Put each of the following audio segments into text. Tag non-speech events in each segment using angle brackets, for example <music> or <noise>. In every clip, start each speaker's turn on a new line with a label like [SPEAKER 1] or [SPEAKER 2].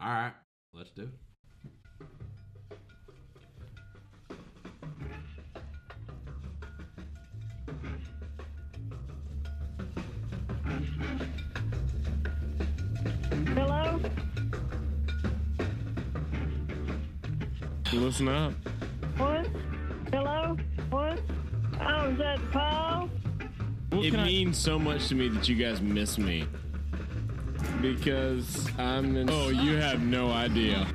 [SPEAKER 1] All right, let's do it.
[SPEAKER 2] Hello?
[SPEAKER 3] Listen up.
[SPEAKER 2] What? Hello? What? Oh, is that Paul?
[SPEAKER 3] it
[SPEAKER 4] can I-
[SPEAKER 3] means so much to me that you guys miss me. Because I'm in.
[SPEAKER 4] Oh, you have no idea.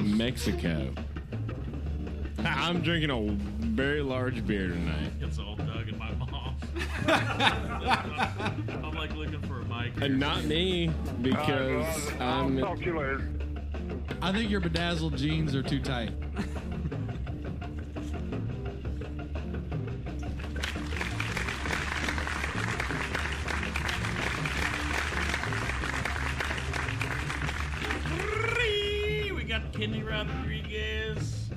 [SPEAKER 3] Mexico. I'm drinking a very large beer tonight.
[SPEAKER 5] It's all Doug and my mom. I'm like looking for a mic. here.
[SPEAKER 3] And not me, because
[SPEAKER 6] I'll
[SPEAKER 3] I'm.
[SPEAKER 6] talk to you later.
[SPEAKER 7] I think your bedazzled jeans are too tight.
[SPEAKER 5] Three! We got Kenny Rodriguez.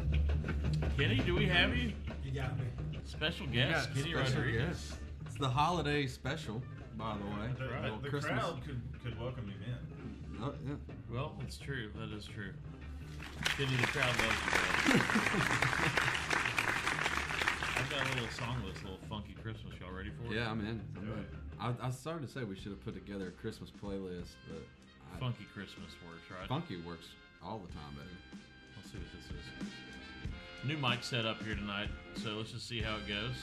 [SPEAKER 5] Kenny, do we have you?
[SPEAKER 8] You got me.
[SPEAKER 5] Special guest, Kenny Rodriguez.
[SPEAKER 7] guest. It's the holiday special, by the way.
[SPEAKER 9] The,
[SPEAKER 7] Little
[SPEAKER 9] the
[SPEAKER 7] Christmas.
[SPEAKER 9] crowd could, could welcome him in.
[SPEAKER 7] Oh, yeah.
[SPEAKER 5] Well, it's true. That is true. Kenny, the crowd loves you. bro. <laughs> I've got a little song list, a little funky Christmas. Y'all ready for it?
[SPEAKER 1] Yeah, I'm in. I'm in. I, I started to say we should have put together a Christmas playlist, but I,
[SPEAKER 5] Funky Christmas works, right?
[SPEAKER 1] funky works all the time, baby.
[SPEAKER 5] Let's see what this is. New mic set up here tonight, so let's just see how it goes.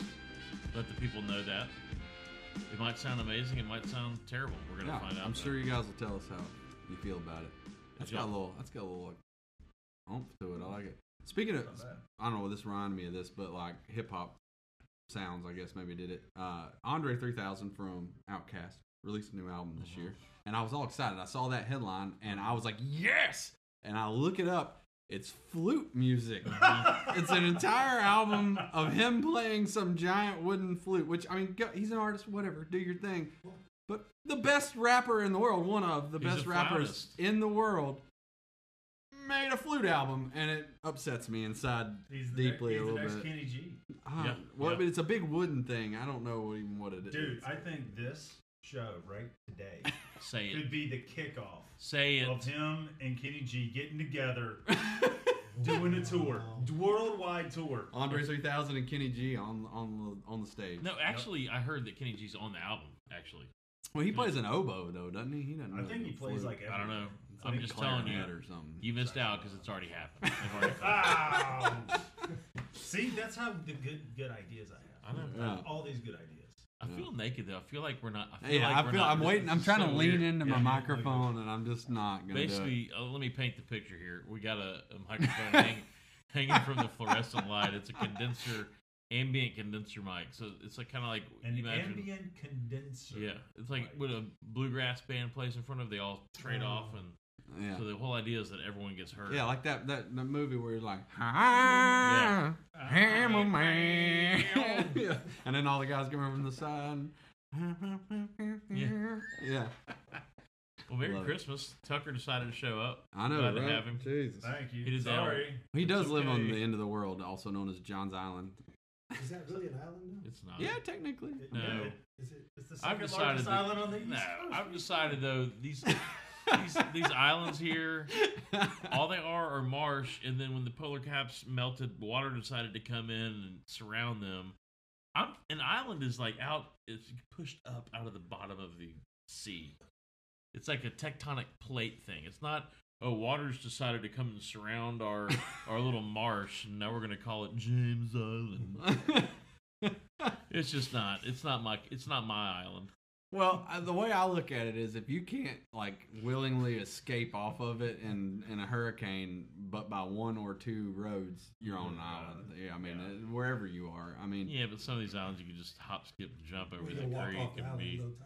[SPEAKER 5] Let the people know that. It might sound amazing, it might sound terrible. We're gonna
[SPEAKER 1] Yeah,
[SPEAKER 5] find out.
[SPEAKER 1] I'm
[SPEAKER 5] though.
[SPEAKER 1] sure you guys will tell us how you feel about it. That's got a
[SPEAKER 5] job.
[SPEAKER 1] little. That's got a little like, oomph to it. I like it. Speaking of, I don't know. This reminded me of this, but like hip hop sounds. I guess maybe did it. Uh, Andre 3000 from Outkast released a new album this year,
[SPEAKER 9] Uh-huh.
[SPEAKER 1] and I was all excited. I saw that headline, and I was like, yes! And I look it up. It's flute
[SPEAKER 9] <laughs>
[SPEAKER 1] music. it's an entire album of him playing some giant wooden flute. Which I mean, go, he's an artist. Whatever, do your thing. But the best rapper in the world, one of the
[SPEAKER 5] He's
[SPEAKER 1] best
[SPEAKER 5] a
[SPEAKER 1] rappers
[SPEAKER 5] flautist.
[SPEAKER 1] in the world, made a flute album, and it upsets me inside
[SPEAKER 9] He's the
[SPEAKER 1] deeply a
[SPEAKER 9] next, he's the
[SPEAKER 1] little
[SPEAKER 9] next
[SPEAKER 1] bit.
[SPEAKER 9] Kenny G.
[SPEAKER 1] Ah,
[SPEAKER 5] Yeah,
[SPEAKER 1] well,
[SPEAKER 5] yeah.
[SPEAKER 1] but it's a big wooden thing. I don't know even what it is.
[SPEAKER 9] Dude, I think this show right
[SPEAKER 1] <laughs>
[SPEAKER 9] today
[SPEAKER 5] Say
[SPEAKER 9] could
[SPEAKER 5] it.
[SPEAKER 9] be the kickoff
[SPEAKER 5] Say it.
[SPEAKER 9] of him and Kenny G
[SPEAKER 1] <laughs>
[SPEAKER 9] getting together, doing a tour, worldwide tour.
[SPEAKER 1] Andre 3000 and Kenny G on on the, on the stage.
[SPEAKER 5] No, actually, I heard that Kenny G's on the album. Actually,
[SPEAKER 1] Well, he plays an oboe though, doesn't he? He doesn't.
[SPEAKER 9] I
[SPEAKER 1] really
[SPEAKER 9] think he
[SPEAKER 1] do
[SPEAKER 9] plays
[SPEAKER 1] flute.
[SPEAKER 9] like every
[SPEAKER 5] I don't know.
[SPEAKER 9] It's
[SPEAKER 5] I'm
[SPEAKER 9] like
[SPEAKER 5] just telling you.
[SPEAKER 1] clarinet or something.
[SPEAKER 5] You missed out because it's already
[SPEAKER 9] <laughs>
[SPEAKER 5] happened. They've already-
[SPEAKER 9] Wow. See, that's how the good good ideas I
[SPEAKER 5] I
[SPEAKER 9] have.
[SPEAKER 5] don't know.
[SPEAKER 1] Yeah.
[SPEAKER 9] All these good ideas.
[SPEAKER 5] I feel naked though. I feel like we're not. I feel
[SPEAKER 1] Yeah,
[SPEAKER 5] like
[SPEAKER 1] I
[SPEAKER 5] we're
[SPEAKER 1] feel
[SPEAKER 5] not-
[SPEAKER 1] I'm
[SPEAKER 5] this
[SPEAKER 1] waiting.
[SPEAKER 5] is
[SPEAKER 1] I'm trying
[SPEAKER 5] so
[SPEAKER 1] to lean
[SPEAKER 5] weird.
[SPEAKER 1] into my
[SPEAKER 9] Yeah.
[SPEAKER 1] microphone, and I'm just not gonna. do it.
[SPEAKER 5] Basically, uh, let me paint the picture here. We got a, a
[SPEAKER 1] <laughs>
[SPEAKER 5] microphone hang, hanging from the fluorescent light. It's a condenser, ambient condenser mic. So it's like kind of like
[SPEAKER 9] An
[SPEAKER 5] you imagine.
[SPEAKER 9] ambient condenser.
[SPEAKER 5] yeah, it's like when a bluegrass band plays in front of, they all
[SPEAKER 9] Oh.
[SPEAKER 5] trade off, and
[SPEAKER 1] yeah.
[SPEAKER 5] so the whole idea is that everyone gets heard.
[SPEAKER 1] Yeah, like that that the movie where you're like, ah,
[SPEAKER 5] Uh, <laughs>
[SPEAKER 1] hammer man, yeah. <laughs> and then all the guys come over from the side.
[SPEAKER 5] Yeah.
[SPEAKER 1] yeah,
[SPEAKER 5] well, Merry
[SPEAKER 1] love it.
[SPEAKER 5] Christmas. Tucker decided to show up.
[SPEAKER 1] I know,
[SPEAKER 5] Glad
[SPEAKER 1] right?
[SPEAKER 5] to have him.
[SPEAKER 1] Jesus,
[SPEAKER 9] Thank you.
[SPEAKER 5] It is
[SPEAKER 9] Sorry.
[SPEAKER 1] he does
[SPEAKER 9] It's
[SPEAKER 1] live on
[SPEAKER 9] okay.
[SPEAKER 1] the end of the world, also known as John's Island.
[SPEAKER 8] Is that really an island?
[SPEAKER 5] It's not.
[SPEAKER 1] Yeah, technically.
[SPEAKER 5] No.
[SPEAKER 9] Yeah,
[SPEAKER 8] Though? Is it?
[SPEAKER 9] It's the
[SPEAKER 5] I've
[SPEAKER 9] second
[SPEAKER 5] decided.
[SPEAKER 9] largest
[SPEAKER 5] that-
[SPEAKER 9] island on the east
[SPEAKER 5] no,
[SPEAKER 9] coast.
[SPEAKER 5] I've decided though
[SPEAKER 9] <laughs>
[SPEAKER 5] these these these islands here, all they are are marsh, and then when the polar caps melted, water decided to come in and surround them. I'm, an island is like out, it's pushed up out of the bottom of the sea. It's like a tectonic plate thing. It's not. Oh, water's decided to come and surround
[SPEAKER 9] <laughs>
[SPEAKER 5] our our little marsh, and now we're gonna call it James Island. <laughs> It's just not. It's not my. It's not my island.
[SPEAKER 1] well, I- the way I look at it is, if you can't like willingly escape off of it in in a hurricane, but by one or two roads, you're on an island. Yeah, I mean, uh, wherever you are, I mean,
[SPEAKER 5] Yeah, but some of these islands you can just hop, skip, and jump over
[SPEAKER 8] We're
[SPEAKER 5] the
[SPEAKER 8] gonna walk
[SPEAKER 5] creek
[SPEAKER 8] off the
[SPEAKER 5] and
[SPEAKER 8] island
[SPEAKER 5] be.
[SPEAKER 8] low tide.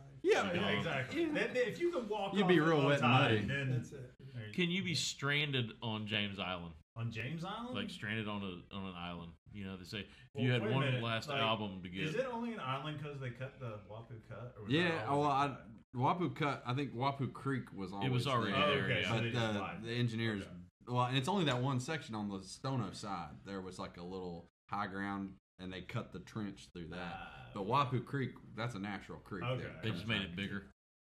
[SPEAKER 1] yeah,
[SPEAKER 9] Yeah, exactly.
[SPEAKER 1] Yeah.
[SPEAKER 9] Then- then if you can walk,
[SPEAKER 1] You'd be
[SPEAKER 9] off at
[SPEAKER 1] real
[SPEAKER 9] low
[SPEAKER 1] wet and
[SPEAKER 9] tide,
[SPEAKER 1] muddy.
[SPEAKER 9] Then
[SPEAKER 8] That's it.
[SPEAKER 5] Can you be stranded on James Island?
[SPEAKER 9] on James Island?
[SPEAKER 5] Like stranded on a on an island? You know, they say if
[SPEAKER 9] Well,
[SPEAKER 5] you had
[SPEAKER 9] wait a
[SPEAKER 5] one
[SPEAKER 9] minute,
[SPEAKER 5] last
[SPEAKER 9] like,
[SPEAKER 5] album to
[SPEAKER 9] is
[SPEAKER 5] get.
[SPEAKER 9] it only an island because they cut the Wapu cut? Or was
[SPEAKER 1] Yeah,
[SPEAKER 9] that
[SPEAKER 1] well,
[SPEAKER 9] always a
[SPEAKER 1] I,
[SPEAKER 9] cut?
[SPEAKER 1] Wapu cut. I think Wapu Creek was always
[SPEAKER 5] was already
[SPEAKER 9] Oh,
[SPEAKER 1] there,
[SPEAKER 9] okay,
[SPEAKER 5] yeah.
[SPEAKER 9] so they
[SPEAKER 1] but
[SPEAKER 9] just
[SPEAKER 1] the,
[SPEAKER 9] lied.
[SPEAKER 1] the engineers.
[SPEAKER 9] Okay.
[SPEAKER 1] Well, and it's only that one section on the Stono side. There was like a little high ground, and they cut the trench through that.
[SPEAKER 9] Ah,
[SPEAKER 1] But Wapu Creek, that's a natural creek.
[SPEAKER 9] Okay.
[SPEAKER 1] there.
[SPEAKER 5] They just made it bigger.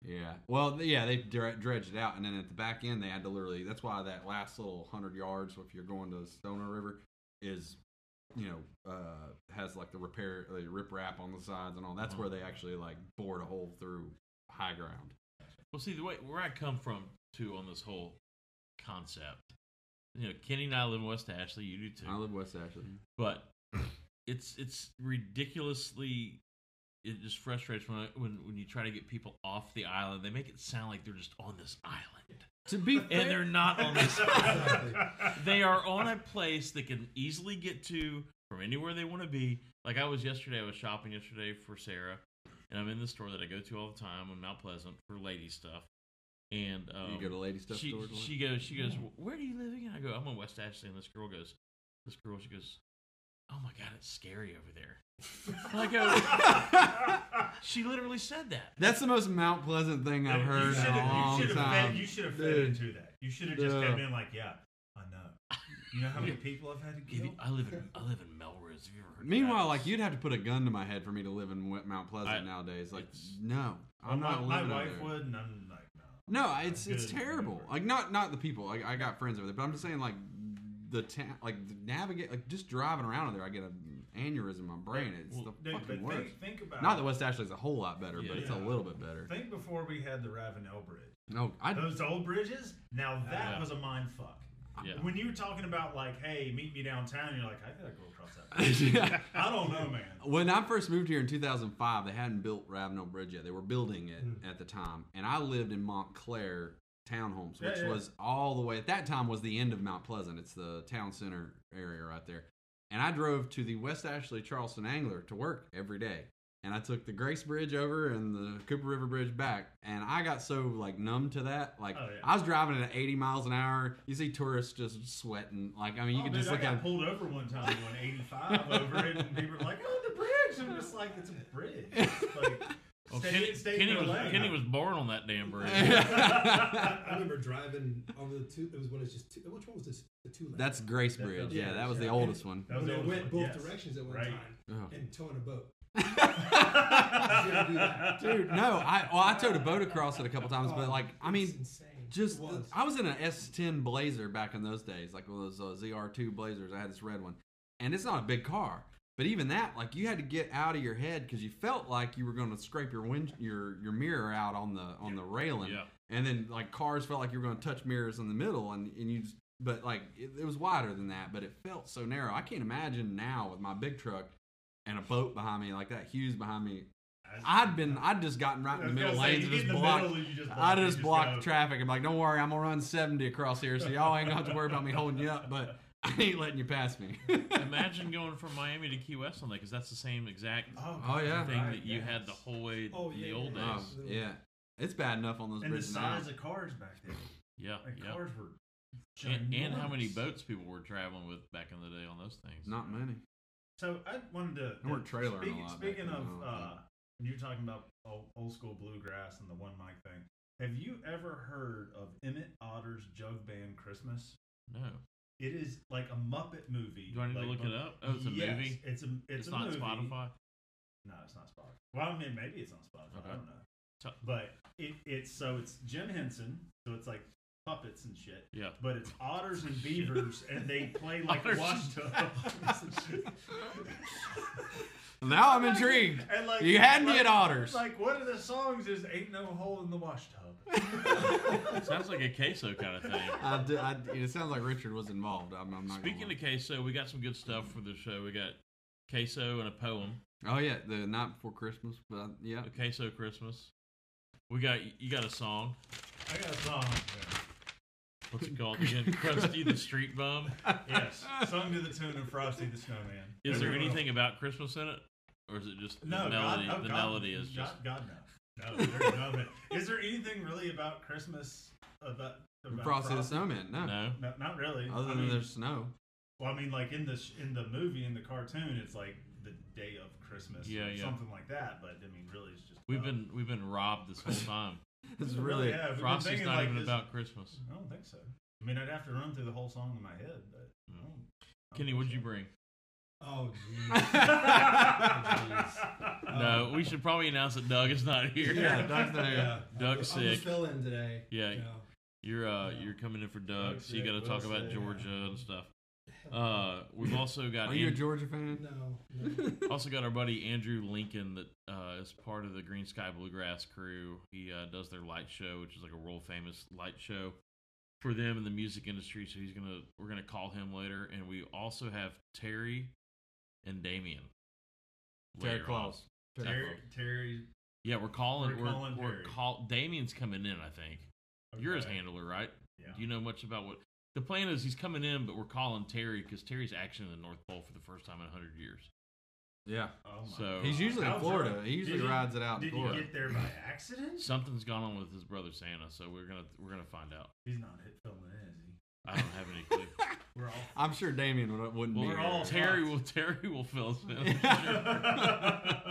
[SPEAKER 1] Yeah. Well, th- yeah, they dre- dredged it out, and then at the back end, they had to literally. That's why that last little hundred yards, if you're going to Stoner River, is you know uh has like the repair, the rip wrap on the sides and all. That's where
[SPEAKER 9] Uh-huh.
[SPEAKER 1] they actually like bored a hole through high ground.
[SPEAKER 5] Well, see the way where I come from too on this whole concept. You know, Kenny and I live in West Ashley. You do too.
[SPEAKER 1] I live West Ashley.
[SPEAKER 5] but it's it's ridiculously. It just frustrates when I, when when you try to get people off the island. They make it sound like they're just on this island,
[SPEAKER 7] To be
[SPEAKER 5] and
[SPEAKER 7] fair,
[SPEAKER 5] they're not on this. island.
[SPEAKER 8] Exactly.
[SPEAKER 5] They are on a place they can easily get to from anywhere they want to be. Like I was yesterday, I was shopping yesterday for Sarah, and I'm in the store that I go to all the time on Mount Pleasant for lady stuff. And um,
[SPEAKER 1] you go to Lady Stuff
[SPEAKER 5] she,
[SPEAKER 1] Stores.
[SPEAKER 5] she goes, she goes, "Wh- where do you live again? I go, I'm on West Ashley, and this girl goes, this girl, she goes, oh my god, it's scary over
[SPEAKER 2] <laughs>
[SPEAKER 5] there. And I go, she literally said that.
[SPEAKER 1] That's the most Mount Pleasant thing I've
[SPEAKER 9] you
[SPEAKER 1] heard in
[SPEAKER 9] should
[SPEAKER 1] a
[SPEAKER 9] have
[SPEAKER 1] long
[SPEAKER 9] you should have
[SPEAKER 1] time.
[SPEAKER 9] fed, you should have fed
[SPEAKER 1] Dude.
[SPEAKER 9] into that. You should have just
[SPEAKER 1] Duh.
[SPEAKER 9] kept in like, yeah, I know. You know how many people I've had to
[SPEAKER 5] If
[SPEAKER 9] kill?
[SPEAKER 5] you- I live in I live in Melrose. Have you ever heard? of
[SPEAKER 1] Meanwhile,
[SPEAKER 5] that?
[SPEAKER 1] like you'd have to put a gun to my head for me to live in Wet- Mount
[SPEAKER 5] I-
[SPEAKER 1] Pleasant nowadays. Like,
[SPEAKER 5] it's-
[SPEAKER 1] no, I'm
[SPEAKER 9] Well,
[SPEAKER 1] not
[SPEAKER 9] my,
[SPEAKER 1] living
[SPEAKER 9] my
[SPEAKER 1] over
[SPEAKER 9] wife
[SPEAKER 1] there.
[SPEAKER 9] would, and I'm like, no.
[SPEAKER 1] No, it's it's
[SPEAKER 9] Good.
[SPEAKER 1] terrible. Like not not the people. Like I got friends over there, but I'm just saying like the town, like the navigate, like just driving around over there, I get an aneurysm in my brain. It's
[SPEAKER 5] Well,
[SPEAKER 1] the
[SPEAKER 9] Dude,
[SPEAKER 1] fucking
[SPEAKER 9] but
[SPEAKER 1] worst.
[SPEAKER 9] think, think about
[SPEAKER 1] not that West Ashley's a whole lot better, but
[SPEAKER 5] Yeah.
[SPEAKER 1] it's a little bit better.
[SPEAKER 9] Think before we had the Ravenel Bridge.
[SPEAKER 1] No, I
[SPEAKER 9] Those old bridges, now that
[SPEAKER 5] Yeah.
[SPEAKER 9] was a mind fuck.
[SPEAKER 5] Yeah.
[SPEAKER 9] When you were talking about like, hey, meet me downtown, you're like, I gotta go across
[SPEAKER 1] <laughs>
[SPEAKER 9] that. bridge."
[SPEAKER 1] yeah.
[SPEAKER 9] I don't know, man.
[SPEAKER 1] When I first moved here in 2005, they hadn't built Ravenel Bridge yet. They were building it
[SPEAKER 9] Hmm.
[SPEAKER 1] at the time, and I lived in Montclair townhomes,
[SPEAKER 9] Yeah,
[SPEAKER 1] which
[SPEAKER 9] yeah.
[SPEAKER 1] was all the way at that time was the end of Mount Pleasant. It's the town center area right there. And I drove to the West Ashley Charleston Angler to work every day. And I took the Grace Bridge over and the Cooper River Bridge back, and I got so like numb to that. Like
[SPEAKER 9] Oh, yeah.
[SPEAKER 1] I was driving at 80 miles an hour. You see tourists just sweating. Like I mean, you
[SPEAKER 9] oh,
[SPEAKER 1] can
[SPEAKER 9] dude,
[SPEAKER 1] just
[SPEAKER 9] I
[SPEAKER 1] look
[SPEAKER 9] got
[SPEAKER 1] at
[SPEAKER 9] pulled over one time doing 85 over it, and people were like, "Oh, the bridge!" I'm
[SPEAKER 1] <laughs>
[SPEAKER 9] just like, "It's a bridge." It's like,
[SPEAKER 5] <laughs> Well,
[SPEAKER 9] stay-
[SPEAKER 5] Kenny,
[SPEAKER 9] stay in
[SPEAKER 5] Kenny
[SPEAKER 9] your
[SPEAKER 5] was
[SPEAKER 9] lane.
[SPEAKER 5] Kenny was born on that damn
[SPEAKER 1] <laughs>
[SPEAKER 5] bridge.
[SPEAKER 8] I remember driving over the two. It was when it's just two. Which one was this? The two. lane?
[SPEAKER 1] That's Grace
[SPEAKER 9] That- that
[SPEAKER 1] Bridge.
[SPEAKER 9] was
[SPEAKER 1] Yeah,
[SPEAKER 9] Grace,
[SPEAKER 1] that was the
[SPEAKER 9] yeah.
[SPEAKER 1] oldest one.
[SPEAKER 9] That
[SPEAKER 8] when
[SPEAKER 9] was the
[SPEAKER 8] it
[SPEAKER 9] old
[SPEAKER 8] went
[SPEAKER 9] one,
[SPEAKER 8] both
[SPEAKER 9] yes.
[SPEAKER 8] directions at one
[SPEAKER 9] Right.
[SPEAKER 8] time
[SPEAKER 1] Oh.
[SPEAKER 8] and towing
[SPEAKER 1] <laughs>
[SPEAKER 8] a boat.
[SPEAKER 1] Dude, no, I well, I towed a boat across it a couple times, but like, I
[SPEAKER 8] It's
[SPEAKER 1] mean,
[SPEAKER 8] insane.
[SPEAKER 1] just
[SPEAKER 8] It was.
[SPEAKER 1] I was in an S10 Blazer back in those days, like one of those uh, ZR2 Blazers. I had this red one, and it's not a big car, but even that, like, you had to get out of your head because you felt like you were going to scrape your wind, your your mirror out on the on the railing,
[SPEAKER 5] Yeah.
[SPEAKER 1] and then like cars felt like you were going to touch mirrors in the middle, and and you. Just, but like it, it was wider than that, but it felt so narrow. I can't imagine now with my big truck and a boat behind me, like that Hughes behind me. I'd been, I'd just gotten right in the
[SPEAKER 9] I
[SPEAKER 1] middle
[SPEAKER 9] was gonna say,
[SPEAKER 1] lanes
[SPEAKER 9] you
[SPEAKER 1] and
[SPEAKER 9] get
[SPEAKER 1] just
[SPEAKER 9] in the
[SPEAKER 1] blocked.
[SPEAKER 9] middle and you just block,
[SPEAKER 1] I
[SPEAKER 9] you
[SPEAKER 1] just
[SPEAKER 9] just
[SPEAKER 1] blocked
[SPEAKER 9] go.
[SPEAKER 1] traffic. I'm like, don't worry, I'm gonna run 70 across here, so y'all ain't gonna have to worry about me holding you up. But <laughs> I ain't letting you pass me. <laughs>
[SPEAKER 5] Imagine going from Miami to Key West on that because that's the same exact
[SPEAKER 1] Oh, yeah.
[SPEAKER 5] thing
[SPEAKER 9] right,
[SPEAKER 5] that you
[SPEAKER 9] yes.
[SPEAKER 5] had the whole way
[SPEAKER 8] Oh,
[SPEAKER 5] in
[SPEAKER 8] yeah,
[SPEAKER 5] the old
[SPEAKER 8] yeah.
[SPEAKER 1] Oh,
[SPEAKER 5] days.
[SPEAKER 1] yeah, it's bad enough on those
[SPEAKER 9] And the
[SPEAKER 1] bridges. now.
[SPEAKER 9] size of cars back then,
[SPEAKER 5] Yeah,
[SPEAKER 9] like
[SPEAKER 5] yeah.
[SPEAKER 9] cars were.
[SPEAKER 5] And, and how many
[SPEAKER 9] ginormous.
[SPEAKER 5] boats people were traveling with back in the day on those things?
[SPEAKER 1] Not many.
[SPEAKER 9] So I wanted to.
[SPEAKER 1] They weren't trailering a
[SPEAKER 9] Speaking,
[SPEAKER 1] lot back
[SPEAKER 9] speaking
[SPEAKER 1] then,
[SPEAKER 9] of,
[SPEAKER 1] I don't
[SPEAKER 9] uh, when you're talking about old, old school bluegrass and the one mic thing. Have you ever heard of Emmett Otter's Jug Band Christmas?
[SPEAKER 5] No.
[SPEAKER 9] It is like a Muppet movie.
[SPEAKER 5] Do I need
[SPEAKER 9] like,
[SPEAKER 5] to look
[SPEAKER 9] but-
[SPEAKER 5] it up? Oh, it's a
[SPEAKER 9] yes,
[SPEAKER 5] movie.
[SPEAKER 9] It's a it's,
[SPEAKER 5] It's
[SPEAKER 9] a
[SPEAKER 5] not
[SPEAKER 9] movie.
[SPEAKER 5] Spotify.
[SPEAKER 9] No, it's not Spotify. Well, I mean, maybe it's on Spotify.
[SPEAKER 5] Okay.
[SPEAKER 9] I don't know.
[SPEAKER 5] So-
[SPEAKER 9] But it, it's so it's Jim Henson, so it's like puppets and shit.
[SPEAKER 5] Yeah.
[SPEAKER 9] But it's
[SPEAKER 5] <laughs>
[SPEAKER 9] otters and beavers, and they play like
[SPEAKER 5] Otters. <laughs>
[SPEAKER 9] washtubs.
[SPEAKER 1] Now I'm intrigued.
[SPEAKER 9] And like
[SPEAKER 1] You had me
[SPEAKER 9] like-
[SPEAKER 1] at otters.
[SPEAKER 9] Like one of the songs is "Ain't No Hole in the Washtub."
[SPEAKER 5] Sounds like a queso kind of thing.
[SPEAKER 1] <laughs> I d I d it sounds like Richard was involved. I'm, I'm not.
[SPEAKER 5] Speaking
[SPEAKER 1] gonna
[SPEAKER 5] of queso, we got some good stuff for the show. We got queso and a poem.
[SPEAKER 1] lie. oh yeah, the night before Christmas, but uh, yeah,
[SPEAKER 5] A queso Christmas. We got you got a song.
[SPEAKER 9] I got a song.
[SPEAKER 5] What's it
[SPEAKER 1] <laughs>
[SPEAKER 5] called again? Krusty the Street Bum.
[SPEAKER 9] Yes, sung to the tune of Frosty the Snowman.
[SPEAKER 5] Is there
[SPEAKER 9] Everyone-
[SPEAKER 5] anything about Christmas in it, or is it just
[SPEAKER 9] No,
[SPEAKER 5] the melody?
[SPEAKER 9] God, oh,
[SPEAKER 5] the
[SPEAKER 9] God,
[SPEAKER 5] melody is just
[SPEAKER 9] God, God no. No, there's nothing. Is there anything really about Christmas about, about
[SPEAKER 1] Frosty the
[SPEAKER 9] Frosty?
[SPEAKER 1] Snowman. No,
[SPEAKER 5] no.
[SPEAKER 9] No, not really.
[SPEAKER 1] other
[SPEAKER 9] I
[SPEAKER 1] than
[SPEAKER 9] mean,
[SPEAKER 1] there's snow.
[SPEAKER 9] well, I mean, like in the sh- in the movie in the cartoon, it's like the day of Christmas,
[SPEAKER 5] Yeah,
[SPEAKER 9] or
[SPEAKER 5] yeah.
[SPEAKER 9] something like that. But I mean, really, it's just
[SPEAKER 5] We've
[SPEAKER 9] about-
[SPEAKER 5] been we've been robbed this whole time.
[SPEAKER 1] <laughs> It's really
[SPEAKER 9] yeah, we've been
[SPEAKER 5] Frosty's
[SPEAKER 9] thinking
[SPEAKER 5] not
[SPEAKER 9] like
[SPEAKER 5] even
[SPEAKER 9] this-
[SPEAKER 5] about Christmas.
[SPEAKER 9] I don't think so. I mean, I'd have to run through the whole song in my head, but I don't- I don't
[SPEAKER 5] Kenny,
[SPEAKER 9] think
[SPEAKER 5] what'd
[SPEAKER 9] so.
[SPEAKER 5] you bring?
[SPEAKER 9] <laughs>
[SPEAKER 8] Oh,
[SPEAKER 5] <laughs>
[SPEAKER 8] jeez.
[SPEAKER 5] No, we should probably announce that Doug is not here.
[SPEAKER 1] Um, Yeah, Doug's not here.
[SPEAKER 5] Doug
[SPEAKER 8] I'm
[SPEAKER 5] sick.
[SPEAKER 8] fill in today.
[SPEAKER 5] Yeah.
[SPEAKER 8] you know.
[SPEAKER 5] You're uh, you're coming in for Doug, so you
[SPEAKER 9] Okay,
[SPEAKER 5] got to talk
[SPEAKER 9] we'll
[SPEAKER 5] about
[SPEAKER 9] see.
[SPEAKER 5] Georgia and stuff. Uh, we've also got
[SPEAKER 1] Are you a
[SPEAKER 5] An-
[SPEAKER 1] Georgia fan?
[SPEAKER 8] No. no.
[SPEAKER 5] also got our buddy Andrew Lincoln that uh, is part of the Green Sky Bluegrass crew. He uh, does their light show, which is like a world famous light show for them in the music industry. So he's gonna we're gonna call him later, and we also have Terry and Damien.
[SPEAKER 1] Terry
[SPEAKER 5] later on.
[SPEAKER 1] Claus.
[SPEAKER 9] Terry, Terry
[SPEAKER 5] Yeah, we're calling.
[SPEAKER 9] We're
[SPEAKER 5] We're,
[SPEAKER 9] calling
[SPEAKER 5] we're
[SPEAKER 9] Terry.
[SPEAKER 5] call. Damien's coming in, I think. You're his
[SPEAKER 9] okay.
[SPEAKER 5] handler, right?
[SPEAKER 9] Yeah.
[SPEAKER 5] Do you know much about what the plan is? He's coming in, but we're calling Terry because Terry's actually in the North Pole for the first time in 100 years.
[SPEAKER 1] Yeah.
[SPEAKER 9] Oh my
[SPEAKER 5] So-
[SPEAKER 9] God.
[SPEAKER 1] He's usually in
[SPEAKER 9] How's
[SPEAKER 1] Florida.
[SPEAKER 9] your-
[SPEAKER 1] He usually
[SPEAKER 9] did you-
[SPEAKER 1] rides it out in
[SPEAKER 9] Did
[SPEAKER 1] Florida.
[SPEAKER 9] you get there by accident?
[SPEAKER 5] Something's gone on with his brother Santa, so we're gonna we're gonna find out.
[SPEAKER 9] He's not hit filming in, is he?
[SPEAKER 5] I don't have any clue.
[SPEAKER 9] <laughs> We're all.
[SPEAKER 1] I'm sure Damien would, wouldn't
[SPEAKER 5] Well,
[SPEAKER 1] be.
[SPEAKER 9] We're all-
[SPEAKER 5] Terry will Terry will <laughs> fill us in.
[SPEAKER 1] <laughs>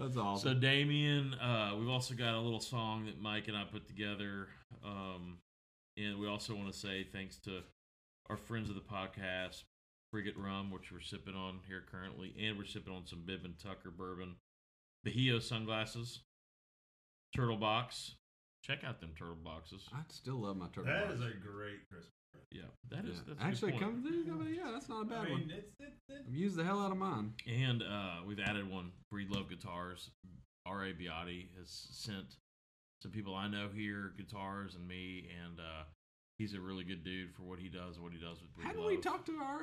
[SPEAKER 1] That's awesome.
[SPEAKER 5] So Damien, uh, we've also got a little song that Mike and I put together, um, and we also want to say thanks to our friends of the podcast, Frigate Rum, which we're sipping on here currently, and we're sipping on some Bibb and Tucker bourbon, Bahio sunglasses, Turtle Box. Check out them Turtle Boxes.
[SPEAKER 1] I still love my turtle.
[SPEAKER 9] that
[SPEAKER 1] box.
[SPEAKER 9] is a great Christmas.
[SPEAKER 5] Yeah, that is
[SPEAKER 1] Yeah.
[SPEAKER 5] that's
[SPEAKER 1] actually
[SPEAKER 5] a good point.
[SPEAKER 1] come. there you go. Yeah, that's not a bad
[SPEAKER 9] I
[SPEAKER 1] one.
[SPEAKER 9] mean, it's, it's, it's
[SPEAKER 1] I've used the hell out of mine.
[SPEAKER 5] And uh, we've added one, Breedlove Guitars. R.A. Biotti has sent some people I know here guitars and me, and uh, he's a really good dude for what he does and what he does with Breedlove.
[SPEAKER 1] Hadn't we talked to RA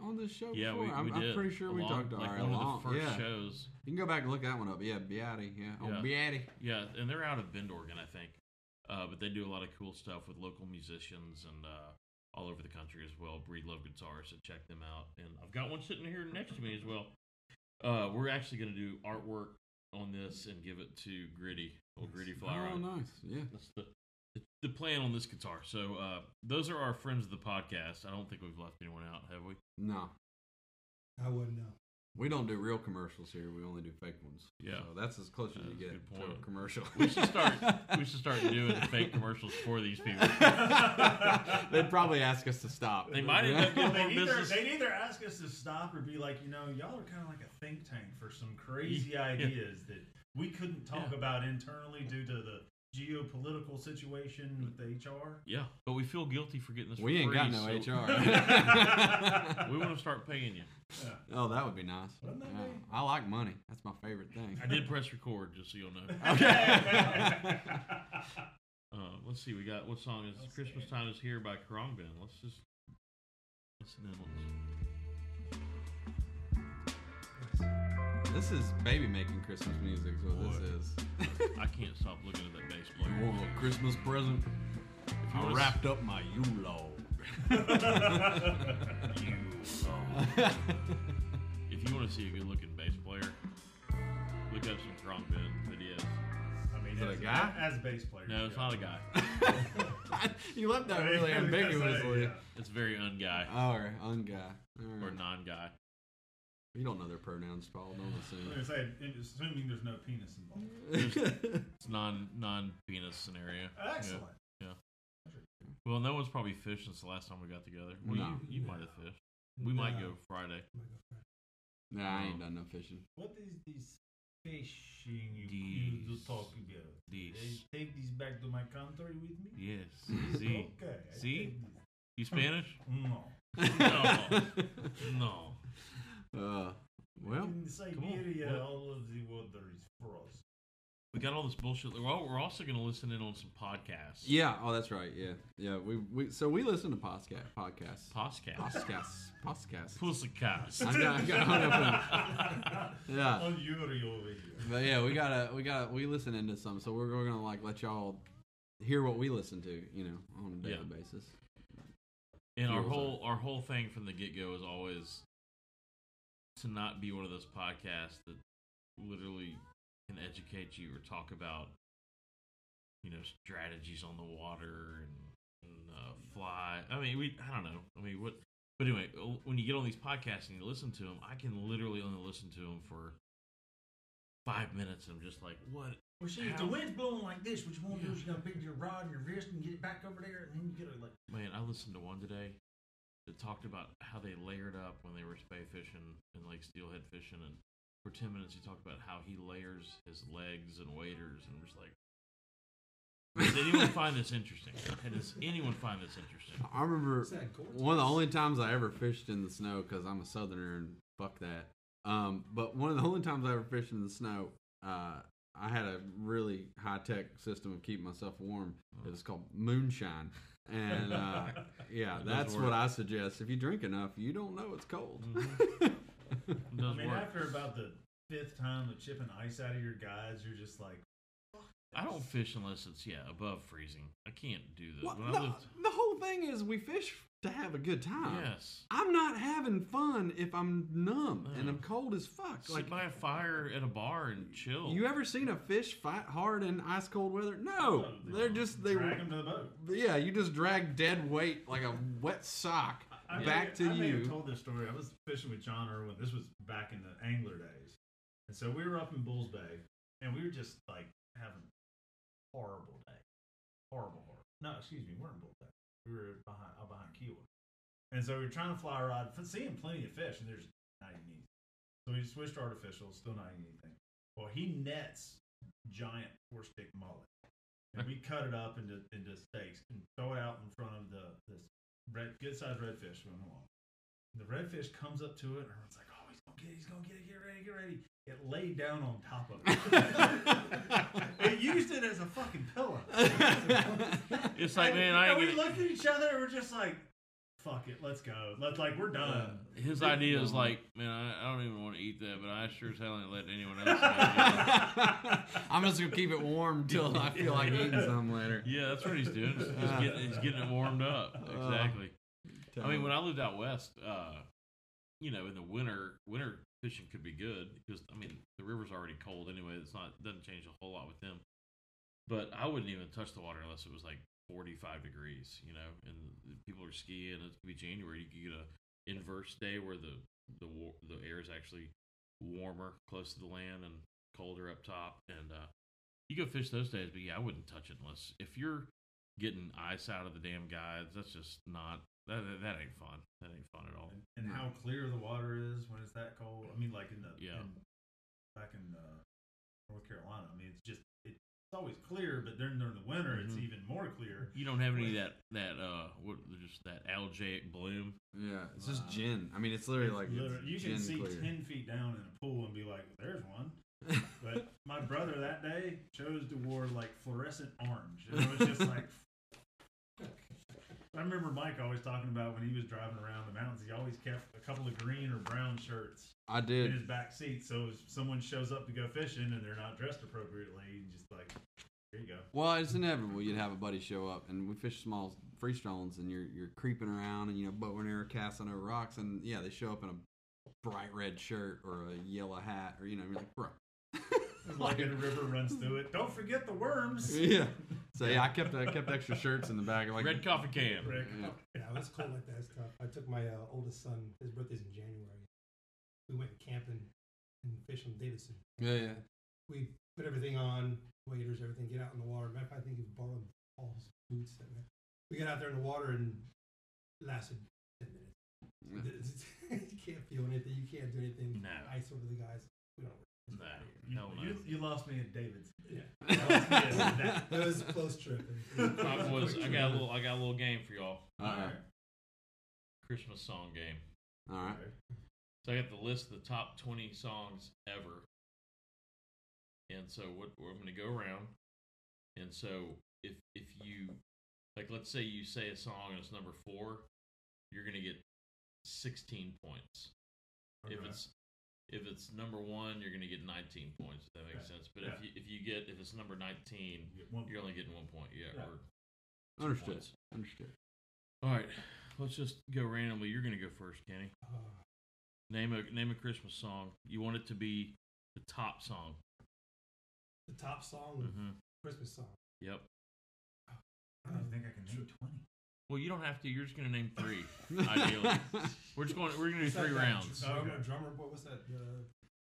[SPEAKER 1] on this show
[SPEAKER 5] Yeah,
[SPEAKER 1] before?
[SPEAKER 5] we, we
[SPEAKER 1] I'm,
[SPEAKER 5] did.
[SPEAKER 1] I'm pretty sure we
[SPEAKER 5] Along-
[SPEAKER 1] talked to
[SPEAKER 5] like
[SPEAKER 1] RA.
[SPEAKER 5] one
[SPEAKER 1] Long-
[SPEAKER 5] of the first
[SPEAKER 1] yeah.
[SPEAKER 5] shows.
[SPEAKER 1] You can go back and look that one up. Yeah, Beatty. Yeah. Oh,
[SPEAKER 5] Yeah.
[SPEAKER 1] Beatty.
[SPEAKER 5] Yeah, and they're out of Bendorgan, I think. Uh, but they do a lot of cool stuff with local musicians and uh, all over the country as well. Breedlove Guitars, so check them out. And I've got one sitting here next to me as well. Uh, we're actually going to do artwork on this and give it to Gritty, old Gritty Flower.
[SPEAKER 1] Oh, nice. Yeah.
[SPEAKER 5] That's the, the the plan on this guitar. So uh, those are our friends of the podcast. I don't think we've left anyone out, have we?
[SPEAKER 1] No,
[SPEAKER 8] I wouldn't know.
[SPEAKER 1] we don't do real commercials here. We only do fake ones.
[SPEAKER 5] Yeah.
[SPEAKER 1] So that's as close as
[SPEAKER 5] That's
[SPEAKER 1] you
[SPEAKER 5] a
[SPEAKER 1] get
[SPEAKER 5] good
[SPEAKER 1] to a
[SPEAKER 5] point.
[SPEAKER 1] commercial.
[SPEAKER 5] We should start.
[SPEAKER 1] <laughs>
[SPEAKER 5] we should start doing fake commercials for these people.
[SPEAKER 1] They'd probably ask us to stop.
[SPEAKER 5] They might end up getting
[SPEAKER 1] Yeah.
[SPEAKER 9] <laughs> they
[SPEAKER 5] more
[SPEAKER 9] either,
[SPEAKER 5] business.
[SPEAKER 9] they'd either ask us to stop or be like, you know, y'all are kind of like a think tank for some
[SPEAKER 5] <laughs>
[SPEAKER 9] crazy ideas that we couldn't talk
[SPEAKER 5] Yeah.
[SPEAKER 9] about internally due to the geopolitical situation with the HR.
[SPEAKER 5] Yeah, but we feel guilty for getting this.
[SPEAKER 1] We
[SPEAKER 5] for
[SPEAKER 1] ain't
[SPEAKER 5] free,
[SPEAKER 1] got no
[SPEAKER 5] so <laughs>
[SPEAKER 1] HR.
[SPEAKER 5] we want to start paying you.
[SPEAKER 1] oh, that would be nice.
[SPEAKER 9] Wouldn't that
[SPEAKER 1] Yeah.
[SPEAKER 9] be?
[SPEAKER 1] I like money. That's my favorite thing.
[SPEAKER 5] I did press record, just so you'll know.
[SPEAKER 1] <laughs> Okay.
[SPEAKER 5] <laughs> Uh, let's see. We got what song is "Christmas Time Is Here" by Karong Band. Let's just listen
[SPEAKER 1] <laughs>
[SPEAKER 5] in. on this.
[SPEAKER 1] this is baby making Christmas music. Is what this is.
[SPEAKER 5] I can't stop looking at that bass player.
[SPEAKER 1] You want a Christmas present?
[SPEAKER 5] you
[SPEAKER 1] I
[SPEAKER 5] wanna s-
[SPEAKER 1] wrapped up my <laughs> U-Log.
[SPEAKER 5] If you want to see a good looking bass player, look up some Kronk Ben videos.
[SPEAKER 9] I mean,
[SPEAKER 1] it
[SPEAKER 9] as
[SPEAKER 1] a guy?
[SPEAKER 9] As bass players.
[SPEAKER 5] No, it's
[SPEAKER 9] go.
[SPEAKER 5] not a guy.
[SPEAKER 1] <laughs> you left
[SPEAKER 9] <laughs>
[SPEAKER 1] that really
[SPEAKER 9] Because, uh,
[SPEAKER 1] ambiguously.
[SPEAKER 9] yeah.
[SPEAKER 5] It's very unguy
[SPEAKER 1] All right, unguy. All
[SPEAKER 5] or
[SPEAKER 1] right.
[SPEAKER 5] non guy.
[SPEAKER 1] You don't know their pronouns, Paul. Don't
[SPEAKER 9] I
[SPEAKER 1] assume.
[SPEAKER 9] was gonna say, it- assuming there's no penis involved.
[SPEAKER 5] <laughs> It's non non penis scenario. Yeah.
[SPEAKER 9] Excellent.
[SPEAKER 5] Well, no one's probably fished since the last time we got together. Well,
[SPEAKER 1] No.
[SPEAKER 5] you, you might have fished. We might
[SPEAKER 8] No.
[SPEAKER 5] go Friday.
[SPEAKER 1] Nah, I ain't done no fishing.
[SPEAKER 9] What is this fishing you,
[SPEAKER 5] These.
[SPEAKER 9] you do talk about?
[SPEAKER 5] These.
[SPEAKER 9] They take this back to my country with me?
[SPEAKER 5] Yes.
[SPEAKER 9] Okay. <laughs>
[SPEAKER 5] See,
[SPEAKER 9] I
[SPEAKER 5] See?
[SPEAKER 9] take this.
[SPEAKER 5] you
[SPEAKER 9] <laughs>
[SPEAKER 5] Spanish?
[SPEAKER 9] No.
[SPEAKER 5] No. <laughs> no.
[SPEAKER 1] Uh, well,
[SPEAKER 5] Well-
[SPEAKER 9] In Siberia, all of the water is frozen.
[SPEAKER 5] We got all this bullshit. We're, all, we're also going to listen in on some podcasts.
[SPEAKER 1] yeah. Oh, that's right. Yeah, yeah. We we so we listen to podcast podcasts.
[SPEAKER 5] Podcasts.
[SPEAKER 1] Podcasts. Podcasts.
[SPEAKER 5] Pussycats.
[SPEAKER 1] I got, I got hung up
[SPEAKER 5] <laughs>
[SPEAKER 9] <laughs>
[SPEAKER 1] in. Yeah.
[SPEAKER 9] On Yuri over here.
[SPEAKER 1] But yeah, we gotta we gotta we listen into some, so we're, we're gonna like let y'all hear what we listen to, you know, on a daily
[SPEAKER 5] Yeah.
[SPEAKER 1] basis.
[SPEAKER 5] And our
[SPEAKER 1] Yours are.
[SPEAKER 5] whole our whole thing from the get go is always to not be one of those podcasts that literally can educate you or talk about you know strategies on the water and, and uh, fly. I mean, we I don't know. I mean, what? But anyway, uh, when you get on these podcasts and you listen to them, I can literally only listen to them for five minutes. And I'm just like, what?
[SPEAKER 9] <laughs> Well, see, if the wind's blowing like this, what you want to do is you're going to pick your rod and your wrist and get it back over there, and then you get it like.
[SPEAKER 5] Man, I listened to one today. that talked about how they layered up when they were spay fishing and like steelhead fishing. And for 10 minutes, he talked about how he layers his legs and waders. And I'm just like, does anyone find this interesting? Does anyone find this interesting?
[SPEAKER 1] I remember
[SPEAKER 8] It's that gorgeous.
[SPEAKER 1] one of the only times I ever fished in the snow because I'm a southerner and fuck that. Um, but one of the only times I ever fished in the snow, uh, I had a really high tech system of keeping myself warm. It was called moonshine, and <laughs> uh, yeah, that's what I suggest. If you drink enough, you don't know it's cold. Mm-hmm. <laughs>
[SPEAKER 5] It does
[SPEAKER 9] I mean,
[SPEAKER 5] work.
[SPEAKER 9] after about the fifth time of chipping ice out of your guys, you're just like,
[SPEAKER 5] I don't fish unless it's yeah above freezing. I can't do this.
[SPEAKER 1] Well,
[SPEAKER 5] When I
[SPEAKER 1] the,
[SPEAKER 5] lived-
[SPEAKER 1] the whole thing is we fish to have a good time.
[SPEAKER 5] yes, Mm.
[SPEAKER 1] I'm not having fun if I'm numb and I'm cold as fuck.
[SPEAKER 5] sit by a fire at a bar and chill.
[SPEAKER 1] You ever seen a fish fight hard in ice cold weather? No, they're just they.
[SPEAKER 9] Uh, drag them to the boat.
[SPEAKER 1] Yeah, you just drag dead weight like a wet sock
[SPEAKER 9] I may-
[SPEAKER 1] back to
[SPEAKER 9] I may have
[SPEAKER 1] you.
[SPEAKER 9] told this story. I was fishing with John Irwin. This was back in the angler days, and so we were up in Bulls Bay, and we were just like having a horrible day, horrible, horrible. No, excuse me, we weren't in Bulls Bay. We were behind out behind Kiowa, and so we were trying to fly a rod, f- seeing plenty of fish, and there's not even anything. So we switched to artificial, still not eating anything. Well, he nets giant four stick mullet, and we cut it up into into steaks and throw it out in front of the this red good sized redfish going along. The redfish comes up to it, and everyone's like, "Oh, he's gonna get it! He's gonna get it! Get ready! Get ready!" It laid down on top of
[SPEAKER 5] <laughs>
[SPEAKER 9] it. it used it as a fucking pillow.
[SPEAKER 5] It's like
[SPEAKER 9] And,
[SPEAKER 5] man,
[SPEAKER 9] you
[SPEAKER 5] I
[SPEAKER 9] know,
[SPEAKER 5] ain't
[SPEAKER 9] we
[SPEAKER 5] gonna-
[SPEAKER 9] looked at each other, and we're just like, "Fuck it, let's go. Let's like we're done."
[SPEAKER 5] His idea is like, man, I, I don't even want to eat that, but I sure as hell ain't letting anyone else. Have it.
[SPEAKER 1] I'm just gonna keep it warm till I feel like eating some later. Uh,
[SPEAKER 5] yeah, that's what he's doing. He's, just getting, he's getting it warmed up. Exactly. I mean, when I lived out west, uh, you know, in the winter, winter fishing could be good because I mean the river's already cold anyway. It's not doesn't change a whole lot with them. But I wouldn't even touch the water unless it was like 45 degrees, you know. And people are skiing. It could be January. You could get a inverse day where the the wa- the air is actually warmer close to the land and colder up top. And uh, you go fish those days. But yeah, I wouldn't touch it unless if you're getting ice out of the damn guides. That's just not that, that, that ain't fun. That ain't fun at all.
[SPEAKER 9] And, and how clear the water is when it's that cold. I mean, like in the
[SPEAKER 5] Yeah.
[SPEAKER 9] in- back in uh, North Carolina. I mean, it's just it's always clear, but during during the winter, it's
[SPEAKER 5] Mhm.
[SPEAKER 9] even more clear.
[SPEAKER 5] You don't have any of that that uh what just that algaic bloom.
[SPEAKER 1] yeah, it's just gin. I mean, it's literally like it's
[SPEAKER 9] Literally, you
[SPEAKER 1] gin
[SPEAKER 9] can see
[SPEAKER 1] clear.
[SPEAKER 9] ten feet down in a pool and be like, "There's
[SPEAKER 1] <laughs>
[SPEAKER 9] one." But my brother that day chose to wear like fluorescent orange, and I was just like. <laughs> I remember Mike always talking about when he was driving around the mountains. He always kept a couple of green or brown shirts
[SPEAKER 1] I
[SPEAKER 9] in
[SPEAKER 1] did.
[SPEAKER 9] his back seat. So if someone shows up to go fishing and they're not dressed appropriately, you just like, here you go.
[SPEAKER 1] Well, it's inevitable. You'd have a buddy show up, and we fish small freestones, and you're you're creeping around, and you know bow and arrow casting over rocks, and yeah, they show up in a bright red shirt or a yellow hat, or you know, you're like, bro. <laughs>
[SPEAKER 9] It's like the river runs through it. Don't forget the worms.
[SPEAKER 1] Yeah. <laughs> So yeah, I kept I kept extra shirts in the back. Like
[SPEAKER 5] Red coffee can.
[SPEAKER 9] Rick.
[SPEAKER 1] Yeah.
[SPEAKER 8] Yeah, it was cold like that stuff. I took my uh, oldest son. His birthday's in January. We went camping and fished on Davidson.
[SPEAKER 1] Yeah, yeah.
[SPEAKER 8] We put everything on, waders, everything. Get out in the water. Matter of fact, I think he borrowed all his boots. That night. we got out there in the water and it lasted ten minutes. <laughs> you can't feel anything. You can't do anything.
[SPEAKER 5] No.
[SPEAKER 8] I sort of the guys. We don't.
[SPEAKER 5] Nah,
[SPEAKER 9] You,
[SPEAKER 5] hell
[SPEAKER 9] you,
[SPEAKER 5] no.
[SPEAKER 9] you lost me at David's.
[SPEAKER 8] Yeah,
[SPEAKER 9] That-
[SPEAKER 8] <laughs> that was a close trip.
[SPEAKER 5] I was I got a little I got a little game for y'all.
[SPEAKER 1] Uh-oh.
[SPEAKER 5] Christmas song game.
[SPEAKER 1] All right.
[SPEAKER 5] So I got the list of the top twenty songs ever. And so what I'm gonna go around. And so if if you like let's say you say a song and it's number four, you're gonna get sixteen points. If
[SPEAKER 9] Okay.
[SPEAKER 5] it's if it's number one, you're gonna get 19 points. If that makes sense. But if you if you get if it's number 19,
[SPEAKER 9] You get one-
[SPEAKER 5] you're only getting one point. Yeah.
[SPEAKER 9] Yeah.
[SPEAKER 5] Or two
[SPEAKER 1] Understood.
[SPEAKER 5] points.
[SPEAKER 1] Understood.
[SPEAKER 5] All right. Let's just go randomly. You're gonna go first, Kenny. Name a name a Christmas song. You want it to be the top song.
[SPEAKER 8] the top song,
[SPEAKER 5] Mm-hmm.
[SPEAKER 8] Christmas song.
[SPEAKER 5] Yep.
[SPEAKER 9] I don't even think I can name 20.
[SPEAKER 5] Well, you don't have to. You're just gonna name
[SPEAKER 1] <laughs>
[SPEAKER 5] three. ideally, we're just going. We're gonna do three rounds.
[SPEAKER 8] Drummer,
[SPEAKER 9] Okay.
[SPEAKER 8] uh, drummer boy, what's that? The,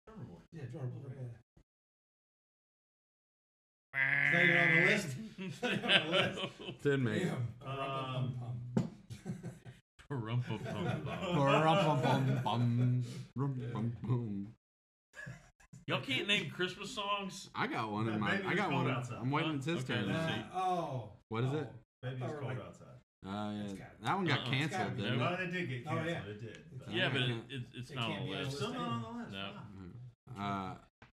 [SPEAKER 9] Drummer boy.
[SPEAKER 8] yeah, drummer boy. Yeah. It's not even on the
[SPEAKER 5] <laughs>
[SPEAKER 8] list. <laughs> It's not even on the list.
[SPEAKER 1] Ten
[SPEAKER 8] Damn.
[SPEAKER 5] Um,
[SPEAKER 1] man.
[SPEAKER 8] Rum, bum, bum, bum.
[SPEAKER 5] Rum-pum-pum-pum.
[SPEAKER 1] Ba-rum-pum-pum-pum. Rum-pum-pum.
[SPEAKER 5] Y'all can't name Christmas songs.
[SPEAKER 1] I got one
[SPEAKER 9] Yeah,
[SPEAKER 1] in my.
[SPEAKER 9] maybe
[SPEAKER 1] I
[SPEAKER 9] it's
[SPEAKER 1] got
[SPEAKER 9] cold
[SPEAKER 1] one.
[SPEAKER 9] outside.
[SPEAKER 1] I'm waiting. It's his
[SPEAKER 5] Okay,
[SPEAKER 1] turn.
[SPEAKER 5] let's
[SPEAKER 1] Uh,
[SPEAKER 5] see.
[SPEAKER 8] Uh, oh.
[SPEAKER 1] What is it? Uh,
[SPEAKER 9] Baby,
[SPEAKER 8] Or
[SPEAKER 9] it's cold
[SPEAKER 8] like-
[SPEAKER 9] outside.
[SPEAKER 1] yeah,
[SPEAKER 8] It's gotta-
[SPEAKER 1] that one got
[SPEAKER 5] Uh-uh.
[SPEAKER 1] canceled.
[SPEAKER 8] It's gotta be.
[SPEAKER 1] didn't
[SPEAKER 5] No.
[SPEAKER 1] it?
[SPEAKER 9] Well, it did get
[SPEAKER 8] Oh,
[SPEAKER 9] canceled.
[SPEAKER 8] yeah.
[SPEAKER 9] It did.
[SPEAKER 8] It's-
[SPEAKER 5] Yeah, but it,
[SPEAKER 1] can't-
[SPEAKER 5] it, it's
[SPEAKER 8] It
[SPEAKER 5] not
[SPEAKER 8] can't
[SPEAKER 5] on
[SPEAKER 8] be
[SPEAKER 5] the
[SPEAKER 8] on
[SPEAKER 9] It's
[SPEAKER 5] list.
[SPEAKER 9] still not on the list.
[SPEAKER 5] No.
[SPEAKER 9] Wow.
[SPEAKER 1] Uh,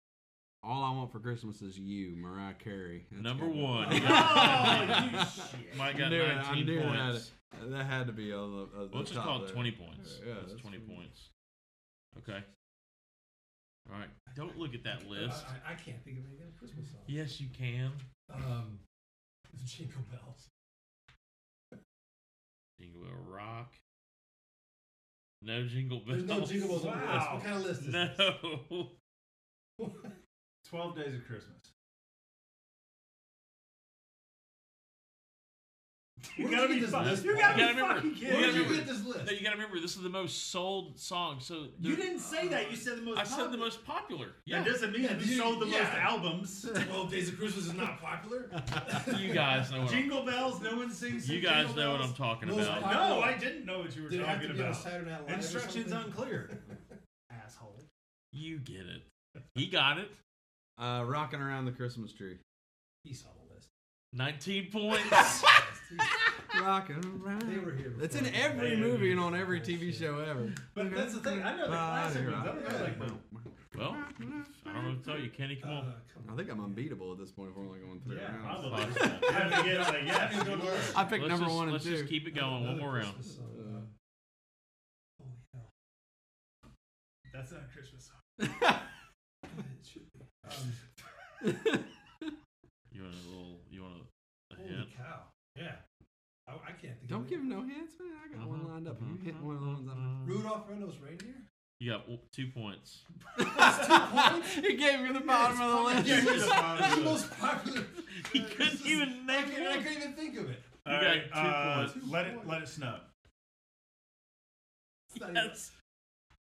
[SPEAKER 1] all I want for Christmas is you, Mariah Carey. That's
[SPEAKER 5] Number
[SPEAKER 1] a good
[SPEAKER 5] one. <laughs>
[SPEAKER 9] Oh, you shit.
[SPEAKER 5] Mike
[SPEAKER 1] I
[SPEAKER 5] got
[SPEAKER 1] knew it. I
[SPEAKER 5] 19
[SPEAKER 1] knew that.
[SPEAKER 5] points.
[SPEAKER 1] That had to be on the. Uh,
[SPEAKER 5] Well,
[SPEAKER 1] the
[SPEAKER 5] let's just
[SPEAKER 1] top
[SPEAKER 5] call it
[SPEAKER 1] there.
[SPEAKER 5] 20 points.
[SPEAKER 1] Yeah,
[SPEAKER 5] that's,
[SPEAKER 1] that's
[SPEAKER 5] 20
[SPEAKER 1] pretty-
[SPEAKER 5] points. Okay. All right. Don't look at that <laughs> list.
[SPEAKER 8] I, I can't think of any other Christmas song.
[SPEAKER 5] <laughs> Yes, you can.
[SPEAKER 8] Um, Jingle Bells.
[SPEAKER 5] Jingle Bell Rock. No Jingle Bells.
[SPEAKER 8] There's no
[SPEAKER 5] <laughs>
[SPEAKER 8] Jingle Bells on the list. What kind of list is
[SPEAKER 9] <laughs>
[SPEAKER 8] this?
[SPEAKER 5] No.
[SPEAKER 9] Twelve Days of Christmas.
[SPEAKER 8] Where did you get this
[SPEAKER 9] fu-
[SPEAKER 8] list
[SPEAKER 9] You
[SPEAKER 8] from?
[SPEAKER 9] gotta
[SPEAKER 5] You gotta
[SPEAKER 9] be
[SPEAKER 5] remember-
[SPEAKER 9] fucking
[SPEAKER 5] you
[SPEAKER 9] kidding
[SPEAKER 8] Where
[SPEAKER 5] gotta
[SPEAKER 8] did
[SPEAKER 9] me.
[SPEAKER 8] you
[SPEAKER 5] remember-
[SPEAKER 8] get this list?
[SPEAKER 5] No, you gotta remember, this is the most sold song. So
[SPEAKER 9] You
[SPEAKER 5] there-
[SPEAKER 9] didn't say that. You said the most.
[SPEAKER 5] I said the
[SPEAKER 9] popular.
[SPEAKER 5] most popular.
[SPEAKER 9] That
[SPEAKER 5] Yeah.
[SPEAKER 9] doesn't mean
[SPEAKER 8] Yeah,
[SPEAKER 9] you
[SPEAKER 8] you-
[SPEAKER 9] sold the most
[SPEAKER 8] yeah.
[SPEAKER 5] <laughs>
[SPEAKER 9] albums.
[SPEAKER 8] Twelve Days of Christmas is not popular.
[SPEAKER 5] You guys know what I'm,
[SPEAKER 9] Jingle bells. No one sings.
[SPEAKER 5] you
[SPEAKER 9] some
[SPEAKER 5] guys
[SPEAKER 9] Jingle
[SPEAKER 5] know what
[SPEAKER 9] Bells.
[SPEAKER 5] I'm talking
[SPEAKER 8] Most
[SPEAKER 5] about.
[SPEAKER 8] popular-
[SPEAKER 9] No, I didn't know what you were
[SPEAKER 8] Did it have
[SPEAKER 9] talking
[SPEAKER 8] to be on
[SPEAKER 9] about.
[SPEAKER 8] Saturday Night Live? or
[SPEAKER 9] Instructions
[SPEAKER 8] something?
[SPEAKER 9] unclear.
[SPEAKER 8] <laughs>
[SPEAKER 9] Asshole.
[SPEAKER 5] You get it. He got it.
[SPEAKER 1] Uh, rocking around the Christmas tree.
[SPEAKER 8] He's on the list.
[SPEAKER 9] <laughs>
[SPEAKER 5] 19 points.
[SPEAKER 1] rocking around.
[SPEAKER 8] They were here.
[SPEAKER 1] It's in
[SPEAKER 8] before.
[SPEAKER 1] every
[SPEAKER 9] Yeah,
[SPEAKER 1] movie
[SPEAKER 9] dude.
[SPEAKER 1] and on every TV show ever.
[SPEAKER 9] But that's the thing. I know the classic ones. I don't know like the
[SPEAKER 5] well, I don't know what to tell you. Kenny, come
[SPEAKER 8] Uh,
[SPEAKER 5] on.
[SPEAKER 8] come
[SPEAKER 1] I
[SPEAKER 8] on.
[SPEAKER 1] think I'm unbeatable at this point if we're only going three
[SPEAKER 9] Yeah,
[SPEAKER 1] rounds.
[SPEAKER 9] probably. You have to get like, yeah, you
[SPEAKER 1] <laughs>
[SPEAKER 9] go to work.
[SPEAKER 1] I picked
[SPEAKER 5] Let's
[SPEAKER 1] number
[SPEAKER 5] just,
[SPEAKER 1] one and
[SPEAKER 5] Let's
[SPEAKER 1] two.
[SPEAKER 5] just keep it going. One
[SPEAKER 8] Another
[SPEAKER 5] more round.
[SPEAKER 8] Christmas song, uh, Holy hell.
[SPEAKER 9] That's not a Christmas
[SPEAKER 5] <laughs>
[SPEAKER 9] song.
[SPEAKER 8] It should be. Um,
[SPEAKER 5] You want a little? You want a, a
[SPEAKER 8] holy
[SPEAKER 5] hint?
[SPEAKER 8] cow. Yeah. I, I can't think
[SPEAKER 1] Don't
[SPEAKER 8] of
[SPEAKER 1] give him no hints, man. I got one lined up. You hit one of the ones I'm.
[SPEAKER 8] Rudolph Red
[SPEAKER 1] <laughs>
[SPEAKER 8] Nosed Reindeer?
[SPEAKER 5] You got w- two points.
[SPEAKER 1] He gave you the bottom of the list.
[SPEAKER 9] Yeah, you're the
[SPEAKER 1] <laughs>
[SPEAKER 8] It's the
[SPEAKER 9] bottom of
[SPEAKER 8] most popular.
[SPEAKER 5] <laughs> He couldn't even
[SPEAKER 8] I
[SPEAKER 5] name
[SPEAKER 8] can't, I
[SPEAKER 5] one.
[SPEAKER 8] can't even think of it.
[SPEAKER 9] the-
[SPEAKER 5] You
[SPEAKER 9] Alright,
[SPEAKER 5] got two
[SPEAKER 9] uh,
[SPEAKER 5] points.
[SPEAKER 9] Let it let it snow.
[SPEAKER 8] It's not even-
[SPEAKER 5] Yes.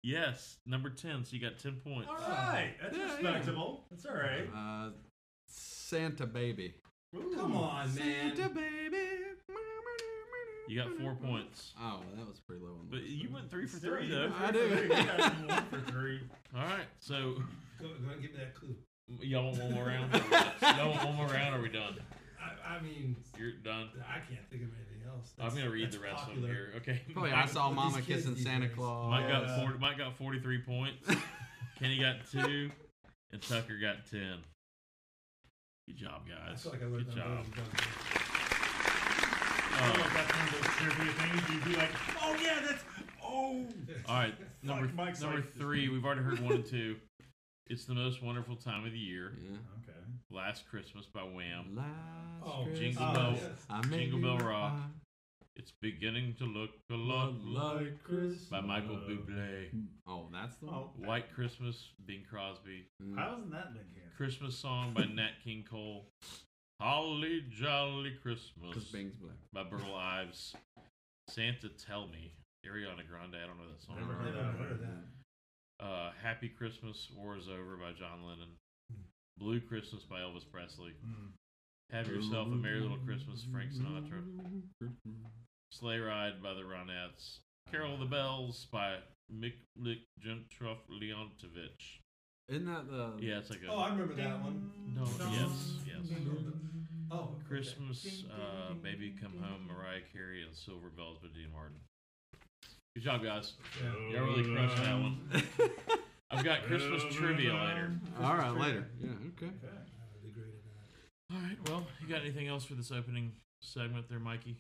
[SPEAKER 5] Yes. Number ten. So you got ten points.
[SPEAKER 9] All right, that's
[SPEAKER 1] Yeah, yeah.
[SPEAKER 9] respectable. That's all right.
[SPEAKER 1] Uh, Santa baby.
[SPEAKER 8] Come on,
[SPEAKER 1] Santa
[SPEAKER 8] man.
[SPEAKER 1] baby.
[SPEAKER 5] You got four points.
[SPEAKER 1] Oh, well, that was pretty low. On the
[SPEAKER 5] But
[SPEAKER 1] list.
[SPEAKER 5] you went three for
[SPEAKER 9] Still,
[SPEAKER 5] three
[SPEAKER 9] you
[SPEAKER 5] though.
[SPEAKER 9] got
[SPEAKER 1] I
[SPEAKER 9] three for
[SPEAKER 1] do.
[SPEAKER 9] three. You got one for three.
[SPEAKER 5] All right. So
[SPEAKER 8] Go, go and give me that clue.
[SPEAKER 5] y'all want one more
[SPEAKER 8] <laughs>
[SPEAKER 5] round? y'all want one more round? Are we done?
[SPEAKER 8] I, I mean,
[SPEAKER 5] You're done.
[SPEAKER 8] I can't think of anything else.
[SPEAKER 5] I'm
[SPEAKER 8] That's-
[SPEAKER 5] gonna read
[SPEAKER 8] that's
[SPEAKER 5] the rest
[SPEAKER 8] popular.
[SPEAKER 5] of them here. Okay.
[SPEAKER 1] <laughs> Probably I
[SPEAKER 5] Mike,
[SPEAKER 1] saw
[SPEAKER 8] Look,
[SPEAKER 1] Mama
[SPEAKER 8] these kids
[SPEAKER 1] kissing
[SPEAKER 8] these
[SPEAKER 1] Santa
[SPEAKER 8] days.
[SPEAKER 1] Claus.
[SPEAKER 5] Mike got
[SPEAKER 9] Yeah.
[SPEAKER 5] forty. Mike got forty-three
[SPEAKER 8] <laughs>
[SPEAKER 5] points. Kenny got two, and Tucker got ten. Good job,
[SPEAKER 8] I
[SPEAKER 5] guys.
[SPEAKER 8] feel like I would
[SPEAKER 5] Good
[SPEAKER 8] have
[SPEAKER 5] job. Uh,
[SPEAKER 8] done better than Duncan.
[SPEAKER 9] I don't know if that's one of those trivia things you'd be like, oh yeah, that's oh.
[SPEAKER 5] All
[SPEAKER 9] <laughs>
[SPEAKER 5] right, number
[SPEAKER 9] Mike's
[SPEAKER 5] number
[SPEAKER 9] like-
[SPEAKER 5] three. We've already heard
[SPEAKER 9] <laughs>
[SPEAKER 5] one and two. It's the most wonderful time of the year.
[SPEAKER 1] Yeah.
[SPEAKER 9] Okay.
[SPEAKER 5] Last Christmas by Wham.
[SPEAKER 1] Last
[SPEAKER 8] Oh,
[SPEAKER 1] Christmas,
[SPEAKER 5] Jingle
[SPEAKER 8] Oh,
[SPEAKER 5] Bell.
[SPEAKER 8] yes.
[SPEAKER 1] I made
[SPEAKER 5] Jingle
[SPEAKER 1] you
[SPEAKER 5] Bell
[SPEAKER 1] a
[SPEAKER 5] Rock.
[SPEAKER 1] pie.
[SPEAKER 5] It's beginning to look a lot like
[SPEAKER 9] Christmas.
[SPEAKER 5] by Michael Bublé.
[SPEAKER 1] Oh, that's the one. Mm.
[SPEAKER 9] Oh,
[SPEAKER 5] White Christmas, Bing Crosby.
[SPEAKER 9] I wasn't that big here.
[SPEAKER 5] Christmas song
[SPEAKER 1] <laughs>
[SPEAKER 5] by Nat King Cole. Holly Jolly Christmas
[SPEAKER 1] Because Bing's black.
[SPEAKER 5] by Burl Ives. Santa Tell Me, Ariana Grande. I don't know that song.
[SPEAKER 9] Never heard
[SPEAKER 8] Never
[SPEAKER 9] that.
[SPEAKER 8] heard of that.
[SPEAKER 5] uh, Happy Christmas, War is Over by John Lennon, Blue Christmas by Elvis Presley,
[SPEAKER 9] Mm.
[SPEAKER 5] Have Yourself a Merry Little Christmas, Frank Sinatra, Sleigh Ride by the Ronettes, Carol of
[SPEAKER 8] Uh,
[SPEAKER 5] the Bells by Mick Mick Gentroff Leontovich.
[SPEAKER 1] Isn't that the.
[SPEAKER 5] Yeah, it's like a.
[SPEAKER 8] Oh, I remember that one.
[SPEAKER 5] no, yes, yes.
[SPEAKER 8] Oh, okay.
[SPEAKER 5] Christmas, uh, Baby Come Home, Mariah Carey, and Silver Bells by Dean Martin. Good job, guys. Y'all really crushed that
[SPEAKER 1] <laughs>
[SPEAKER 5] one. I've got Christmas trivia later.
[SPEAKER 1] All right, later. Yeah, okay.
[SPEAKER 9] Okay.
[SPEAKER 8] I would be great at that.
[SPEAKER 5] All right. Well, you got anything else for this opening segment there, Mikey?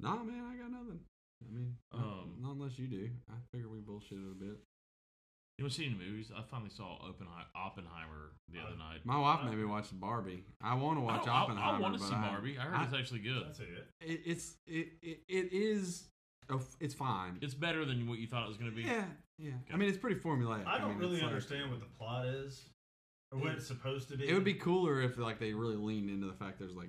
[SPEAKER 1] Nah, man, I got nothing. I mean, not-
[SPEAKER 5] Um,
[SPEAKER 1] Mm-hmm. not unless you do. I figure we bullshitted a bit.
[SPEAKER 5] You want to see any movies? I finally saw Oppenheimer, Oppenheimer the other night.
[SPEAKER 1] My wife made me watch Barbie. I want to
[SPEAKER 5] uh, I
[SPEAKER 1] watch
[SPEAKER 5] don't- I-
[SPEAKER 1] Oppenheimer.
[SPEAKER 5] I, want to
[SPEAKER 1] but
[SPEAKER 5] see
[SPEAKER 1] I-
[SPEAKER 5] Barbie. I heard
[SPEAKER 1] I-
[SPEAKER 5] it's actually good.
[SPEAKER 9] That's it.
[SPEAKER 1] it, it's it, it it is a f- it's fine.
[SPEAKER 5] It's better than what you thought it was going to be.
[SPEAKER 1] yeah, yeah. I mean, it's pretty formulaic.
[SPEAKER 9] I don't
[SPEAKER 1] mean,
[SPEAKER 9] really
[SPEAKER 1] it's like-
[SPEAKER 9] understand what the plot is or what it's supposed to be.
[SPEAKER 1] It would be cooler if like they really leaned into the fact there's like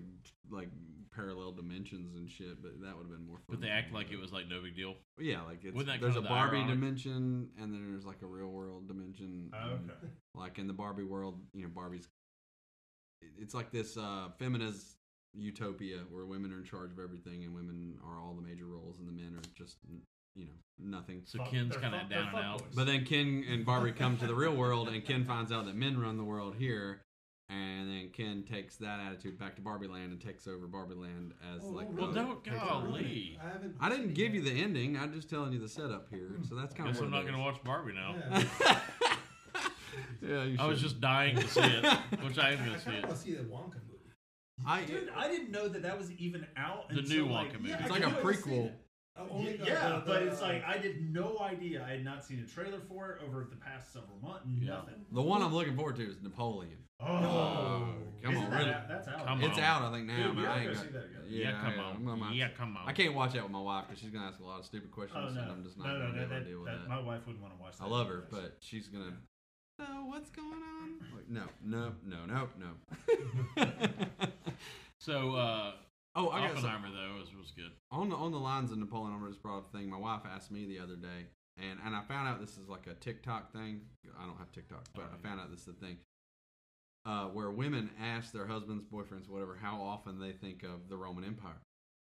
[SPEAKER 1] like parallel dimensions and shit, but that would have been more fun.
[SPEAKER 5] But they
[SPEAKER 1] to
[SPEAKER 5] act
[SPEAKER 1] me.
[SPEAKER 5] like it was like no big deal.
[SPEAKER 1] Mm. yeah, like it's,
[SPEAKER 5] Wasn't that
[SPEAKER 1] there's a
[SPEAKER 5] kinda the
[SPEAKER 1] Barbie
[SPEAKER 5] ironic-
[SPEAKER 1] dimension and then there's like a real world dimension.
[SPEAKER 9] Oh,
[SPEAKER 1] and,
[SPEAKER 9] okay.
[SPEAKER 1] Like in the Barbie world, you know, Barbie's it- it's like this uh feminist utopia where women are in charge of everything and women are all the major roles and the men are just you know, nothing.
[SPEAKER 5] So Ken's
[SPEAKER 9] they're
[SPEAKER 5] kind
[SPEAKER 9] fuck-
[SPEAKER 5] of
[SPEAKER 9] they're
[SPEAKER 5] down and out.
[SPEAKER 9] fuckboys.
[SPEAKER 1] But then Ken and Barbie
[SPEAKER 5] <laughs>
[SPEAKER 1] come to the real world, and Ken finds out that men run the world here. And then Ken takes that attitude back to Barbie Land and takes over Barbie Land as like.
[SPEAKER 5] Oh, Well,
[SPEAKER 1] the-
[SPEAKER 5] don't golly.
[SPEAKER 8] I haven't. Hmm.
[SPEAKER 1] I didn't give you
[SPEAKER 8] that.
[SPEAKER 1] the ending. I'm just telling you the setup here. So that's kind
[SPEAKER 5] Guess
[SPEAKER 1] of.
[SPEAKER 5] I'm not gonna watch Barbie now.
[SPEAKER 8] Yeah.
[SPEAKER 1] <laughs> yeah, you
[SPEAKER 5] I was
[SPEAKER 1] should.
[SPEAKER 5] just dying to see
[SPEAKER 1] <laughs>
[SPEAKER 5] it, which I am
[SPEAKER 8] I
[SPEAKER 5] gonna see
[SPEAKER 8] kind of
[SPEAKER 5] it.
[SPEAKER 8] want to see the Wonka movie.
[SPEAKER 1] I,
[SPEAKER 9] Dude, I didn't know that that was even out.
[SPEAKER 5] The
[SPEAKER 9] until,
[SPEAKER 5] new
[SPEAKER 9] like,
[SPEAKER 5] Wonka movie.
[SPEAKER 9] Yeah,
[SPEAKER 1] it's
[SPEAKER 9] I
[SPEAKER 1] like a
[SPEAKER 9] knew it was-
[SPEAKER 1] prequel.
[SPEAKER 8] Oh,
[SPEAKER 9] Yeah,
[SPEAKER 8] only the-
[SPEAKER 9] yeah,
[SPEAKER 8] the-
[SPEAKER 9] but
[SPEAKER 8] the-
[SPEAKER 9] it's like I had no idea. I had not seen a trailer for it over the past several months. Nothing.
[SPEAKER 1] The one I'm looking forward to is Napoleon.
[SPEAKER 9] Oh,
[SPEAKER 1] come
[SPEAKER 9] isn't
[SPEAKER 1] on,
[SPEAKER 9] that
[SPEAKER 1] really?
[SPEAKER 9] out? That's out.
[SPEAKER 5] Come
[SPEAKER 1] It's
[SPEAKER 5] on.
[SPEAKER 1] out, I think now.
[SPEAKER 9] Dude,
[SPEAKER 1] but
[SPEAKER 9] we
[SPEAKER 1] I
[SPEAKER 9] gotta
[SPEAKER 1] ain't
[SPEAKER 9] go
[SPEAKER 1] got-
[SPEAKER 9] see that again.
[SPEAKER 5] Yeah, come
[SPEAKER 1] I- I'm
[SPEAKER 5] on.
[SPEAKER 1] gonna-
[SPEAKER 5] Yeah, come on.
[SPEAKER 1] I can't watch that with my wife because she's gonna ask a lot of stupid
[SPEAKER 9] Oh
[SPEAKER 1] questions,
[SPEAKER 9] no,
[SPEAKER 1] and I'm just not
[SPEAKER 9] no, no,
[SPEAKER 1] gonna be
[SPEAKER 9] no,
[SPEAKER 1] able to
[SPEAKER 9] that,
[SPEAKER 1] deal with
[SPEAKER 9] that,
[SPEAKER 1] that.
[SPEAKER 9] my wife wouldn't want to watch that.
[SPEAKER 1] I love her,
[SPEAKER 9] anyways.
[SPEAKER 1] but she's gonna. So what's going on? Like, no, no, no, no, no.
[SPEAKER 5] <laughs> So uh,
[SPEAKER 1] oh, I got some,
[SPEAKER 5] Oppenheimer though was, was good.
[SPEAKER 1] on the on the lines of Napoleon. I just brought up a thing. My wife asked me the other day, and and I found out this is like a TikTok thing. I don't have TikTok,
[SPEAKER 8] Oh,
[SPEAKER 1] but I found out this is a thing. Uh, where women ask their husbands, boyfriends, whatever, how often they think of the Roman Empire.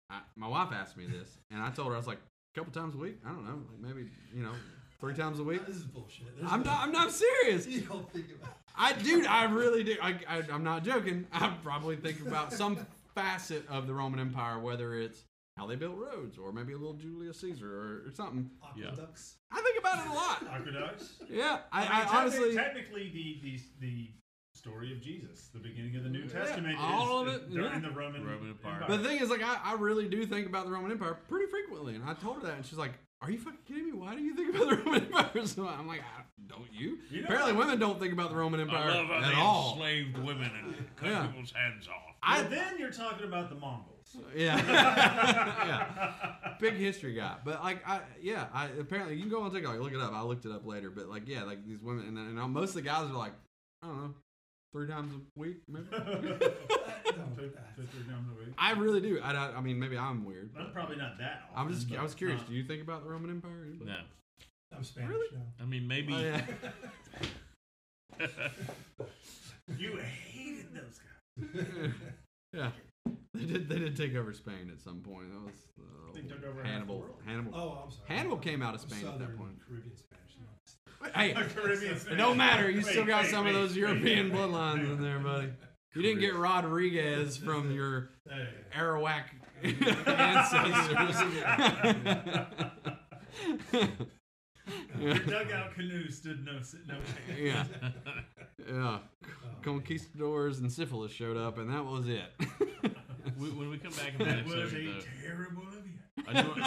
[SPEAKER 1] I, my wife asked me
[SPEAKER 8] <laughs>
[SPEAKER 1] this, and I told her I was like a couple times a week. I don't know, like maybe you know three times a week.
[SPEAKER 8] <laughs> This is bullshit. There's
[SPEAKER 1] I'm
[SPEAKER 8] no-
[SPEAKER 1] not. I'm not serious.
[SPEAKER 8] <laughs> You don't think about.
[SPEAKER 1] I do. I really do. I, I, I'm not joking. <laughs> I probably think about some facet of the Roman Empire, whether it's how they built roads or maybe a little Julius Caesar or, or something.
[SPEAKER 5] Yeah.
[SPEAKER 8] Aqueducts.
[SPEAKER 1] I think about it a
[SPEAKER 8] <laughs>
[SPEAKER 1] lot.
[SPEAKER 9] Aqueducts.
[SPEAKER 1] Yeah, I,
[SPEAKER 9] mean,
[SPEAKER 1] I,
[SPEAKER 9] techni-
[SPEAKER 1] honestly.
[SPEAKER 9] technically, the, the the story of Jesus, the beginning of the New Testament,
[SPEAKER 1] all
[SPEAKER 9] is
[SPEAKER 1] of it,
[SPEAKER 9] during
[SPEAKER 1] yeah.
[SPEAKER 9] the Roman,
[SPEAKER 5] Roman Empire.
[SPEAKER 1] But the thing is, like, I, I really do think about the Roman Empire pretty frequently, and I told her that, and she's like, "Are you fucking kidding me? Why do you think about the <laughs> Roman Empire?" So I'm like, I, "Don't you?"
[SPEAKER 9] You know-
[SPEAKER 1] Apparently, women don't think about the Roman Empire
[SPEAKER 5] I love how
[SPEAKER 1] at
[SPEAKER 5] they
[SPEAKER 1] all.
[SPEAKER 5] enslaved women and cut
[SPEAKER 1] Yeah.
[SPEAKER 5] people's hands off.
[SPEAKER 9] Well,
[SPEAKER 1] I
[SPEAKER 9] then you're talking about the Mongols. <laughs>
[SPEAKER 1] Yeah. yeah. Big history guy. But like I yeah, I apparently you can go on TikTok, look it up. I looked it up later, but like yeah, like these women and and all- most of the guys are like, I don't know, three times a week
[SPEAKER 8] <laughs>
[SPEAKER 1] maybe. <laughs>
[SPEAKER 9] Fifth- fifth or down the week.
[SPEAKER 1] I really do. I, don't- I mean maybe I'm weird.
[SPEAKER 9] I'm
[SPEAKER 1] But
[SPEAKER 9] probably not that.
[SPEAKER 1] I'm
[SPEAKER 9] often,
[SPEAKER 1] just
[SPEAKER 9] but
[SPEAKER 1] I was curious,
[SPEAKER 9] not-
[SPEAKER 1] do you think about the Roman Empire? Anybody?
[SPEAKER 5] No,
[SPEAKER 8] I'm Spanish now.
[SPEAKER 5] I mean maybe.
[SPEAKER 1] Oh, yeah.
[SPEAKER 9] <laughs> You hated those guys.
[SPEAKER 8] <laughs>
[SPEAKER 1] yeah. <laughs> They did they did take over Spain at some point. That was uh,
[SPEAKER 9] They took over half the
[SPEAKER 1] Hannibal.
[SPEAKER 9] world.
[SPEAKER 1] Hannibal.
[SPEAKER 8] Oh, I'm sorry.
[SPEAKER 1] Hannibal came out of
[SPEAKER 8] I'm
[SPEAKER 1] Spain at that
[SPEAKER 8] Southern
[SPEAKER 1] point.
[SPEAKER 8] Caribbean Spanish. no.
[SPEAKER 9] <laughs>
[SPEAKER 1] Hey,
[SPEAKER 9] Caribbean
[SPEAKER 1] It
[SPEAKER 9] Spanish.
[SPEAKER 1] don't matter. You
[SPEAKER 9] Wait,
[SPEAKER 1] still got
[SPEAKER 9] wait,
[SPEAKER 1] some
[SPEAKER 9] wait,
[SPEAKER 1] of those
[SPEAKER 9] wait,
[SPEAKER 1] European
[SPEAKER 9] wait.
[SPEAKER 1] bloodlines in there, buddy. You didn't get Rodriguez
[SPEAKER 9] <laughs>
[SPEAKER 1] from your
[SPEAKER 9] Hey. <laughs>
[SPEAKER 1] Arawak <laughs> ancestors.
[SPEAKER 9] Your dugout canoe stood no no chance.
[SPEAKER 1] yeah.
[SPEAKER 9] <laughs>
[SPEAKER 5] Oh,
[SPEAKER 1] Yeah. Conquistadors and syphilis showed up, and that was it.
[SPEAKER 5] <laughs> We, when we come
[SPEAKER 1] <laughs>
[SPEAKER 5] back in the
[SPEAKER 9] <laughs> That
[SPEAKER 5] next
[SPEAKER 9] was a
[SPEAKER 5] segment,
[SPEAKER 9] terrible event.
[SPEAKER 5] though, I do, want,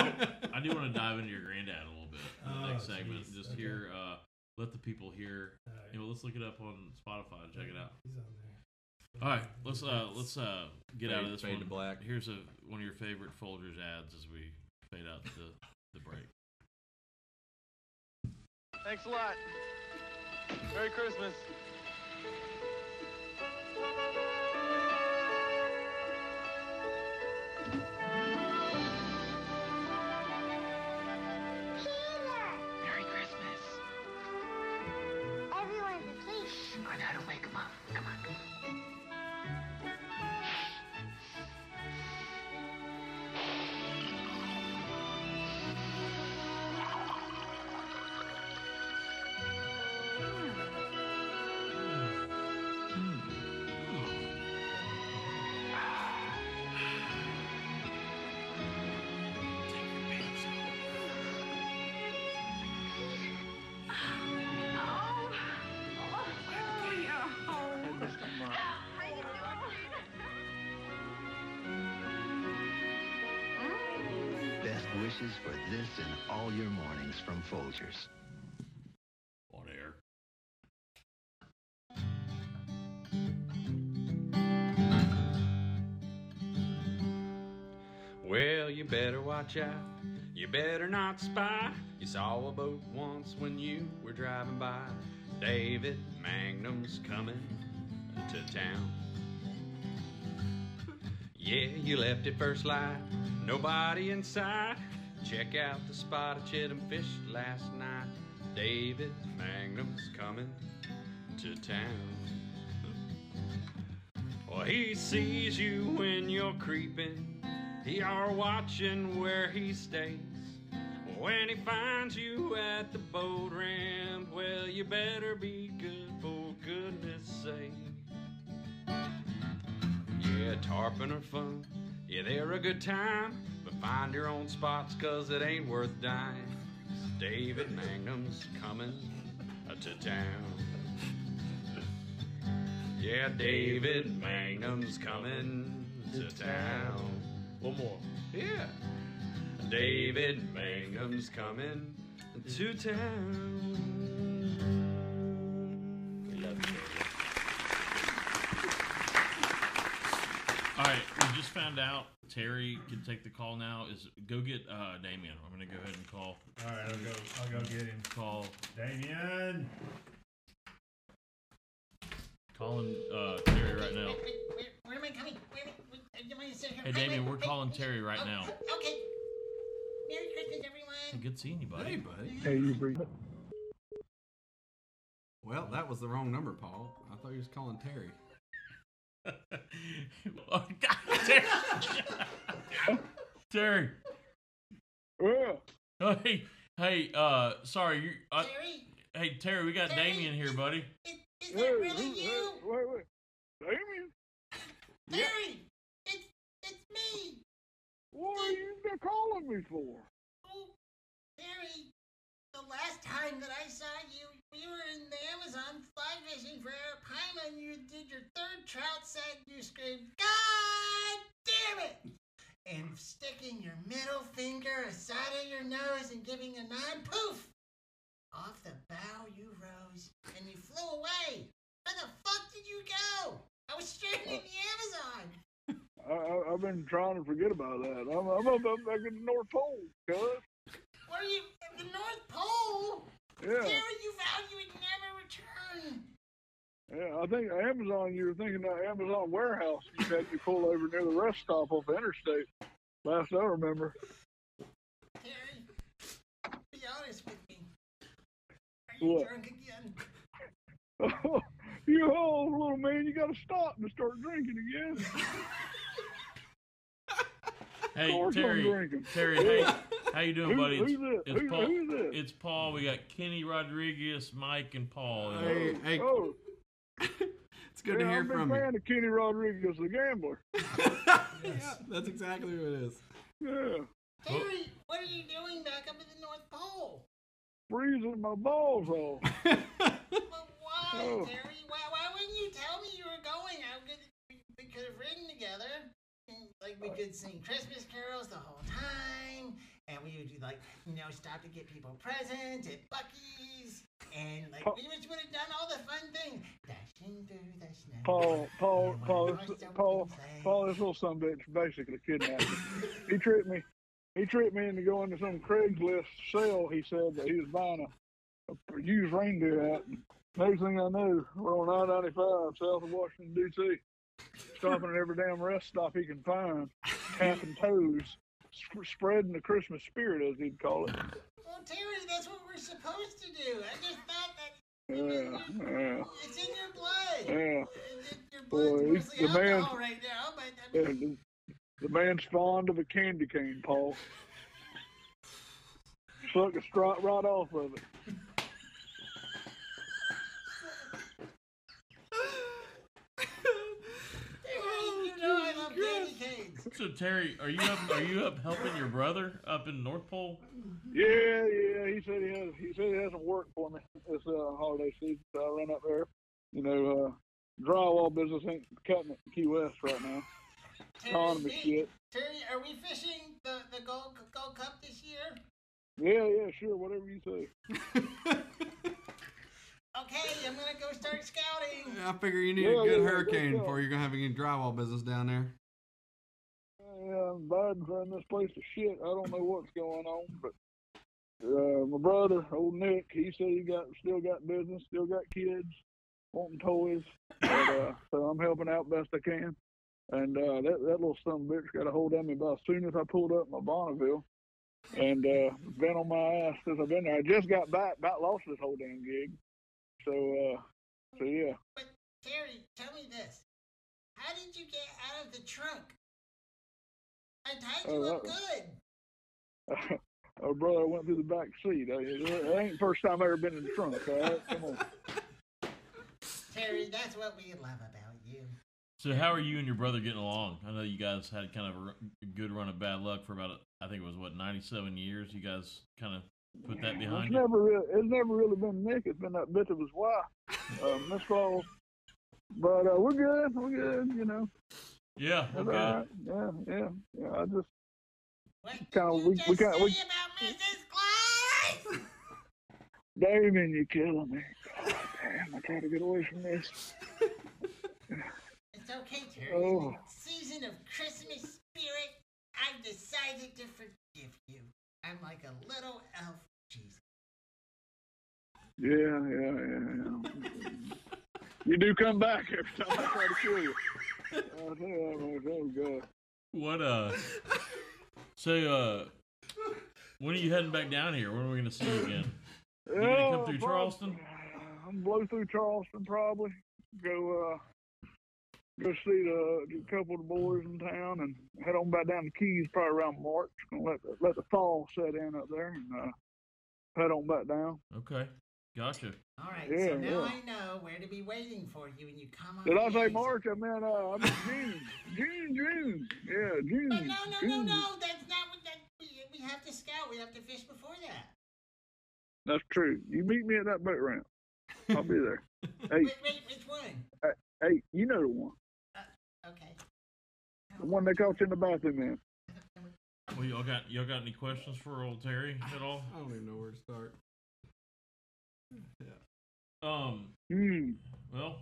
[SPEAKER 5] I do want to dive into your granddad a little bit in the
[SPEAKER 8] Oh,
[SPEAKER 5] next segment.
[SPEAKER 8] jeez.
[SPEAKER 5] Just
[SPEAKER 8] Okay.
[SPEAKER 5] hear, uh, let the people hear.
[SPEAKER 8] Alright.
[SPEAKER 5] You know, let's look it up on Spotify and check it out.
[SPEAKER 8] He's on there.
[SPEAKER 5] All right, let's uh, let's uh, get out of
[SPEAKER 1] Fade-
[SPEAKER 5] this
[SPEAKER 1] fade
[SPEAKER 5] one.
[SPEAKER 1] to black.
[SPEAKER 5] Here's a, one of your favorite Folgers ads as we fade out to the, the break.
[SPEAKER 6] Thanks a lot. Merry Christmas.
[SPEAKER 10] Merry Christmas. Everyone, please. I know how to wake 'em up. Come on.
[SPEAKER 11] Oh, oh, yeah. How you doing?
[SPEAKER 12] Best wishes for this and all your mornings from Folgers.
[SPEAKER 5] On air.
[SPEAKER 1] Well, you better watch out. You better not spy. You saw a boat once when you were driving by. David Magnum's coming to town. Yeah, you left at first light. Nobody in sight. Check out the spot I chit and fished last night. David Magnum's coming to town. Well, he sees you when you're creeping. He are watching where he stays.
[SPEAKER 13] When he finds you at the boat ramp, well, you better be good for goodness sake. Yeah, tarpon are fun. Yeah, they're a good time. But find your own spots, cause it ain't worth dying. David Magnum's coming to town. Yeah, David Magnum's coming to town. One more. Yeah. David Mangum's coming to town.
[SPEAKER 5] All right, we just found out Terry can take the call now. Is go get uh, Damien. I'm gonna go ahead and call.
[SPEAKER 9] All right, I'll go. I'll go get him.
[SPEAKER 5] Call
[SPEAKER 9] Damien.
[SPEAKER 5] Calling uh, Terry right now.
[SPEAKER 14] Where, where am I coming? Where am I? Am I sitting here?
[SPEAKER 5] Hey Damien, we're calling Terry right now.
[SPEAKER 14] Okay. Merry Christmas, everyone.
[SPEAKER 5] Good seeing you, buddy.
[SPEAKER 1] Hey, buddy.
[SPEAKER 15] Hey, you breathe.
[SPEAKER 1] Well, that was the wrong number, Paul. I thought you was calling Terry.
[SPEAKER 13] <laughs>
[SPEAKER 5] oh, God, Terry. Terry. Oh, hey, hey. Uh, sorry. You. I,
[SPEAKER 14] Terry?
[SPEAKER 5] Hey Terry, we got Damien here, budody.
[SPEAKER 14] Is that really you?
[SPEAKER 15] Wait, wait. Damien?
[SPEAKER 14] Terry! It's, it's me!
[SPEAKER 15] What are you been calling me for?
[SPEAKER 14] Oh, Terry, the last time that I saw you, we were in the Amazon fly fishing for our pima and you did your third trout set and you screamed, God damn it! And sticking your middle finger aside of your nose and giving a nine poof! Off the bow you rose and you flew away! Where the fuck did you go? I was stranded in the Amazon!
[SPEAKER 15] I, I, I've been trying to forget about that. I'm, I'm up, up back in the North Pole, cuz.
[SPEAKER 14] Were you at the North Pole?
[SPEAKER 15] Yeah.
[SPEAKER 14] Terry, you vowed you would never return!
[SPEAKER 15] Yeah, I think Amazon, you were thinking that Amazon warehouse you had to pull over near the rest stop off the interstate. Last I remember.
[SPEAKER 14] Terry, be honest with me. Are you
[SPEAKER 15] What?
[SPEAKER 14] drunk again?
[SPEAKER 15] <laughs> you old little man, you gotta stop and start drinking again.
[SPEAKER 5] Hey
[SPEAKER 15] course I'm
[SPEAKER 5] Terry.
[SPEAKER 15] drinking.
[SPEAKER 5] Terry, hey, how you doing,
[SPEAKER 15] Who-
[SPEAKER 5] buddy?
[SPEAKER 15] who's
[SPEAKER 5] it's,
[SPEAKER 15] this?
[SPEAKER 5] it's
[SPEAKER 15] Who-
[SPEAKER 5] Paul.
[SPEAKER 15] who's this?
[SPEAKER 5] It's Paul. We got Kenny Rodriguez, Mike, and Paul.
[SPEAKER 15] Hey, hey. Oh.
[SPEAKER 1] it's
[SPEAKER 5] good to
[SPEAKER 15] yeah,
[SPEAKER 5] hear
[SPEAKER 15] I'm
[SPEAKER 5] from
[SPEAKER 15] a
[SPEAKER 5] you.
[SPEAKER 15] big fan of Kenny Rodriguez, the gambler.
[SPEAKER 1] Yeah, that's exactly who it is.
[SPEAKER 15] Yeah,
[SPEAKER 14] Terry, what are you doing back up at the North Pole?
[SPEAKER 15] freezing my balls off.
[SPEAKER 14] Why,
[SPEAKER 15] Oh.
[SPEAKER 14] Terry? Why, why wouldn't you tell me you were going? I could, we, we could have ridden together. And, like, we could sing Christmas carols the whole time. And we would, like, you know, stop to get people presents at Bucky's. And, like, we just would have done all the fun things. Dashing through the snow.
[SPEAKER 15] Paul, Paul, Paul, this- Paul, Paul, this little son of a bitch basically kidnapped me. He tricked me. He tricked me into going to some Craigslist sale. He said that he was buying a, a used reindeer at. Next thing I knew, we're on I 95 south of Washington, D.C., stopping at every damn rest stop he can find, tapping toes, sp- spreading the Christmas spirit, as he'd call it.
[SPEAKER 14] Well, Terry, that's what we're supposed to do. I just thought that
[SPEAKER 15] Yeah, yeah.
[SPEAKER 14] it's in your blood.
[SPEAKER 15] Yeah.
[SPEAKER 14] Your blood's
[SPEAKER 15] Boy, he's-
[SPEAKER 14] mostly
[SPEAKER 15] the man.
[SPEAKER 14] alcohol right now, but I
[SPEAKER 15] Yeah,
[SPEAKER 14] mean,
[SPEAKER 15] the, the man's fond of a candy cane, Paul. Suck a strut right off of it.
[SPEAKER 14] Terry, you know I love candy canes.
[SPEAKER 5] So Terry, are you up? Are you up helping your brother up in North Pole?
[SPEAKER 15] Yeah, yeah. He said he has. He said he hasn't worked for me this uh, holiday season. So I run up there. You know, uh, drywall business ain't cutting it in Key West right now. Economy shit.
[SPEAKER 14] Terry, are we fishing the, the Gold, Gold Cup this year?
[SPEAKER 15] Yeah, yeah, sure. Whatever you say.
[SPEAKER 14] Okay, I'm gonna go start scouting.
[SPEAKER 1] I figure you need
[SPEAKER 15] Yeah,
[SPEAKER 1] a good
[SPEAKER 15] yeah,
[SPEAKER 1] hurricane
[SPEAKER 15] that's all.
[SPEAKER 1] before you're gonna have any drywall business down there.
[SPEAKER 15] Yeah, Biden's running this place to shit. I don't know what's going on, but uh, my brother, old Nick, he said he got still got business, still got kids, wanting toys. But, uh, so I'm helping out best I can. And uh, that that little son of a bitch got a hold of me about as soon as I pulled up my Bonneville, and uh, been on my ass since I've been there. I just got back, about lost this whole damn gig. So uh, so yeah.
[SPEAKER 14] Terry, tell me this: How did you get out of the trunk? I tied you
[SPEAKER 15] Oh,
[SPEAKER 14] up
[SPEAKER 15] that-
[SPEAKER 14] good.
[SPEAKER 15] <laughs> Oh, brother, I went through the back seat. I, it ain't first time I ever been in the trunk. All right, come on.
[SPEAKER 14] Terry, that's what we love about you.
[SPEAKER 5] So how are you and your brother getting along? I know you guys had kind of a r- good run of bad luck for about I think it was what 97 years. You guys kind of put that <laughs>
[SPEAKER 15] It's
[SPEAKER 5] behind you.
[SPEAKER 15] never really, it's never really been Nick. It's been that bitch of his wife, uh, Miss Claus. But uh, we're good. We're good. You know.
[SPEAKER 5] Yeah.
[SPEAKER 15] It's
[SPEAKER 5] okay.
[SPEAKER 15] all right. Yeah, yeah, yeah. I just kind of we we kind of we. Damon, you're killing me. God damn, I try to get away from this.
[SPEAKER 14] It's okay, Terry.
[SPEAKER 15] Oh.
[SPEAKER 14] In the Season of Christmas spirit. I've decided to forgive you. I'm like a little elf.
[SPEAKER 15] Yeah, yeah, yeah, yeah. you do come back every time I try to kill you. I think I'm like, oh god.
[SPEAKER 5] What uh? So uh, when are you heading back down here? When are we gonna see you again? You gonna come
[SPEAKER 15] Yeah,
[SPEAKER 5] through
[SPEAKER 15] bro.
[SPEAKER 5] Charleston?
[SPEAKER 15] I'm blow through Charleston probably. Go uh go see the, the couple of the boys in town and head on back down the keys probably around March. Gonna let the, let the fall set in up there and uh head on back down.
[SPEAKER 5] Okay, gotcha.
[SPEAKER 14] All right,
[SPEAKER 15] Yeah,
[SPEAKER 14] so now
[SPEAKER 15] yeah.
[SPEAKER 14] I know where to be waiting for you when you come on.
[SPEAKER 15] Did I
[SPEAKER 14] the
[SPEAKER 15] say
[SPEAKER 14] air.
[SPEAKER 15] March? I meant uh I meant June. June, June. Yeah, June.
[SPEAKER 14] But Oh, no, no, no,
[SPEAKER 15] June.
[SPEAKER 14] no. That's not what that. We, we have to scout. We have to fish before that.
[SPEAKER 15] That's true. You meet me at that boat ramp. I'll be
[SPEAKER 5] <laughs>
[SPEAKER 15] there. hey,
[SPEAKER 14] Wait, wait, which one? Uh,
[SPEAKER 15] hey, hey, you know the one.
[SPEAKER 14] Okay.
[SPEAKER 15] The one that caught you in the bathroom, man.
[SPEAKER 5] Well, y'all got y'all got any questions for old Terry at all?
[SPEAKER 1] I don't even know where to start.
[SPEAKER 5] Um. Well.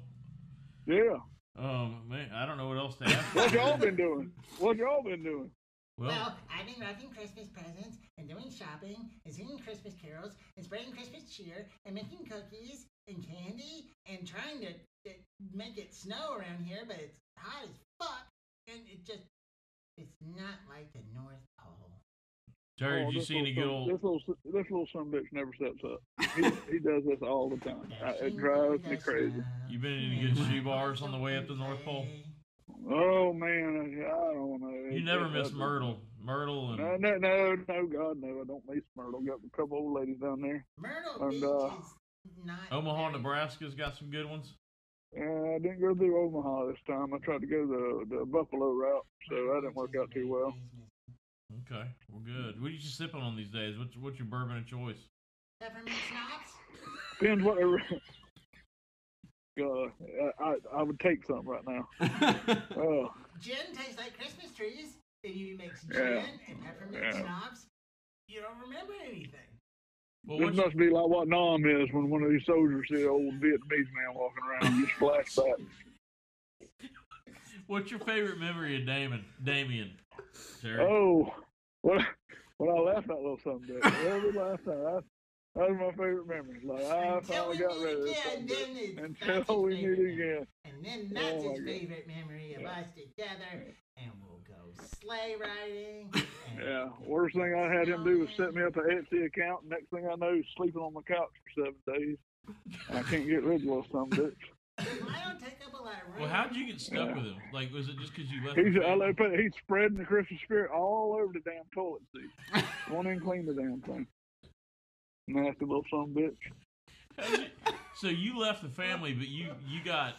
[SPEAKER 15] Hmm. Yeah.
[SPEAKER 5] Um. Man, I don't know what else to ask.
[SPEAKER 15] <laughs> What y'all been doing? What y'all been doing?
[SPEAKER 5] Well,
[SPEAKER 14] Well, I've been wrapping Christmas presents and doing shopping and singing Christmas carols and spreading Christmas cheer and making cookies and candy and trying to, to make it snow around here, but it's hot as fuck and it just it's not like the North Pole.
[SPEAKER 5] Terry,
[SPEAKER 15] Oh,
[SPEAKER 5] did you
[SPEAKER 15] this
[SPEAKER 5] see any good
[SPEAKER 15] little
[SPEAKER 5] old?
[SPEAKER 15] son- This little, s- this little son of a bitch never sets up. He, he does this all the
[SPEAKER 14] <laughs>
[SPEAKER 15] time. I, it drives me crazy.
[SPEAKER 5] You been in any good shoe bars on the way up to the North Pole?
[SPEAKER 15] Oh man, I I don't know.
[SPEAKER 5] You
[SPEAKER 15] It-
[SPEAKER 5] never
[SPEAKER 15] it-
[SPEAKER 5] miss
[SPEAKER 15] it-
[SPEAKER 5] Myrtle. Myrtle
[SPEAKER 15] No,
[SPEAKER 5] and
[SPEAKER 15] no, no, no, God, no! I don't miss Myrtle. Got a couple old ladies down there.
[SPEAKER 14] Myrtle
[SPEAKER 15] and,
[SPEAKER 14] Beach
[SPEAKER 15] uh,
[SPEAKER 14] is not
[SPEAKER 5] Omaha, Nebraska's got some good ones.
[SPEAKER 15] Uh, I didn't go through Omaha this time. I tried to go the the Buffalo route, so that didn't work out too well.
[SPEAKER 5] Okay, well, good. What are you sipping on these days? What's what's your bourbon of choice?
[SPEAKER 14] peppermint schnapps.
[SPEAKER 15] Depends what. <laughs> I- God, I, I I would take something right now. oh,
[SPEAKER 14] Gin tastes like Christmas trees. And you mix gin
[SPEAKER 15] Yeah.
[SPEAKER 14] and peppermint
[SPEAKER 15] Yeah.
[SPEAKER 14] schnapps. You don't remember anything.
[SPEAKER 15] this must be like what Nam is when one of these soldiers see an old Vietnamese man walking around. Just flashback.
[SPEAKER 5] What's your favorite memory of Damon? Damien. Terry.
[SPEAKER 15] Oh, when I, when I laughed at little something, every last time. I, that was my favorite memory. Like I finally got rid of this
[SPEAKER 14] again,
[SPEAKER 15] son
[SPEAKER 14] then
[SPEAKER 15] of a bitch until we meet again.
[SPEAKER 14] And then that's
[SPEAKER 15] Oh, my
[SPEAKER 14] his
[SPEAKER 15] God.
[SPEAKER 14] favorite memory of us together. And we'll go sleigh
[SPEAKER 15] <laughs>
[SPEAKER 14] riding.
[SPEAKER 15] Yeah, worst thing I had him do was set me up an Etsy account. Next thing I know, he's sleeping on my couch for seven days. I can't get rid of little son of a bitch.
[SPEAKER 14] I don't take up a lot of room.
[SPEAKER 5] Well, how'd you get stuck with him? Like, was it just because <laughs> you left?
[SPEAKER 15] He's,
[SPEAKER 5] the
[SPEAKER 15] I
[SPEAKER 5] family?
[SPEAKER 15] love put, he's spreading the Christmas spirit all over the damn toilet seat. Won't even clean the damn thing. Nasty little son of a bitch.
[SPEAKER 5] So you left the family, but you you got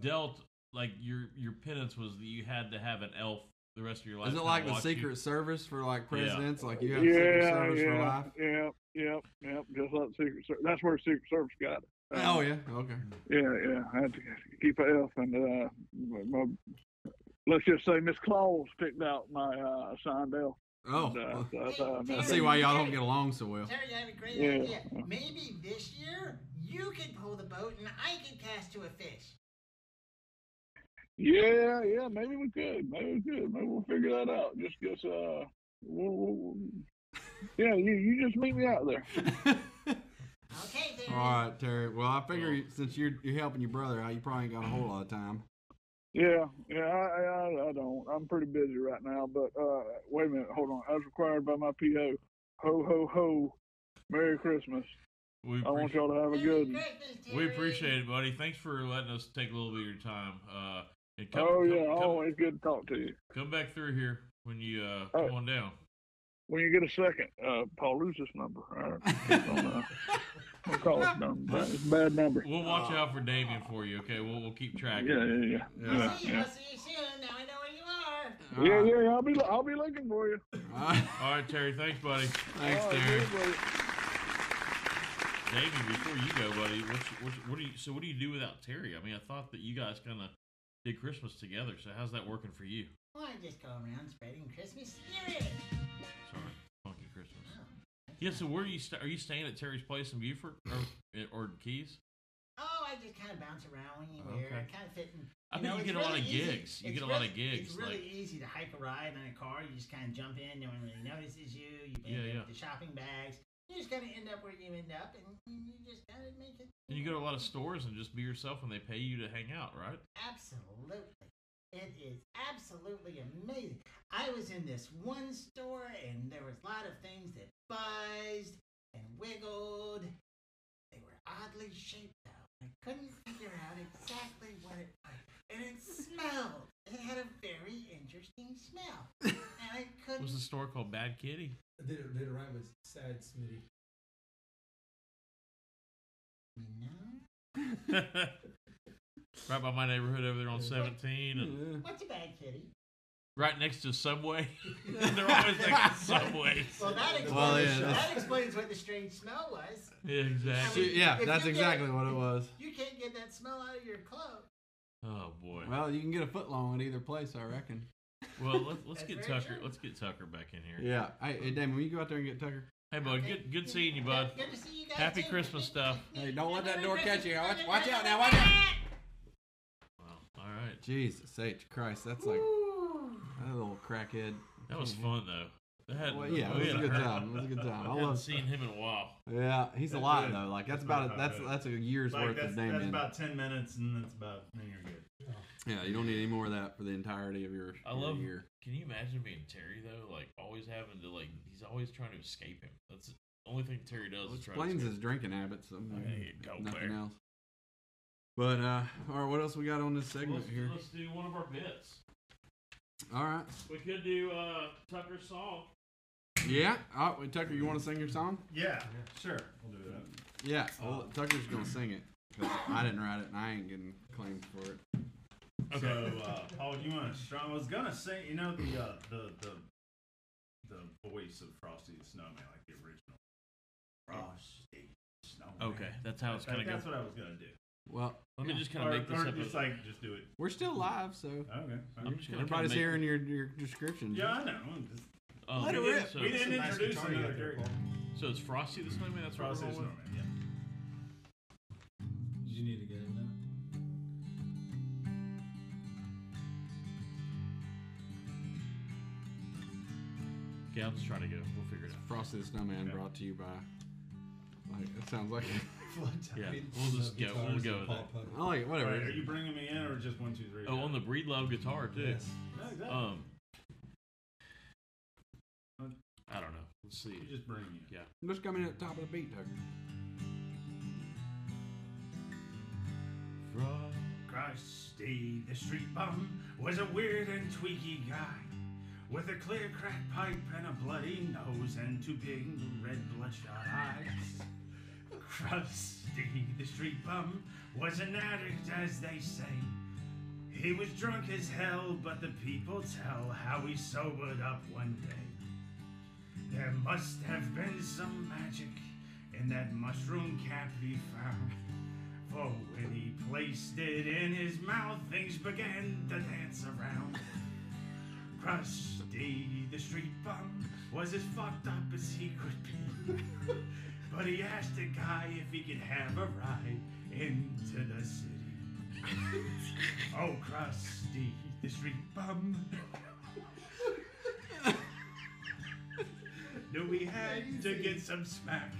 [SPEAKER 5] dealt like your your penance was that you had to have an elf the rest of your life.
[SPEAKER 1] Is it
[SPEAKER 5] kinda
[SPEAKER 1] like the
[SPEAKER 5] watch you.
[SPEAKER 1] Secret Service for like
[SPEAKER 5] Yeah.
[SPEAKER 1] presidents? Like you have
[SPEAKER 15] yeah,
[SPEAKER 1] Secret Service
[SPEAKER 15] yeah,
[SPEAKER 1] for life?
[SPEAKER 15] Yep, yep, yep. Just like Secret Service. That's where Secret Service got it.
[SPEAKER 1] Oh yeah, okay.
[SPEAKER 15] Yeah, yeah. I had to keep an elf, and uh, my, my- let's just say Miss Claus picked out my uh, assigned elf.
[SPEAKER 1] Oh,
[SPEAKER 15] And, uh,
[SPEAKER 1] well,
[SPEAKER 15] so that's how I
[SPEAKER 1] I
[SPEAKER 15] met
[SPEAKER 1] see
[SPEAKER 15] him.
[SPEAKER 1] why y'all don't get along so well.
[SPEAKER 14] Terry, I have a great
[SPEAKER 15] Yeah.
[SPEAKER 14] idea. Maybe this year you could pull the boat and I could cast to a fish.
[SPEAKER 15] Yeah, yeah. Maybe we could. Maybe we could. Maybe we'll figure that out. Just, just uh, we'll, we'll, we'll- yeah. You, you just meet me
[SPEAKER 1] <laughs>
[SPEAKER 15] out there.
[SPEAKER 1] All right, Terry. Well, I figure you- since you're you're helping your brother out, you probably ain't got a whole lot of time.
[SPEAKER 15] Yeah, yeah, I, I, I don't. I'm pretty busy right now. But uh, wait a minute, hold on. As required by my PO, ho ho ho, Merry Christmas.
[SPEAKER 5] We
[SPEAKER 15] I want y'all to have a good. one.
[SPEAKER 5] We appreciate it, buddy. Thanks for letting us take a little bit of your time. Uh, and come,
[SPEAKER 15] oh
[SPEAKER 5] come,
[SPEAKER 15] yeah,
[SPEAKER 5] come,
[SPEAKER 15] always good to talk to you. Oh.
[SPEAKER 5] come back through here when you uh, come on down.
[SPEAKER 15] when you get a second, uh, Paul Luce's number.
[SPEAKER 5] <laughs>
[SPEAKER 15] Uh, it's on, uh, we'll call it number. It's a bad number.
[SPEAKER 5] We'll
[SPEAKER 1] Uh,
[SPEAKER 5] watch out for Damien for you, okay? We'll, we'll keep track.
[SPEAKER 15] Yeah, yeah, yeah. Yeah.
[SPEAKER 14] See you. I'll see you soon. Now I know where you are.
[SPEAKER 15] Yeah, yeah, yeah, I'll be I'll be looking for you.
[SPEAKER 5] All right, Terry. Thanks, buddy. Thanks,
[SPEAKER 14] Oh,
[SPEAKER 15] All right,
[SPEAKER 5] Terry.
[SPEAKER 15] good, buddy.
[SPEAKER 5] Davey, before you go, buddy, what's, what's, what do you? So what do you do without Terry? I mean, I thought that you guys kind of did Christmas together. So how's that working for you?
[SPEAKER 14] Well, I just go around spreading Christmas spirit.
[SPEAKER 5] Sorry, funky Christmas. Yeah. So where are you? St- are you staying at Terry's place in Beaufort or, eh, or Keys?
[SPEAKER 14] Oh, I just kind of bounce around
[SPEAKER 15] Oh,
[SPEAKER 14] anywhere.
[SPEAKER 5] Okay.
[SPEAKER 14] I kind of fit in.
[SPEAKER 5] I bet
[SPEAKER 14] you know,
[SPEAKER 5] you
[SPEAKER 14] it's
[SPEAKER 5] get a lot of
[SPEAKER 14] really easy-
[SPEAKER 5] gigs. You
[SPEAKER 14] it's
[SPEAKER 5] get a lot
[SPEAKER 14] really-
[SPEAKER 5] of gigs,
[SPEAKER 14] It's
[SPEAKER 5] like-
[SPEAKER 14] really easy to hike a ride in a car. You just kind of jump in. No one really notices you. You bag
[SPEAKER 5] Yeah, yeah.
[SPEAKER 14] up the shopping bags. You just kind of end up where you end up, and you just kind of make it.
[SPEAKER 5] And you go to a lot of stores and just be yourself, and they pay you to hang out, right?
[SPEAKER 14] Absolutely. It is absolutely amazing. I was in this one store and there was a lot of things that buzzed and wiggled. They were oddly shaped though. I couldn't figure out exactly what it was. And it smelled. It had a very interesting smell. And
[SPEAKER 5] <laughs>
[SPEAKER 14] I couldn't
[SPEAKER 5] What's the store called? Bad Kitty.
[SPEAKER 16] Did it, did it rhyme with sad Smitty?
[SPEAKER 5] <laughs> Right by my neighborhood over there on 17, and
[SPEAKER 14] What's a bad kitty?
[SPEAKER 5] right next to Subway. <laughs>
[SPEAKER 14] <laughs>
[SPEAKER 5] They're always
[SPEAKER 17] <laughs>
[SPEAKER 5] next to Subway.
[SPEAKER 14] Well, that explains,
[SPEAKER 1] Well, yeah, that's-
[SPEAKER 14] that explains what the strange smell was.
[SPEAKER 5] Yeah, exactly.
[SPEAKER 1] She- yeah,
[SPEAKER 14] If
[SPEAKER 1] that's
[SPEAKER 14] you get-
[SPEAKER 1] exactly what it was.
[SPEAKER 14] You can't get that smell out of your clothes.
[SPEAKER 5] Oh boy.
[SPEAKER 1] Well, you can get a foot long at either place, I reckon.
[SPEAKER 5] Well, let's, let's
[SPEAKER 14] That's
[SPEAKER 5] get
[SPEAKER 14] very
[SPEAKER 5] Tucker. Let's get Tucker back in here.
[SPEAKER 1] Yeah. Hey, hey Damon, will you go out there and get Tucker?
[SPEAKER 5] Hey, bud. Good, good seeing you, bud.
[SPEAKER 14] Good to see you guys.
[SPEAKER 5] Happy
[SPEAKER 14] too.
[SPEAKER 5] Christmas stuff.
[SPEAKER 1] Hey, don't let that
[SPEAKER 14] Merry
[SPEAKER 1] door catch you. Watch,
[SPEAKER 14] Christmas.
[SPEAKER 1] watch out now. Watch out.
[SPEAKER 5] All right.
[SPEAKER 1] Jesus H. Christ, that's like that little crackhead.
[SPEAKER 5] That was fun though. That had,
[SPEAKER 1] Well, yeah, it
[SPEAKER 5] we
[SPEAKER 1] was a
[SPEAKER 5] had
[SPEAKER 1] good
[SPEAKER 5] her-
[SPEAKER 1] time. It was a good time. I
[SPEAKER 5] Haven't <laughs>
[SPEAKER 1] love.
[SPEAKER 5] seen him in a while.
[SPEAKER 1] Yeah, he's a
[SPEAKER 18] That's
[SPEAKER 1] lot
[SPEAKER 18] good.
[SPEAKER 1] though. Like that's
[SPEAKER 18] That's
[SPEAKER 1] about
[SPEAKER 18] not
[SPEAKER 1] that's
[SPEAKER 18] bad.
[SPEAKER 1] that's a year's
[SPEAKER 18] Like,
[SPEAKER 1] worth
[SPEAKER 18] that's,
[SPEAKER 1] of damn.
[SPEAKER 18] That's
[SPEAKER 1] in.
[SPEAKER 18] about ten minutes, and that's about then you're good.
[SPEAKER 1] Yeah, you don't need any more of that for the entirety of your,
[SPEAKER 5] I
[SPEAKER 1] your
[SPEAKER 5] love.
[SPEAKER 1] year.
[SPEAKER 5] Can you imagine being Terry though? Like always having to like he's always trying to escape him. That's the only thing Terry does. is try to
[SPEAKER 1] Explains
[SPEAKER 5] escape.
[SPEAKER 1] his drinking habits. I mean,
[SPEAKER 5] There you go,
[SPEAKER 1] nothing
[SPEAKER 5] Bear.
[SPEAKER 1] else. But uh, all right, what else we got on this segment
[SPEAKER 5] Let's,
[SPEAKER 1] here?
[SPEAKER 5] let's do one of our bits.
[SPEAKER 1] All right.
[SPEAKER 5] We could do uh, Tucker's song.
[SPEAKER 1] Yeah. Oh, wait, Tucker, you want to sing your song?
[SPEAKER 18] Yeah, sure, we'll do that.
[SPEAKER 1] Yeah. Well,
[SPEAKER 5] Oh.
[SPEAKER 1] Tucker's gonna sing it 'cause I didn't write it and I ain't getting claimed for it.
[SPEAKER 18] So, uh, Paul, do you want to? I was gonna say, you know, the uh, the the the voice of Frosty the Snowman, like the original Frosty the Snowman.
[SPEAKER 5] Okay, that's how it's
[SPEAKER 18] Like,
[SPEAKER 5] gonna go.
[SPEAKER 18] That's what I was gonna do.
[SPEAKER 1] Well,
[SPEAKER 5] Let me
[SPEAKER 1] yeah.
[SPEAKER 5] just kinda Or- make this
[SPEAKER 18] Or
[SPEAKER 5] up
[SPEAKER 18] just
[SPEAKER 5] as-
[SPEAKER 18] like, just do it.
[SPEAKER 1] We're still live, so
[SPEAKER 18] Okay.
[SPEAKER 5] I'm just gonna
[SPEAKER 1] everybody's
[SPEAKER 5] kinda
[SPEAKER 1] hearing your your description.
[SPEAKER 18] Yeah, I know. I'm just-
[SPEAKER 5] Oh,
[SPEAKER 1] Let
[SPEAKER 5] we
[SPEAKER 1] it
[SPEAKER 5] didn't-
[SPEAKER 1] rip.
[SPEAKER 5] so-
[SPEAKER 18] we didn't
[SPEAKER 5] so-
[SPEAKER 18] introduce
[SPEAKER 5] guitar you
[SPEAKER 18] another
[SPEAKER 5] got there,
[SPEAKER 18] character.
[SPEAKER 5] So it's Frosty the Snowman. That's
[SPEAKER 18] Frosty the
[SPEAKER 5] what we're going
[SPEAKER 18] Snowman. Yeah.
[SPEAKER 9] Did you need to get it now?
[SPEAKER 5] with. Okay, I'll just try to go. We'll figure it out.
[SPEAKER 1] Frosty the Snowman brought to you by. Like that sounds like. <laughs>
[SPEAKER 5] Yeah, we'll just go. We'll go with that.
[SPEAKER 1] I like it. Whatever.
[SPEAKER 18] Alright, are you bringing me in or just one, two, three?
[SPEAKER 5] Oh, on the Breedlove guitar too.
[SPEAKER 18] Yes. Yeah, exactly. Uh,
[SPEAKER 5] Um, I don't know. Let's see.
[SPEAKER 18] You just bring me.
[SPEAKER 5] Yeah.
[SPEAKER 1] Just coming at the top of the beat, Tucker.
[SPEAKER 18] Frosty the Street Bum was a weird and tweaky guy with a clear cracked pipe and a bloody nose and two big red bloodshot eyes. Frosty the Street Bum was an addict, as they say. He was drunk as hell, but the people tell how he sobered up one day. There must have been some magic in that mushroom cap he found. For when he placed it in his mouth, things began to dance around. Krusty the street bum was as fucked up as he could be. but he asked a guy if he could have a ride into the city. oh, Krusty the street bum. knew he had to get some smack.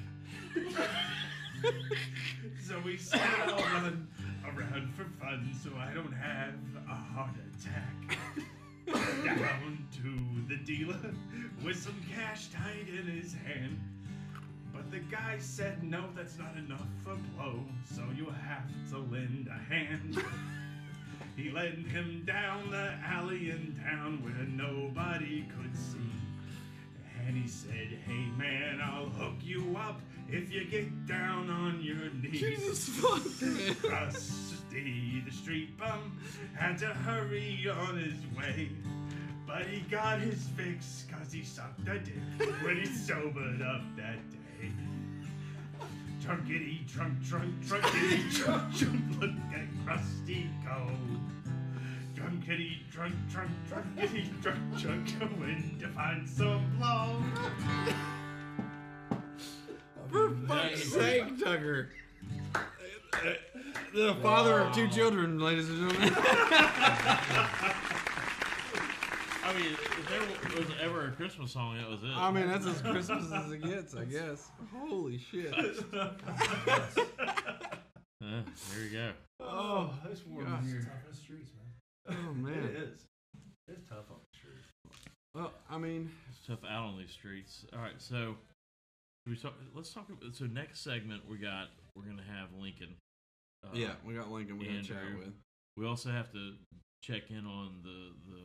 [SPEAKER 18] So we said I'll run around for fun so I don't have a heart attack. Down to the dealer with some cash tied in his hand. But the guy said, No, that's not enough for blow, so you'll have to lend a hand. He led him down the alley in town where nobody could see. And he said,
[SPEAKER 9] said, Hey man, I'll hook you up if you get down on your knees. Jesus fuck, man. Krusty, the street bum, had to hurry on his way. But he got his fix 'cause he sucked a dick when he sobered up that day. Drunkity, drunk, drunk,
[SPEAKER 1] <laughs>
[SPEAKER 9] drunkity, drunk, drunk, look at Krusty go. Drunkity, drunk, drunk, drunkity, drunk, drunk, <laughs> going to find some love.
[SPEAKER 1] For fuck's sake, Tucker. The father of two children, ladies and
[SPEAKER 5] <laughs>
[SPEAKER 1] gentlemen.
[SPEAKER 5] I mean, if there was ever a Christmas song, that was it.
[SPEAKER 1] I mean, that's as Christmas as it gets, I guess. Holy
[SPEAKER 5] <laughs>
[SPEAKER 1] shit.
[SPEAKER 5] Uh, there you go.
[SPEAKER 1] <laughs> Oh,
[SPEAKER 9] it's warm
[SPEAKER 1] gosh.
[SPEAKER 9] in here. It's tough on the streets, man.
[SPEAKER 1] Oh, man.
[SPEAKER 9] <laughs> It is. It's tough on the streets.
[SPEAKER 1] Well, I mean,
[SPEAKER 5] It's tough out on these streets. All right, so should we talk, let's talk. About, so next segment we got we're gonna have Lincoln. Uh,
[SPEAKER 1] Yeah, we got Lincoln we're gonna chat
[SPEAKER 5] Andrew.
[SPEAKER 1] with.
[SPEAKER 5] We also have to check in on the the,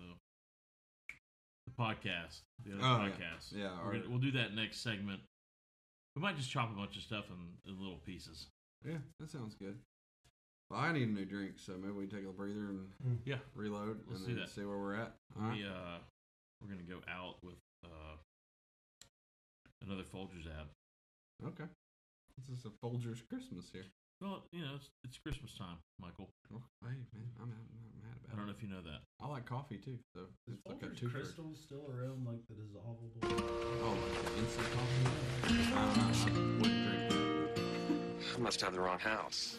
[SPEAKER 5] the podcast, the other
[SPEAKER 1] Oh, yeah.
[SPEAKER 5] podcast.
[SPEAKER 1] Yeah,
[SPEAKER 5] We're
[SPEAKER 1] all
[SPEAKER 5] gonna-
[SPEAKER 1] right.
[SPEAKER 5] we'll do that next segment. We might just chop a bunch of stuff in, in little pieces.
[SPEAKER 1] yeah, that sounds good. Well, I need a new drink, so maybe we take a breather and
[SPEAKER 5] yeah,
[SPEAKER 1] reload
[SPEAKER 5] Let's
[SPEAKER 1] and
[SPEAKER 5] do
[SPEAKER 1] then
[SPEAKER 5] that.
[SPEAKER 1] see where we're at. All right.
[SPEAKER 5] We uh, we're gonna go out with uh, another Folgers ad.
[SPEAKER 1] Okay. This is a Folgers Christmas here.
[SPEAKER 5] Well, you know, it's, it's Christmas time, Michael.
[SPEAKER 1] Hey man, I'm not, I'm not mad about
[SPEAKER 5] I don't
[SPEAKER 1] it.
[SPEAKER 5] know if you know that.
[SPEAKER 1] I like coffee too, so it's like a two
[SPEAKER 9] crystals still around, like the dissolvable?
[SPEAKER 1] Oh, like instant coffee. I don't know. I wouldn't drink it.
[SPEAKER 17] I must have the wrong house.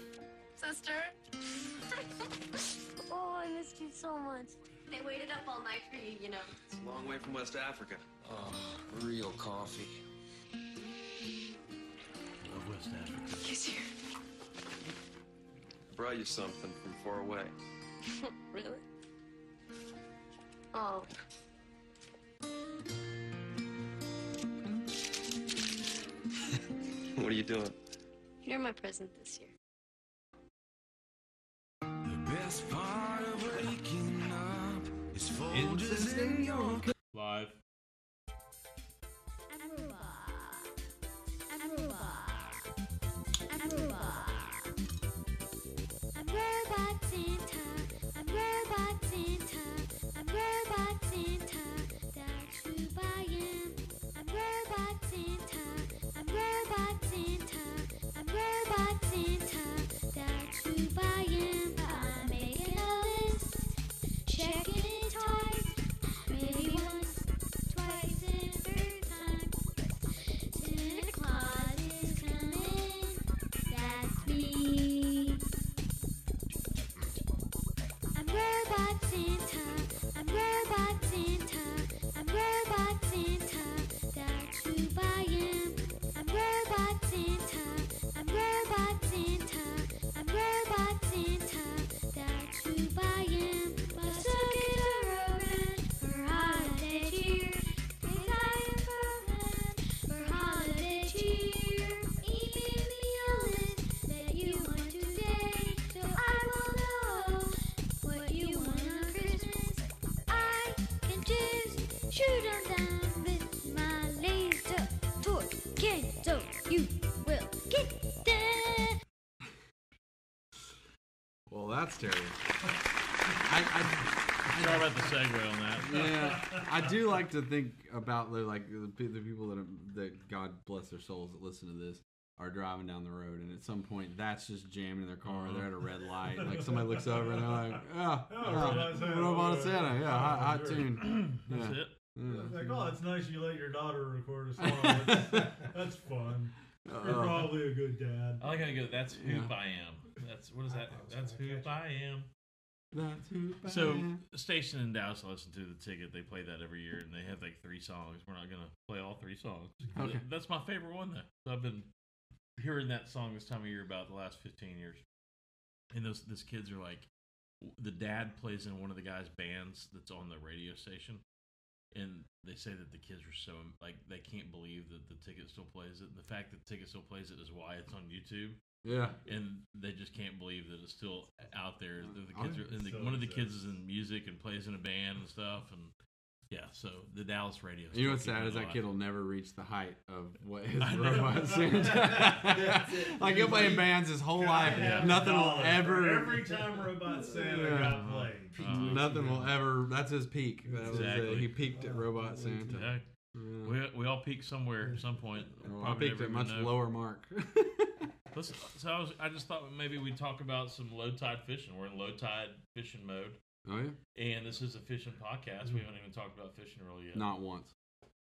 [SPEAKER 11] Sister? <laughs> oh, I missed you so much. They waited up all night for you, you know.
[SPEAKER 17] It's a long way from West Africa. Oh, real coffee.
[SPEAKER 5] Love West Africa.
[SPEAKER 11] Kiss you.
[SPEAKER 17] I brought you something from far away.
[SPEAKER 11] <laughs> really? Oh.
[SPEAKER 17] What are you doing?
[SPEAKER 11] You're my present this year.
[SPEAKER 17] Best part of waking up is
[SPEAKER 1] Folgers in your
[SPEAKER 5] Live.
[SPEAKER 11] I'm Robot Santa. I'm Robot Santa. I'm Robot Santa. That's who I am. I'm Robot Santa. I'm Robot Santa. I'm Robot Santa. That's who I am. I'm making a list, checking it twice, maybe once, twice, and a third time. Santa Claus is coming. That's me. I'm Robot Santa. I'm Robot Santa. I'm Robot Santa. That's who I am. I'm Robot Santa. I'm Robot Santa. I'm Robot Santa. That's who I am. My circuits are open for holiday cheer. Things I am open for holiday cheer. Even the illness that you want today, so I will know. What you want on Christmas, I can just shoot them down with my laser toy can, so you will get them.
[SPEAKER 1] Well, that's terrible. <laughs> I, I,
[SPEAKER 5] Sorry about the segue on that.
[SPEAKER 1] yeah, I do like to think about the like the, pe- the people that that God bless their souls that listen to this are driving down the road, and at some point that's just jamming in their car. They're at a red light, and, like somebody looks over and they're like, "Ah,
[SPEAKER 9] Oh,
[SPEAKER 1] oh,
[SPEAKER 9] Robot Santa.
[SPEAKER 1] Robot Santa, yeah, hot, hot
[SPEAKER 9] Sure. <clears throat>
[SPEAKER 1] tune."
[SPEAKER 5] <clears throat> That's
[SPEAKER 1] Yeah.
[SPEAKER 5] it.
[SPEAKER 1] Yeah.
[SPEAKER 9] Like, oh, it's nice you let your daughter
[SPEAKER 1] <laughs>
[SPEAKER 9] record a song. That's, that's fun. You're
[SPEAKER 5] Uh,
[SPEAKER 9] probably a good dad.
[SPEAKER 5] I like how you go. That's who
[SPEAKER 9] Yeah.
[SPEAKER 5] I am. That's what is that? That's who I am.
[SPEAKER 1] That's who I
[SPEAKER 5] So,
[SPEAKER 1] am.
[SPEAKER 5] a station in Dallas, I listen to the ticket. They play that every year, and they have like three songs. We're not gonna play all three songs.
[SPEAKER 1] Okay.
[SPEAKER 5] That's my favorite one though. So I've been hearing that song this time of year about the last fifteen years. And those those kids are like, the dad plays in one of the guys' bands that's on the radio station, and they say that the kids are so like they can't believe that the ticket still plays it. And the fact that ticket still plays it is why it's on YouTube.
[SPEAKER 1] Yeah.
[SPEAKER 5] and they just can't believe that it's still uh, out there. The, the
[SPEAKER 1] Oh,
[SPEAKER 5] kids
[SPEAKER 1] yeah.
[SPEAKER 5] are, and the,
[SPEAKER 1] Still
[SPEAKER 5] one of the
[SPEAKER 1] exists.
[SPEAKER 5] kids is in music and plays in a band and stuff, and Yeah, so the Dallas radio.
[SPEAKER 1] You know what's
[SPEAKER 5] still keeping
[SPEAKER 1] sad is
[SPEAKER 5] it
[SPEAKER 1] that
[SPEAKER 5] alive.
[SPEAKER 1] kid will never reach the height of what
[SPEAKER 5] <laughs>
[SPEAKER 1] his
[SPEAKER 5] I know.
[SPEAKER 1] <laughs> robot sound.
[SPEAKER 5] That's it.
[SPEAKER 1] like he'll play in bands his whole life. Nothing will ever.
[SPEAKER 9] Every time Robot Santa
[SPEAKER 1] Yeah. Uh,
[SPEAKER 9] got played.
[SPEAKER 1] nothing will ever. That's his peak. That was, uh,
[SPEAKER 5] Exactly.
[SPEAKER 1] he peaked at Robot Santa.
[SPEAKER 5] Yeah. We, we all peaked somewhere at some point.
[SPEAKER 1] Well, Oh, I
[SPEAKER 5] Probably
[SPEAKER 1] peaked
[SPEAKER 5] never
[SPEAKER 1] at a
[SPEAKER 5] even
[SPEAKER 1] much
[SPEAKER 5] know.
[SPEAKER 1] lower mark. <laughs>
[SPEAKER 5] Let's, so I, was, I just thought maybe we'd talk about some low tide fishing. We're in low tide fishing mode.
[SPEAKER 1] Oh, Mm-hmm.
[SPEAKER 5] And this is a fishing podcast. We haven't even talked about fishing really yet.
[SPEAKER 1] Not once.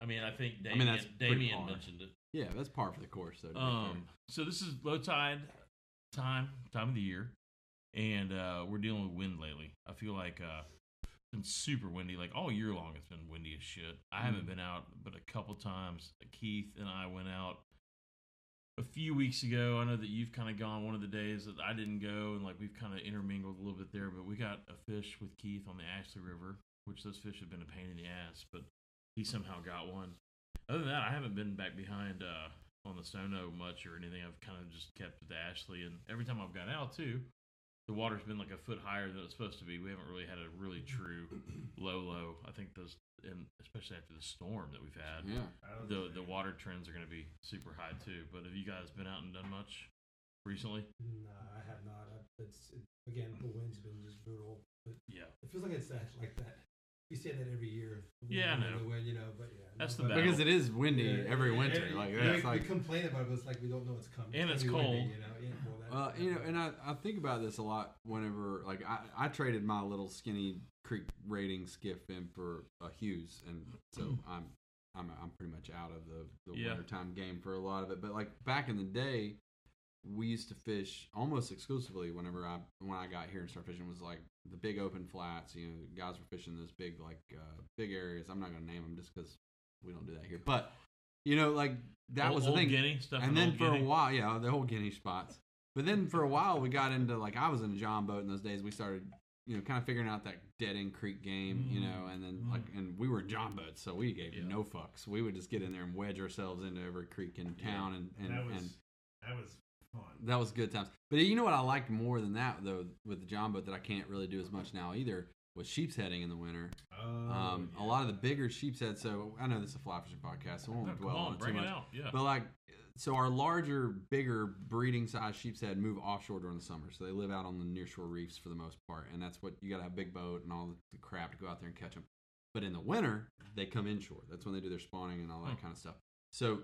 [SPEAKER 5] I mean, I think
[SPEAKER 1] I
[SPEAKER 5] Damien,
[SPEAKER 1] mean, that's pretty
[SPEAKER 5] Damien
[SPEAKER 1] par.
[SPEAKER 5] mentioned it.
[SPEAKER 1] Yeah, that's par for the course, though. to be
[SPEAKER 5] Um, so this is low tide time, time of the year, and uh, we're dealing with wind lately. I feel like uh, it's been super windy, like all year long. It's been windy as shit. I haven't
[SPEAKER 1] Mm.
[SPEAKER 5] been out, but a couple times. Keith and I went out a few weeks ago. I know that you've kind of gone one of the days that I didn't go, and like we've kind of intermingled a little bit there. But we got a fish with Keith on the Ashley River, which those fish have been a pain in the ass, but he somehow got one. Other than that, I haven't been back behind uh, on the Sono much or anything. I've kind of just kept with Ashley, and every time I've gone out too, the water's been like a foot higher than it's supposed to be. We haven't really had a really
[SPEAKER 1] <clears throat>
[SPEAKER 5] true low low. I think those, and especially after the storm that we've had,
[SPEAKER 1] Yeah.
[SPEAKER 5] the the water trends are going to be super high too. But have you guys been out and done much recently?
[SPEAKER 8] No, I have not. I, it's it, again, the wind's been just brutal. But
[SPEAKER 5] yeah,
[SPEAKER 8] it feels like it's that like that. We say that every year. the
[SPEAKER 5] Yeah, I
[SPEAKER 8] wind,
[SPEAKER 5] know.
[SPEAKER 8] The wind, you know, but yeah,
[SPEAKER 5] That's
[SPEAKER 8] no,
[SPEAKER 5] the
[SPEAKER 8] but-
[SPEAKER 1] Because battle. it is windy every winter,
[SPEAKER 8] yeah,
[SPEAKER 1] like,
[SPEAKER 8] we-
[SPEAKER 1] that's
[SPEAKER 8] we,
[SPEAKER 1] like-
[SPEAKER 8] we complain about it, but it's like we don't know it's coming.
[SPEAKER 5] And it's
[SPEAKER 8] gonna be
[SPEAKER 5] cold.
[SPEAKER 8] windy, you know.
[SPEAKER 5] <laughs>
[SPEAKER 8] Yeah, <laughs> well, that,
[SPEAKER 1] Uh, you know, and I, I think about this a lot whenever, like, I, I traded my little skinny creek rating skiff in for a Hughes, and so I'm I'm I'm pretty much out of the, the
[SPEAKER 5] Hmm. Yeah.
[SPEAKER 1] wintertime game for a lot of it. But like back in the day, we used to fish almost exclusively. Whenever I when I got here and started fishing, was like the big open flats. You know, guys were fishing those big like uh, big areas. I'm not gonna name them just because we don't do that here, but. You know, like that
[SPEAKER 5] Old-
[SPEAKER 1] was the
[SPEAKER 5] Old
[SPEAKER 1] thing.
[SPEAKER 5] Guinea, stuff in
[SPEAKER 1] and then
[SPEAKER 5] Old
[SPEAKER 1] for a
[SPEAKER 5] Guinea.
[SPEAKER 1] while, yeah, the whole Guinea spots. But then for a while, we got into like I was in a John boat in those days. We started, you know, kind of figuring out that dead end creek game, you
[SPEAKER 9] Mm-hmm.
[SPEAKER 1] know, and then like, and we were John boats, so we gave no fucks. We would just get in there and wedge ourselves into every creek in town, and and
[SPEAKER 9] that was
[SPEAKER 1] and
[SPEAKER 9] that was fun.
[SPEAKER 1] that was good times. But you know what I liked more than that though with the John boat that I can't really do as much now either was sheep's heading in the winter.
[SPEAKER 5] Oh,
[SPEAKER 1] um, a lot of the bigger sheep's head. So I know this is a fly fishing podcast, so I won't
[SPEAKER 5] No, come
[SPEAKER 1] dwell
[SPEAKER 5] on,
[SPEAKER 1] on it too
[SPEAKER 5] bring it
[SPEAKER 1] much.
[SPEAKER 5] out, yeah.
[SPEAKER 1] But like, so our larger, bigger breeding size sheep's head move offshore during the summer. So they live out on the nearshore reefs for the most part, and that's what you got to have a big boat and all the crap to go out there and catch them. But in the winter, they come inshore. That's when they do their spawning and all that
[SPEAKER 5] Hmm.
[SPEAKER 1] kind of stuff. So,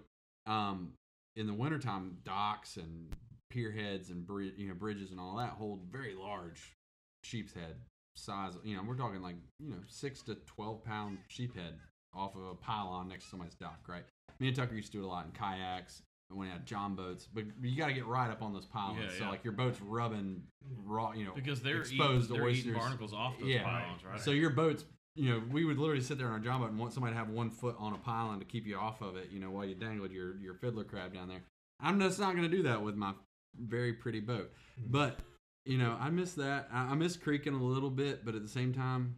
[SPEAKER 1] um, in the wintertime, docks and pier heads and bri- you know bridges and all that hold very large sheep's head size. You know, we're talking like you know six to twelve pound sheep head off of a pylon next to somebody's dock, right? Me and Tucker used to do it a lot in kayaks and when we had john boats, but you got to get right up on those pylons.
[SPEAKER 5] Yeah,
[SPEAKER 1] So
[SPEAKER 5] yeah.
[SPEAKER 1] like your boat's rubbing raw, you know,
[SPEAKER 5] Because they're
[SPEAKER 1] exposed
[SPEAKER 5] eating- they're
[SPEAKER 1] oysters.
[SPEAKER 5] eating barnacles off those pylons, right?
[SPEAKER 1] So your boat's you know, we would literally sit there on our john boat and want somebody to have one foot on a pylon to keep you off of it, you know, while you dangled your, your fiddler crab down there. I'm just not going to do that with my very pretty boat.
[SPEAKER 9] Mm-hmm.
[SPEAKER 1] But, you know, I miss that. I, I miss creaking a little bit, but at the same time,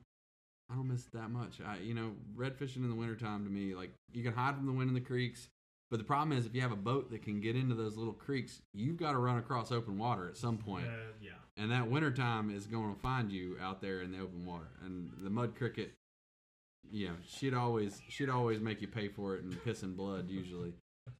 [SPEAKER 1] I don't miss it that much. I, you know, red fishing in the wintertime to me, like you can hide from the wind in the creeks, but the problem is if you have a boat that can get into those little creeks, you've got to run across open water at some point.
[SPEAKER 9] Uh, yeah.
[SPEAKER 1] And that wintertime is going to find you out there in the open water. And the mud cricket, you know, she'd always she'd always make you pay for it and piss and blood usually.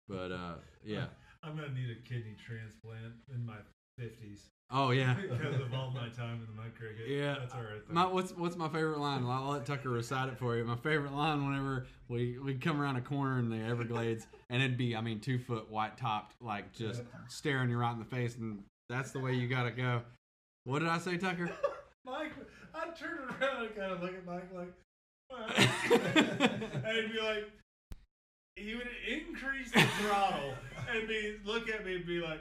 [SPEAKER 1] But uh, yeah,
[SPEAKER 9] I'm gonna need a kidney transplant in my fifties.
[SPEAKER 1] Oh,
[SPEAKER 9] <laughs>
[SPEAKER 1] yeah.
[SPEAKER 9] because of all my time in the mud cricket.
[SPEAKER 1] Yeah,
[SPEAKER 9] that's all right. <laughs>
[SPEAKER 1] My what's what's my favorite line? I'll let Tucker recite it for you. My favorite line whenever we we'd come around a corner in the Everglades, and it'd be I mean two foot white topped, like just staring you right in the face, and that's the way you gotta go. What did I say, Tucker?
[SPEAKER 9] Mike, I turned around and kind of look at Mike like, <laughs> "Well," and he'd be like, he would increase the throttle and be look at me and be like,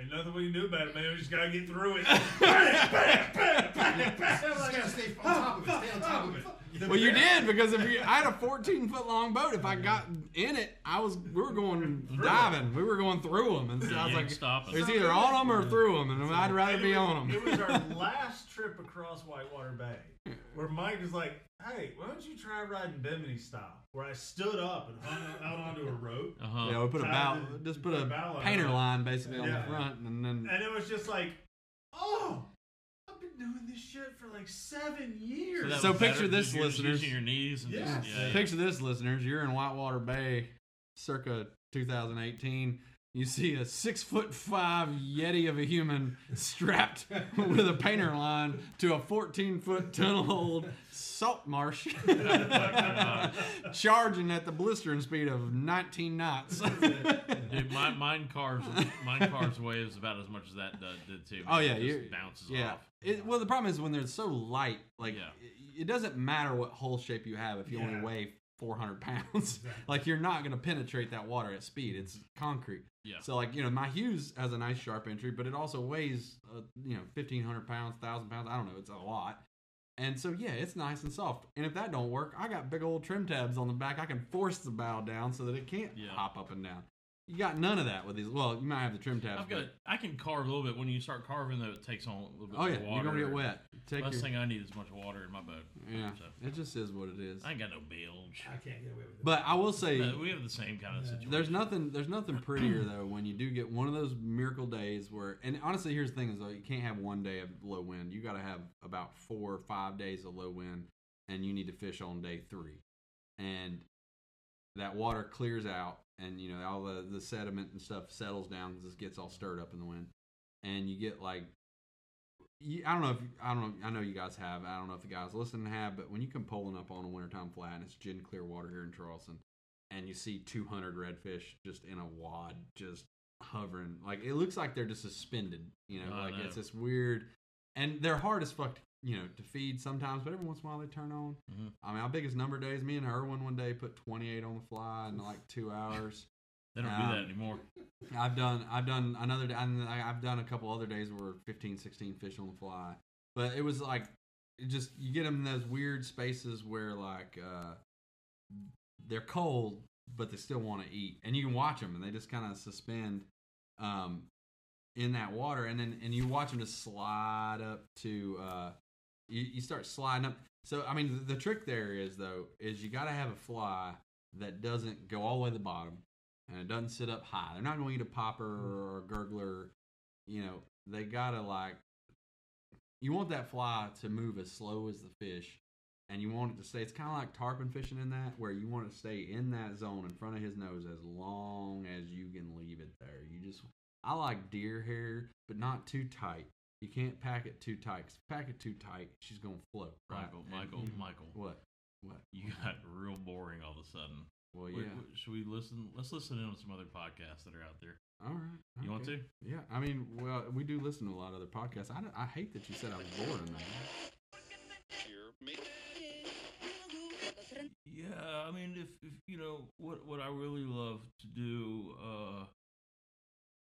[SPEAKER 9] "Ain't nothing we can do about it, man. We just gotta get through it."
[SPEAKER 1] <laughs>
[SPEAKER 9] bam, bam, bam, bam, bam. I'm like,
[SPEAKER 8] gotta stay on top of it, stay on top of it.
[SPEAKER 1] Well, you did because if you, I had a 14 foot long boat, if I got in it, I was we were going diving, we were going through them, and so I was
[SPEAKER 5] You
[SPEAKER 1] like,
[SPEAKER 5] ain't stopping.
[SPEAKER 1] there's either on them or through them, and I'd rather
[SPEAKER 9] And
[SPEAKER 1] be
[SPEAKER 9] it was,
[SPEAKER 1] on them.
[SPEAKER 9] It was
[SPEAKER 1] <laughs>
[SPEAKER 9] our last trip across Whitewater Bay where Mike was like, hey, why don't you try riding Bimini style? Where I stood up and hung out onto a rope.
[SPEAKER 1] Uh-huh. Yeah, we put a
[SPEAKER 9] Tied
[SPEAKER 1] bow-
[SPEAKER 9] the-
[SPEAKER 1] just put a
[SPEAKER 9] bow
[SPEAKER 1] painter
[SPEAKER 9] on it.
[SPEAKER 1] line basically on the front and then-
[SPEAKER 9] And it was just like, oh, I've been doing this shit for like seven years.
[SPEAKER 1] So, picture this, listeners.
[SPEAKER 5] using your knees and just- Yes. yeah, yeah.
[SPEAKER 1] Picture this, listeners. You're in Whitewater Bay, circa 2018. You see a six foot five yeti of a human strapped with a painter line to a 14 foot tunnel old salt marsh, charging at the blistering speed of 19 knots.
[SPEAKER 5] Dude, my, mine cars,
[SPEAKER 1] <laughs>
[SPEAKER 5] mine cars waves about as much as that does, did too.
[SPEAKER 1] Oh
[SPEAKER 5] man.
[SPEAKER 1] yeah,
[SPEAKER 5] It
[SPEAKER 1] you
[SPEAKER 5] just bounces
[SPEAKER 1] yeah.
[SPEAKER 5] off.
[SPEAKER 1] It, well, the problem is when they're so light, like it, it doesn't matter what hole shape you have if you only
[SPEAKER 5] Yeah.
[SPEAKER 1] weigh
[SPEAKER 5] <laughs>
[SPEAKER 1] 400 pounds. like you're not going to penetrate that water at speed. It's concrete.
[SPEAKER 5] Mm-hmm. Yeah.
[SPEAKER 1] So like you know, my Hughes has a nice sharp entry, but it also weighs uh, you know 1,500 pounds, thousand pounds. I don't know. It's a lot. And so yeah, it's nice and soft. And if that don't work, I got big old trim tabs on the back. I can force the bow down so that it can't hop up and down. You got none of that with these. Well, you might have the trim tabs.
[SPEAKER 5] I've got.
[SPEAKER 1] but-
[SPEAKER 5] I can carve a little bit. When you start carving, though, it takes on a little bit.
[SPEAKER 1] Oh,
[SPEAKER 5] of
[SPEAKER 1] yeah, you're
[SPEAKER 5] water.
[SPEAKER 1] gonna get wet. Take
[SPEAKER 5] Last
[SPEAKER 1] your-
[SPEAKER 5] thing I need is much water in my boat.
[SPEAKER 1] Yeah,
[SPEAKER 5] So,
[SPEAKER 1] it just is what it is.
[SPEAKER 5] I ain't got no bilge. I
[SPEAKER 8] can't get away with
[SPEAKER 1] But I will say,
[SPEAKER 5] we have the same kind of situation.
[SPEAKER 1] There's nothing. There's nothing prettier though when you do get one of those miracle days where. And honestly, here's the thing: is though you can't have one day of low wind. You got to have about four or five days of low wind, and you need to fish on day three, and that water clears out, and you know all the the sediment and stuff settles down because it gets all stirred up in the wind, and you get like. You, I don't know if I don't know. I know you guys have. I don't know if the guys listening have, but when you come polling up on a wintertime flat and it's gin clear water here in Charleston, and you see 200 redfish just in a wad just hovering like it looks like they're just suspended you know
[SPEAKER 5] I
[SPEAKER 1] like
[SPEAKER 5] know.
[SPEAKER 1] it's this weird and they're hard as fuck to, you know to feed sometimes but every once in a while they turn on
[SPEAKER 5] Mhm.
[SPEAKER 1] i mean our biggest number of days me and Erwin one day put 28 on the fly in like two hours
[SPEAKER 5] They don't do that anymore
[SPEAKER 1] Um, I've done I've done another day- and I- I've done a couple other days where 15 16 fish on the fly. But it was like it just you get them in those weird spaces where like uh they're cold but they still want to eat and you can watch them and they just kind of suspend um in that water and then and you watch them just slide up to uh you, you start sliding up so i mean the, the trick there is though is you got to have a fly that doesn't go all the way to the bottom and it doesn't sit up high they're not going to eat a popper
[SPEAKER 5] Mm-hmm.
[SPEAKER 1] or a gurgler you know they gotta like you want that fly to move as slow as the fish and you want it to stay it's kind of like tarpon fishing in that where you want it to stay in that zone in front of his nose as long as you can leave it there you just i like deer hair but not too tight you can't pack it too tight 'cause if you pack it too tight she's gonna float right? Mm-hmm.
[SPEAKER 5] Michael, Michael,
[SPEAKER 1] And-
[SPEAKER 5] Michael.
[SPEAKER 1] what what
[SPEAKER 5] <laughs> You got real boring all of a sudden.
[SPEAKER 1] Well,
[SPEAKER 5] We-
[SPEAKER 1] yeah.
[SPEAKER 5] we- should we listen? Let's listen in on some other podcasts that are out there.
[SPEAKER 1] all right
[SPEAKER 5] You want
[SPEAKER 1] okay.
[SPEAKER 5] to?
[SPEAKER 1] yeah i mean well we do listen to a lot of other podcasts i, don't- I hate that you said i was bored in that
[SPEAKER 5] Yeah, I mean, if, if you know what what I really love to do, uh,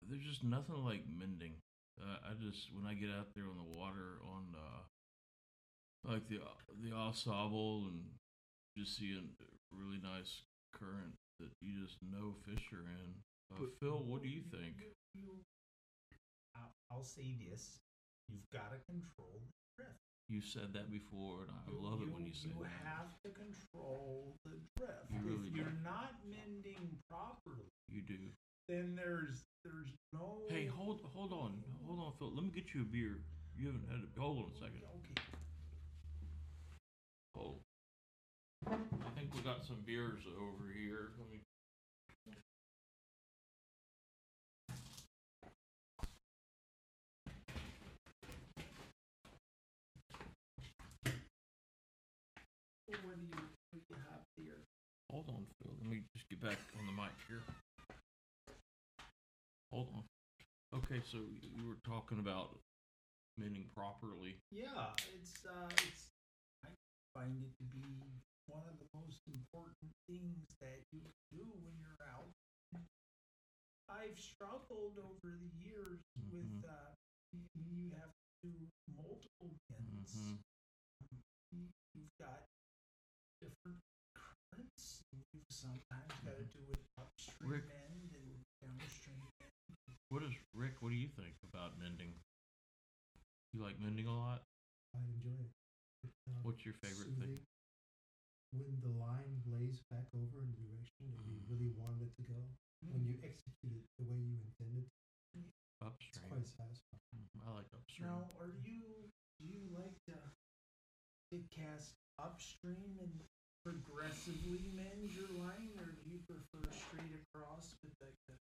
[SPEAKER 5] there's just nothing like mending. Uh, I just when I get out there on the water on uh, like the the ensemble and just seeing a really nice current that you just know fish are in. Uh,
[SPEAKER 9] But-
[SPEAKER 5] Phil, what do you think?
[SPEAKER 9] I'll, I'll say this: you've got to control the drift.
[SPEAKER 5] You said that before, and I love it when you say
[SPEAKER 9] You
[SPEAKER 5] that.
[SPEAKER 9] have to control the drift.
[SPEAKER 5] You really
[SPEAKER 9] if
[SPEAKER 5] do.
[SPEAKER 9] you're not mending properly,
[SPEAKER 5] You do.
[SPEAKER 9] then there's there's no.
[SPEAKER 5] Hey, hold hold on, hold on, Phil. Let me get you a beer. You haven't had it. Hold on a second. Hold. I think we got some beers over here. Let me.
[SPEAKER 9] What do you, what do you have here?
[SPEAKER 5] Hold on, Phil. Let me just get back on the mic here. Hold on. Okay, so you were talking about mending properly.
[SPEAKER 9] Yeah, it's uh, it's. I find it to be one of the most important things that you can do when you're out. I've struggled over the years
[SPEAKER 5] Mm-hmm.
[SPEAKER 9] with uh, y- you have to do multiple bends. You've got different currents. and You've sometimes got
[SPEAKER 5] Mm-hmm.
[SPEAKER 9] to do it upstream
[SPEAKER 5] Rick.
[SPEAKER 9] end and downstream.
[SPEAKER 5] What is Rick? What do you think about mending? You like mending a lot.
[SPEAKER 8] I enjoy it. It's, uh,
[SPEAKER 5] What's your favorite thing?
[SPEAKER 8] soothing. When the line lays back over in the direction that
[SPEAKER 5] Mm.
[SPEAKER 8] you really wanted it to go, when you execute it the way you intended,
[SPEAKER 5] Upstream. Mm-hmm,
[SPEAKER 8] quite satisfying.
[SPEAKER 5] I like upstream.
[SPEAKER 9] Now, are you do you like
[SPEAKER 19] cast upstream and progressively mend your line, or do you prefer straight across with like a,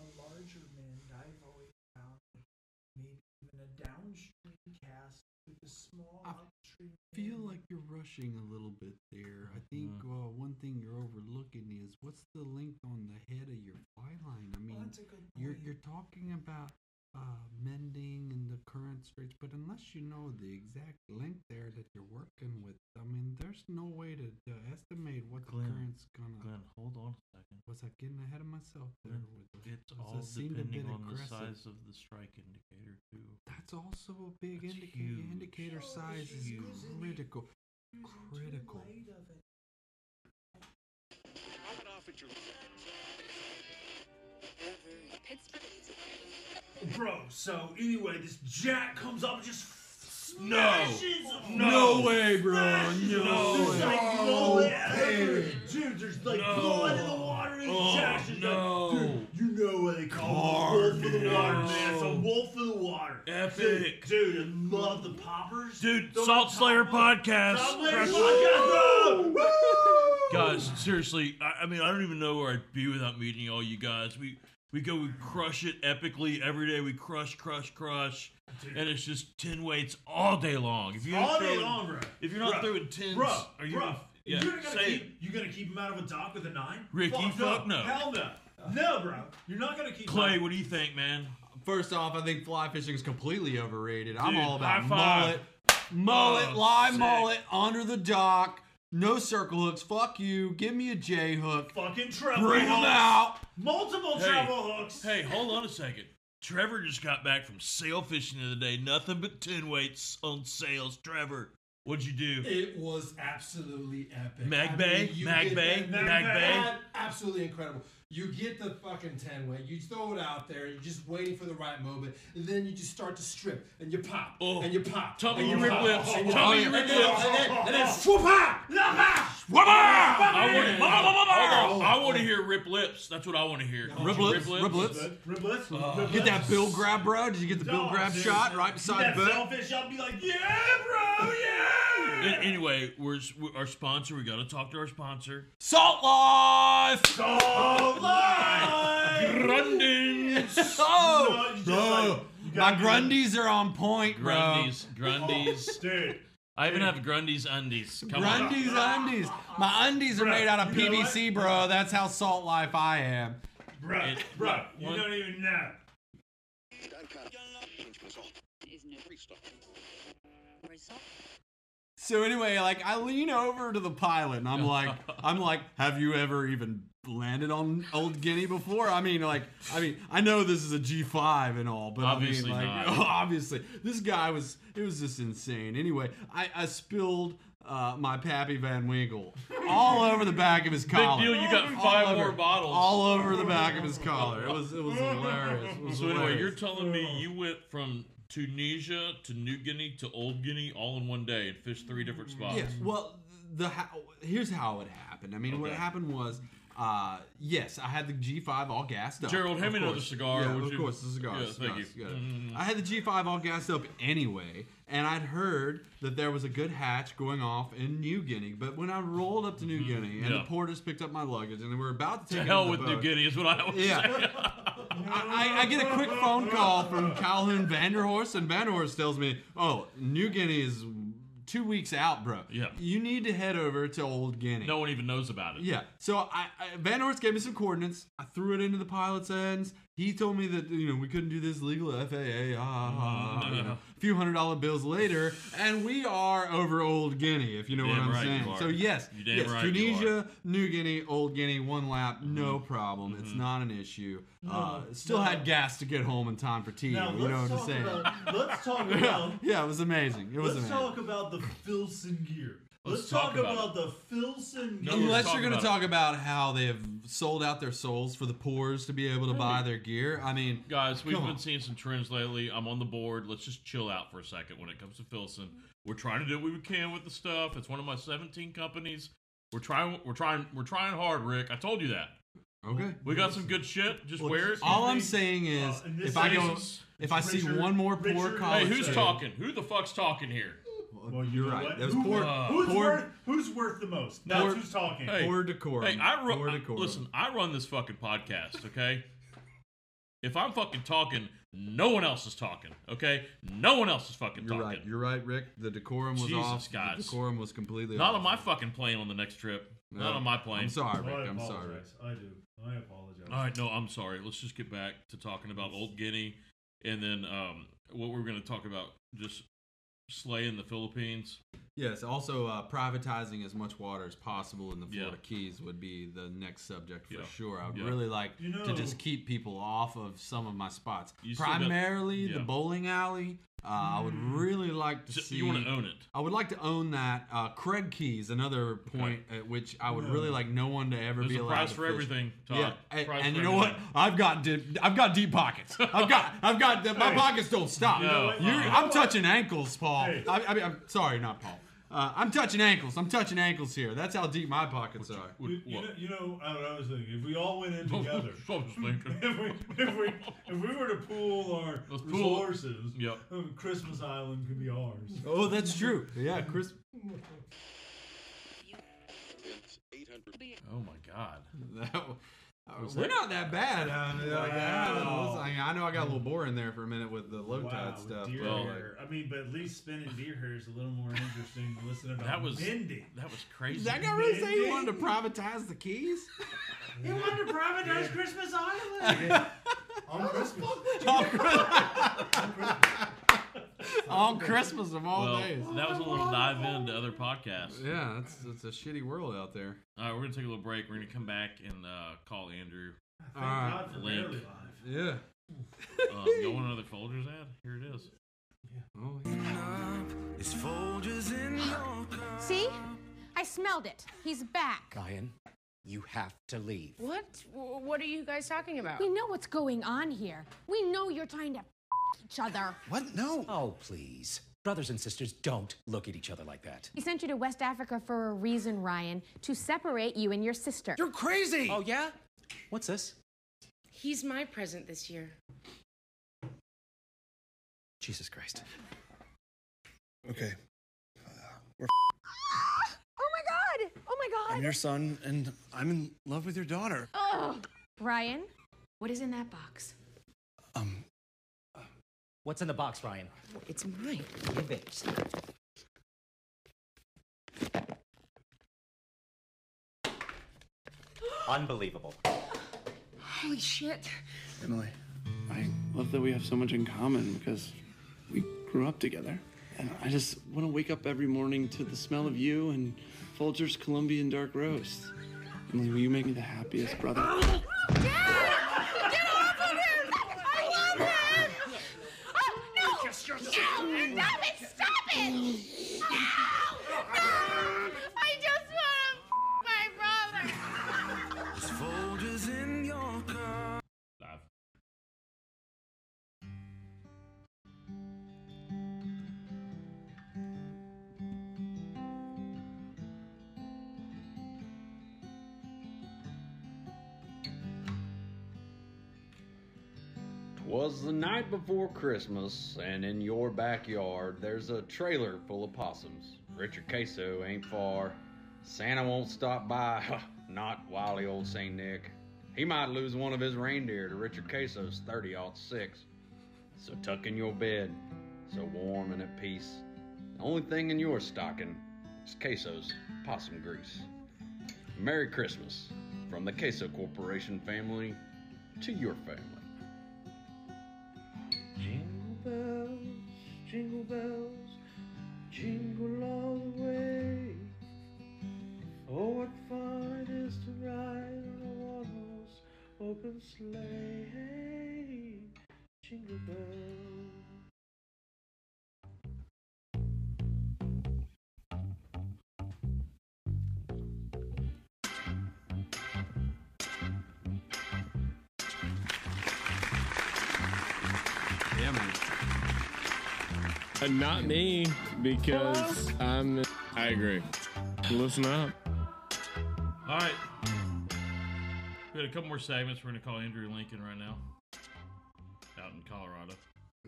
[SPEAKER 19] a larger mend? I've always found like maybe even a downstream cast with a small upstream.
[SPEAKER 1] feel like you're rushing a little bit there. I think
[SPEAKER 5] Mm-hmm.
[SPEAKER 1] uh, one thing you're overlooking is what's the length on the head of your fly line. I mean,
[SPEAKER 19] that's a good
[SPEAKER 1] you're
[SPEAKER 19] point.
[SPEAKER 1] you're talking about uh, mending and the current stretch, but unless you know the exact length there that you're working with, I mean, there's no way to, to estimate what
[SPEAKER 5] Glenn,
[SPEAKER 1] the current's gonna.
[SPEAKER 5] Glenn, hold on a second.
[SPEAKER 1] Was I getting ahead of myself there? with the-
[SPEAKER 5] It's
[SPEAKER 1] was I
[SPEAKER 5] all
[SPEAKER 1] seemed a
[SPEAKER 5] depending
[SPEAKER 1] bit
[SPEAKER 5] on the
[SPEAKER 1] aggressive?
[SPEAKER 5] size of the strike indicator too.
[SPEAKER 1] That's also a big indica-
[SPEAKER 5] huge.
[SPEAKER 1] indicator.
[SPEAKER 5] Oh,
[SPEAKER 1] Size
[SPEAKER 5] it's
[SPEAKER 1] is
[SPEAKER 5] huge.
[SPEAKER 1] critical.
[SPEAKER 19] Critical. of it.
[SPEAKER 9] Bro, so anyway, this jack comes up and just
[SPEAKER 1] No.
[SPEAKER 9] smashes him.
[SPEAKER 1] No way, bro.
[SPEAKER 19] <laughs>
[SPEAKER 1] No
[SPEAKER 9] There's
[SPEAKER 1] way. Oh,
[SPEAKER 9] like
[SPEAKER 1] No
[SPEAKER 9] blood everywhere.
[SPEAKER 1] way.
[SPEAKER 9] Dude, there's like
[SPEAKER 1] No.
[SPEAKER 9] blood in the water. This
[SPEAKER 1] Oh,
[SPEAKER 9] jack's just
[SPEAKER 1] no.
[SPEAKER 9] like, dude, you know what they call it. Wolf of the water, man. It's a wolf of the water.
[SPEAKER 5] Epic.
[SPEAKER 9] Dude, dude I love the poppers.
[SPEAKER 5] Dude, Salt Slayer podcast.
[SPEAKER 9] Salt Slayer
[SPEAKER 5] Crush-
[SPEAKER 9] podcast, bro.
[SPEAKER 5] Guys, seriously, I, I mean, I don't even know where I'd be without meeting all you guys. We we go, we crush it epically every day. We crush, crush, crush, and it's just ten weights all day long. If
[SPEAKER 9] all day
[SPEAKER 5] throwing-
[SPEAKER 9] long, bro.
[SPEAKER 5] If you're not
[SPEAKER 9] Bro.
[SPEAKER 5] throwing tens,
[SPEAKER 9] bro,
[SPEAKER 5] are you?
[SPEAKER 9] Bro,
[SPEAKER 5] Yeah,
[SPEAKER 9] you're gonna
[SPEAKER 5] say
[SPEAKER 9] keep you gonna keep him out of a dock with a nine,
[SPEAKER 5] Ricky, fuck no.
[SPEAKER 9] hell no, no, bro. You're not gonna keep
[SPEAKER 5] Clay, what do you think, man?
[SPEAKER 1] First off, I think fly fishing is completely overrated. I'm
[SPEAKER 5] Dude,
[SPEAKER 1] all about
[SPEAKER 5] high five.
[SPEAKER 1] mullet, mullet,
[SPEAKER 5] Oh,
[SPEAKER 1] live
[SPEAKER 5] sick.
[SPEAKER 1] mullet under the dock. No circle hooks. Fuck you. Give me a J hook.
[SPEAKER 9] Fucking treble
[SPEAKER 1] Bring 'em
[SPEAKER 5] hooks.
[SPEAKER 1] out.
[SPEAKER 9] multiple
[SPEAKER 5] Hey,
[SPEAKER 9] travel hooks.
[SPEAKER 5] Hey, hold on a second. Trevor just got back from sail fishing the other day. Nothing but ten weights on sails. Trevor, what'd you do?
[SPEAKER 18] It was absolutely epic.
[SPEAKER 5] Mag
[SPEAKER 18] I
[SPEAKER 5] Bay?
[SPEAKER 18] mean, you
[SPEAKER 5] Mag
[SPEAKER 18] get
[SPEAKER 5] Bay?
[SPEAKER 18] that-
[SPEAKER 5] Mag Bay?
[SPEAKER 18] Absolutely incredible. You get the fucking 10 weight, you throw it out there, you're just waiting for the right moment, and then you just start to strip, and you pop, and you
[SPEAKER 1] oh,
[SPEAKER 18] pop.
[SPEAKER 5] Oh. Tell me
[SPEAKER 18] and
[SPEAKER 5] you rip
[SPEAKER 18] pop,
[SPEAKER 5] lips.
[SPEAKER 18] and you
[SPEAKER 5] Tell me
[SPEAKER 18] pop,
[SPEAKER 5] you rip
[SPEAKER 18] and then-
[SPEAKER 5] lips.
[SPEAKER 18] And then, and then swoop-ah!
[SPEAKER 5] I want,
[SPEAKER 18] Yeah.
[SPEAKER 5] I want to hear rip lips. That's what I want to hear. Uh, Did you
[SPEAKER 1] Rib lips, rib lips.
[SPEAKER 9] Rib lips.
[SPEAKER 1] Get that bill grab, bro. Did you get the bill grab shot right beside
[SPEAKER 9] that
[SPEAKER 1] Bert?
[SPEAKER 9] selfish. I'll be like, yeah, bro, yeah.
[SPEAKER 5] An- Anyway, we're, s- we- our sponsor. We got to talk to our sponsor.
[SPEAKER 1] Salt Life.
[SPEAKER 9] Salt Life.
[SPEAKER 5] Grundins.
[SPEAKER 1] oh,
[SPEAKER 5] just
[SPEAKER 1] bro. My Grundies are on point, bro.
[SPEAKER 5] Grundies,
[SPEAKER 1] <laughs>
[SPEAKER 5] Grundies,
[SPEAKER 9] dude.
[SPEAKER 5] I even have Grundies undies. Come on.
[SPEAKER 1] Grundies undies. My undies are made out of
[SPEAKER 5] you know what?
[SPEAKER 1] PVC, bro. That's how salt life I am.
[SPEAKER 9] Bro, bro, you don't even know.
[SPEAKER 1] So anyway, like I lean over to the pilot and
[SPEAKER 5] <laughs>
[SPEAKER 1] I'm like, I'm like, have you ever even landed on Old Guinea before? I mean, like, I mean, I know this is a G5 and all, but
[SPEAKER 5] Obviously
[SPEAKER 1] I mean, like,
[SPEAKER 5] not.
[SPEAKER 1] <laughs> obviously, this guy was, it was just insane. Anyway, I, I spilled uh, my Pappy Van Winkle all over the back of his
[SPEAKER 5] Big
[SPEAKER 1] collar.
[SPEAKER 5] deal, you got
[SPEAKER 1] All
[SPEAKER 5] five
[SPEAKER 1] over-
[SPEAKER 5] more bottles.
[SPEAKER 1] all over the back of his collar. It was, it was hilarious. It was
[SPEAKER 5] so anyway,
[SPEAKER 1] hilarious. Oh.
[SPEAKER 5] you're telling me you went from Tunisia to New Guinea to Old Guinea all in one day and fished three different spots.
[SPEAKER 1] Yeah. Well, the how, here's how it happened. I mean, what
[SPEAKER 5] Okay.
[SPEAKER 1] happened was, uh, yes, I had the G5 all gassed up.
[SPEAKER 5] Gerald, hand
[SPEAKER 1] of
[SPEAKER 5] me another
[SPEAKER 1] course.
[SPEAKER 5] cigar,
[SPEAKER 1] Yeah,
[SPEAKER 5] would
[SPEAKER 1] of
[SPEAKER 5] you?
[SPEAKER 1] course, the cigar.
[SPEAKER 5] Yeah,
[SPEAKER 1] the
[SPEAKER 5] thank
[SPEAKER 1] cigars,
[SPEAKER 5] you.
[SPEAKER 1] got it.
[SPEAKER 5] Mm.
[SPEAKER 1] I had the G5 all gassed up anyway, and I'd heard that there was a good hatch going off in New Guinea. But when I rolled up to New Guinea and
[SPEAKER 5] Mm-hmm. Yeah.
[SPEAKER 1] the porters picked up my luggage and they were about to
[SPEAKER 5] To
[SPEAKER 1] take it
[SPEAKER 5] hell
[SPEAKER 1] in the
[SPEAKER 5] with New
[SPEAKER 1] boat-
[SPEAKER 5] Guinea is what I always
[SPEAKER 1] yeah.
[SPEAKER 5] say.
[SPEAKER 1] I, I- I get a quick phone call from Calhoun Vanderhorst, and Vanderhorst tells me, "Oh, New Guinea is two weeks out, bro. Yeah, you need to head over to Old Guinea."
[SPEAKER 5] No one even knows about it.
[SPEAKER 1] Yeah. So I, I Vanderhorst gave me some coordinates. I threw it into the pilot's hands. He told me that you know we couldn't do this legal FAA.
[SPEAKER 5] Mm-hmm.
[SPEAKER 1] Ah, ah, ah, you know. a few hundred dollar bills later, and we are over Old Guinea. If you know
[SPEAKER 5] Damn
[SPEAKER 1] what I'm
[SPEAKER 5] right you
[SPEAKER 1] saying.
[SPEAKER 5] are.
[SPEAKER 1] So yes,
[SPEAKER 5] You damn
[SPEAKER 1] yes,
[SPEAKER 5] right you
[SPEAKER 1] Tunisia. Tunisia, New Guinea, Old Guinea, one lap, no problem. It's
[SPEAKER 5] Mhm.
[SPEAKER 1] not an issue.
[SPEAKER 9] Mm-hmm. No,
[SPEAKER 1] uh, still
[SPEAKER 9] no.
[SPEAKER 1] had gas to get home in time for tea.
[SPEAKER 9] Now,
[SPEAKER 1] you know
[SPEAKER 9] let's
[SPEAKER 1] what I'm
[SPEAKER 9] talk
[SPEAKER 1] saying?
[SPEAKER 9] about- let's talk
[SPEAKER 1] Yeah,
[SPEAKER 9] about-
[SPEAKER 1] <laughs> yeah, it was amazing. It was
[SPEAKER 9] Let's
[SPEAKER 1] amazing.
[SPEAKER 9] talk about the Filson gear. Let's,
[SPEAKER 1] Let's
[SPEAKER 9] talk,
[SPEAKER 1] talk about
[SPEAKER 9] about, the Filson gear.
[SPEAKER 1] Unless you're going to talk about how they have sold out their souls for the poors to be able to buy
[SPEAKER 5] Really?
[SPEAKER 1] their gear. I mean,
[SPEAKER 5] Guys, we've
[SPEAKER 1] come
[SPEAKER 5] been
[SPEAKER 1] on.
[SPEAKER 5] seeing some trends lately. I'm on the board. Let's just chill out for a second when it comes to Filson. We're trying to do what we can with the stuff. It's one of my 17 companies. We're trying. We're trying. We're trying hard, Rick. I told you that.
[SPEAKER 1] Okay.
[SPEAKER 5] We got some good shit. Just
[SPEAKER 1] Well,
[SPEAKER 5] wear it.
[SPEAKER 1] All I'm
[SPEAKER 9] Uh,
[SPEAKER 1] saying is,
[SPEAKER 5] in this
[SPEAKER 1] if I go,
[SPEAKER 5] case,
[SPEAKER 1] if I see one more poor
[SPEAKER 5] Hey,
[SPEAKER 1] college,
[SPEAKER 5] who's
[SPEAKER 1] kid-
[SPEAKER 5] talking? Who the fuck's talking here?
[SPEAKER 9] Well, you're
[SPEAKER 1] right.
[SPEAKER 9] What?
[SPEAKER 1] That was
[SPEAKER 9] Who
[SPEAKER 1] poor-
[SPEAKER 9] wor- who's,
[SPEAKER 1] poor-
[SPEAKER 9] worth, who's worth the most? That's
[SPEAKER 5] Poor-
[SPEAKER 9] who's talking.
[SPEAKER 5] Hey, Hey, I run.
[SPEAKER 1] Poor
[SPEAKER 5] I-
[SPEAKER 1] decorum.
[SPEAKER 5] Listen, I run this fucking podcast. Okay. if I'm fucking talking, no one else is talking. Okay. No one else is fucking
[SPEAKER 1] You're
[SPEAKER 5] talking.
[SPEAKER 1] right. You're right, Rick. The decorum was
[SPEAKER 5] Jesus,
[SPEAKER 1] off.
[SPEAKER 5] guys.
[SPEAKER 1] The decorum was completely
[SPEAKER 5] Not
[SPEAKER 1] off.
[SPEAKER 5] on my fucking plane on the next trip.
[SPEAKER 1] No.
[SPEAKER 5] Not on my plane.
[SPEAKER 1] I'm sorry,
[SPEAKER 9] Well,
[SPEAKER 1] Rick.
[SPEAKER 9] I
[SPEAKER 1] I'm sorry.
[SPEAKER 9] apologize. I do. I apologize.
[SPEAKER 5] All right, no, I'm sorry. Let's just get back to talking about Old Guinea, and then um, what we're going to talk about just slay in the Philippines.
[SPEAKER 1] Yes. Also, uh, privatizing as much water as possible in the Florida Keys would be the next subject for
[SPEAKER 5] Yeah.
[SPEAKER 1] sure. I'd
[SPEAKER 5] Yeah.
[SPEAKER 1] really like
[SPEAKER 5] You
[SPEAKER 1] to
[SPEAKER 5] know-
[SPEAKER 1] just keep people off of some of my spots.
[SPEAKER 5] still got-
[SPEAKER 1] Primarily the
[SPEAKER 5] yeah.
[SPEAKER 2] <laughs>
[SPEAKER 1] bowling alley. Uh, I would really like to
[SPEAKER 5] Mm. So
[SPEAKER 1] see.
[SPEAKER 5] you wanna own it?
[SPEAKER 1] I would like to own that. Uh, Craig Keys, another point at which I would
[SPEAKER 5] No.
[SPEAKER 1] really like no one to ever
[SPEAKER 5] There's
[SPEAKER 1] be
[SPEAKER 5] a
[SPEAKER 1] allowed
[SPEAKER 5] price
[SPEAKER 1] to
[SPEAKER 5] for
[SPEAKER 1] fish.
[SPEAKER 5] everything, Todd.
[SPEAKER 1] Yeah, and,
[SPEAKER 5] Price
[SPEAKER 1] and
[SPEAKER 5] for
[SPEAKER 1] you know what?
[SPEAKER 5] everything.
[SPEAKER 1] I've got deep, I've got deep pockets.
[SPEAKER 5] <laughs>
[SPEAKER 1] I've got I've got my
[SPEAKER 5] Hey.
[SPEAKER 1] pockets don't stop.
[SPEAKER 5] You know what?
[SPEAKER 1] You're-
[SPEAKER 5] You know
[SPEAKER 1] I'm
[SPEAKER 5] what?
[SPEAKER 1] touching ankles, Paul.
[SPEAKER 5] Hey.
[SPEAKER 1] I, I mean, I'm sorry, not Paul. Uh, I'm touching ankles. I'm touching ankles here. That's how deep my pockets are.
[SPEAKER 9] You, you know, you know I, I was thinking, if we all
[SPEAKER 5] <laughs>
[SPEAKER 9] went in together, <laughs> if, we, if, we, if we were to pool our
[SPEAKER 5] Let's pool-
[SPEAKER 9] resources,
[SPEAKER 5] Yep.
[SPEAKER 9] uh, Christmas Island could be ours.
[SPEAKER 1] Oh, that's true. Yeah, Chris.
[SPEAKER 5] Oh my God.
[SPEAKER 1] <laughs> That,
[SPEAKER 5] Was
[SPEAKER 1] we're
[SPEAKER 5] that-
[SPEAKER 1] not that bad. I, mean, like, I don't know.
[SPEAKER 9] Wow.
[SPEAKER 1] I, mean, I know I got a little boring there for a minute with the low
[SPEAKER 9] Wow,
[SPEAKER 1] tide
[SPEAKER 9] with
[SPEAKER 1] stuff.
[SPEAKER 9] Deer
[SPEAKER 1] but, like,
[SPEAKER 9] hair. I mean, but at least spinning deer hair is a little more interesting to listen about.
[SPEAKER 5] That was
[SPEAKER 9] Mindy.
[SPEAKER 5] That was crazy.
[SPEAKER 1] Did that guy really say he wanted to privatize the keys?
[SPEAKER 9] You wanted to privatize Christmas Island?
[SPEAKER 8] On Christmas.
[SPEAKER 1] On Christmas. <laughs> On Christmas of all
[SPEAKER 5] well,
[SPEAKER 1] days.
[SPEAKER 5] That was a little dive into other podcasts.
[SPEAKER 1] Yeah, it's, it's a shitty world out there.
[SPEAKER 5] All right, we're going to take a little break. We're going to come back and uh, call Andrew.
[SPEAKER 1] All right. God for
[SPEAKER 5] Link.
[SPEAKER 1] Barely Yeah.
[SPEAKER 5] Um, you want another Folgers ad? Here it is.
[SPEAKER 17] It's Folgers
[SPEAKER 20] <gasps>
[SPEAKER 17] in your cup.
[SPEAKER 20] See? I smelled it. He's back.
[SPEAKER 21] Guyan, you have to leave.
[SPEAKER 20] What? What are you guys talking about? We know what's going on here. We know you're trying to <laughs> each other.
[SPEAKER 21] What? No. Oh, please. Brothers and sisters, don't look at each other like that.
[SPEAKER 20] He sent you to West Africa for a reason, Ryan, to separate you and your sister.
[SPEAKER 21] You're crazy! Oh, yeah? What's this?
[SPEAKER 22] He's my present this year.
[SPEAKER 21] Jesus Christ.
[SPEAKER 23] Okay.
[SPEAKER 20] Oh my god! Oh my god!
[SPEAKER 23] I'm your son, and I'm in love with your daughter.
[SPEAKER 20] Ugh. Ryan, what is in that <laughs> box?
[SPEAKER 21] What's in the box, Ryan?
[SPEAKER 22] It's mine.
[SPEAKER 21] Give it. Unbelievable.
[SPEAKER 22] Holy shit.
[SPEAKER 23] Emily, I love that we have so much in common because we grew up together. And I just want to wake up every morning to the smell of you and Folger's Colombian dark roast. Emily, will you make me the happiest
[SPEAKER 11] <gasps>
[SPEAKER 23] brother?
[SPEAKER 11] Get off of him! I love him! Oh, no! No! Stop it! Stop it! No! No! I just want to my brother.
[SPEAKER 17] It's Folgers in your cup.
[SPEAKER 13] Twas the night before Christmas, and in your backyard there's a trailer full of possums. Richard Queso ain't far. Santa won't stop by, <laughs> not wily old St. Nick. He might lose one of his reindeer to Richard Queso's 30 six. So tuck in your bed, so warm and at peace. The only thing in your stocking is Queso's possum grease. Merry Christmas from the Queso Corporation family to your family.
[SPEAKER 17] Jingle bells, jingle bells, jingle all the way. Oh, what fun it is to ride on a one-horse open sleigh. Jingle bells.
[SPEAKER 1] Yeah, man.
[SPEAKER 3] Uh, not me, because I'm. I agree. Listen up.
[SPEAKER 5] All right. We got a couple more segments. We're going to call Andrew Lincoln right now out in Colorado.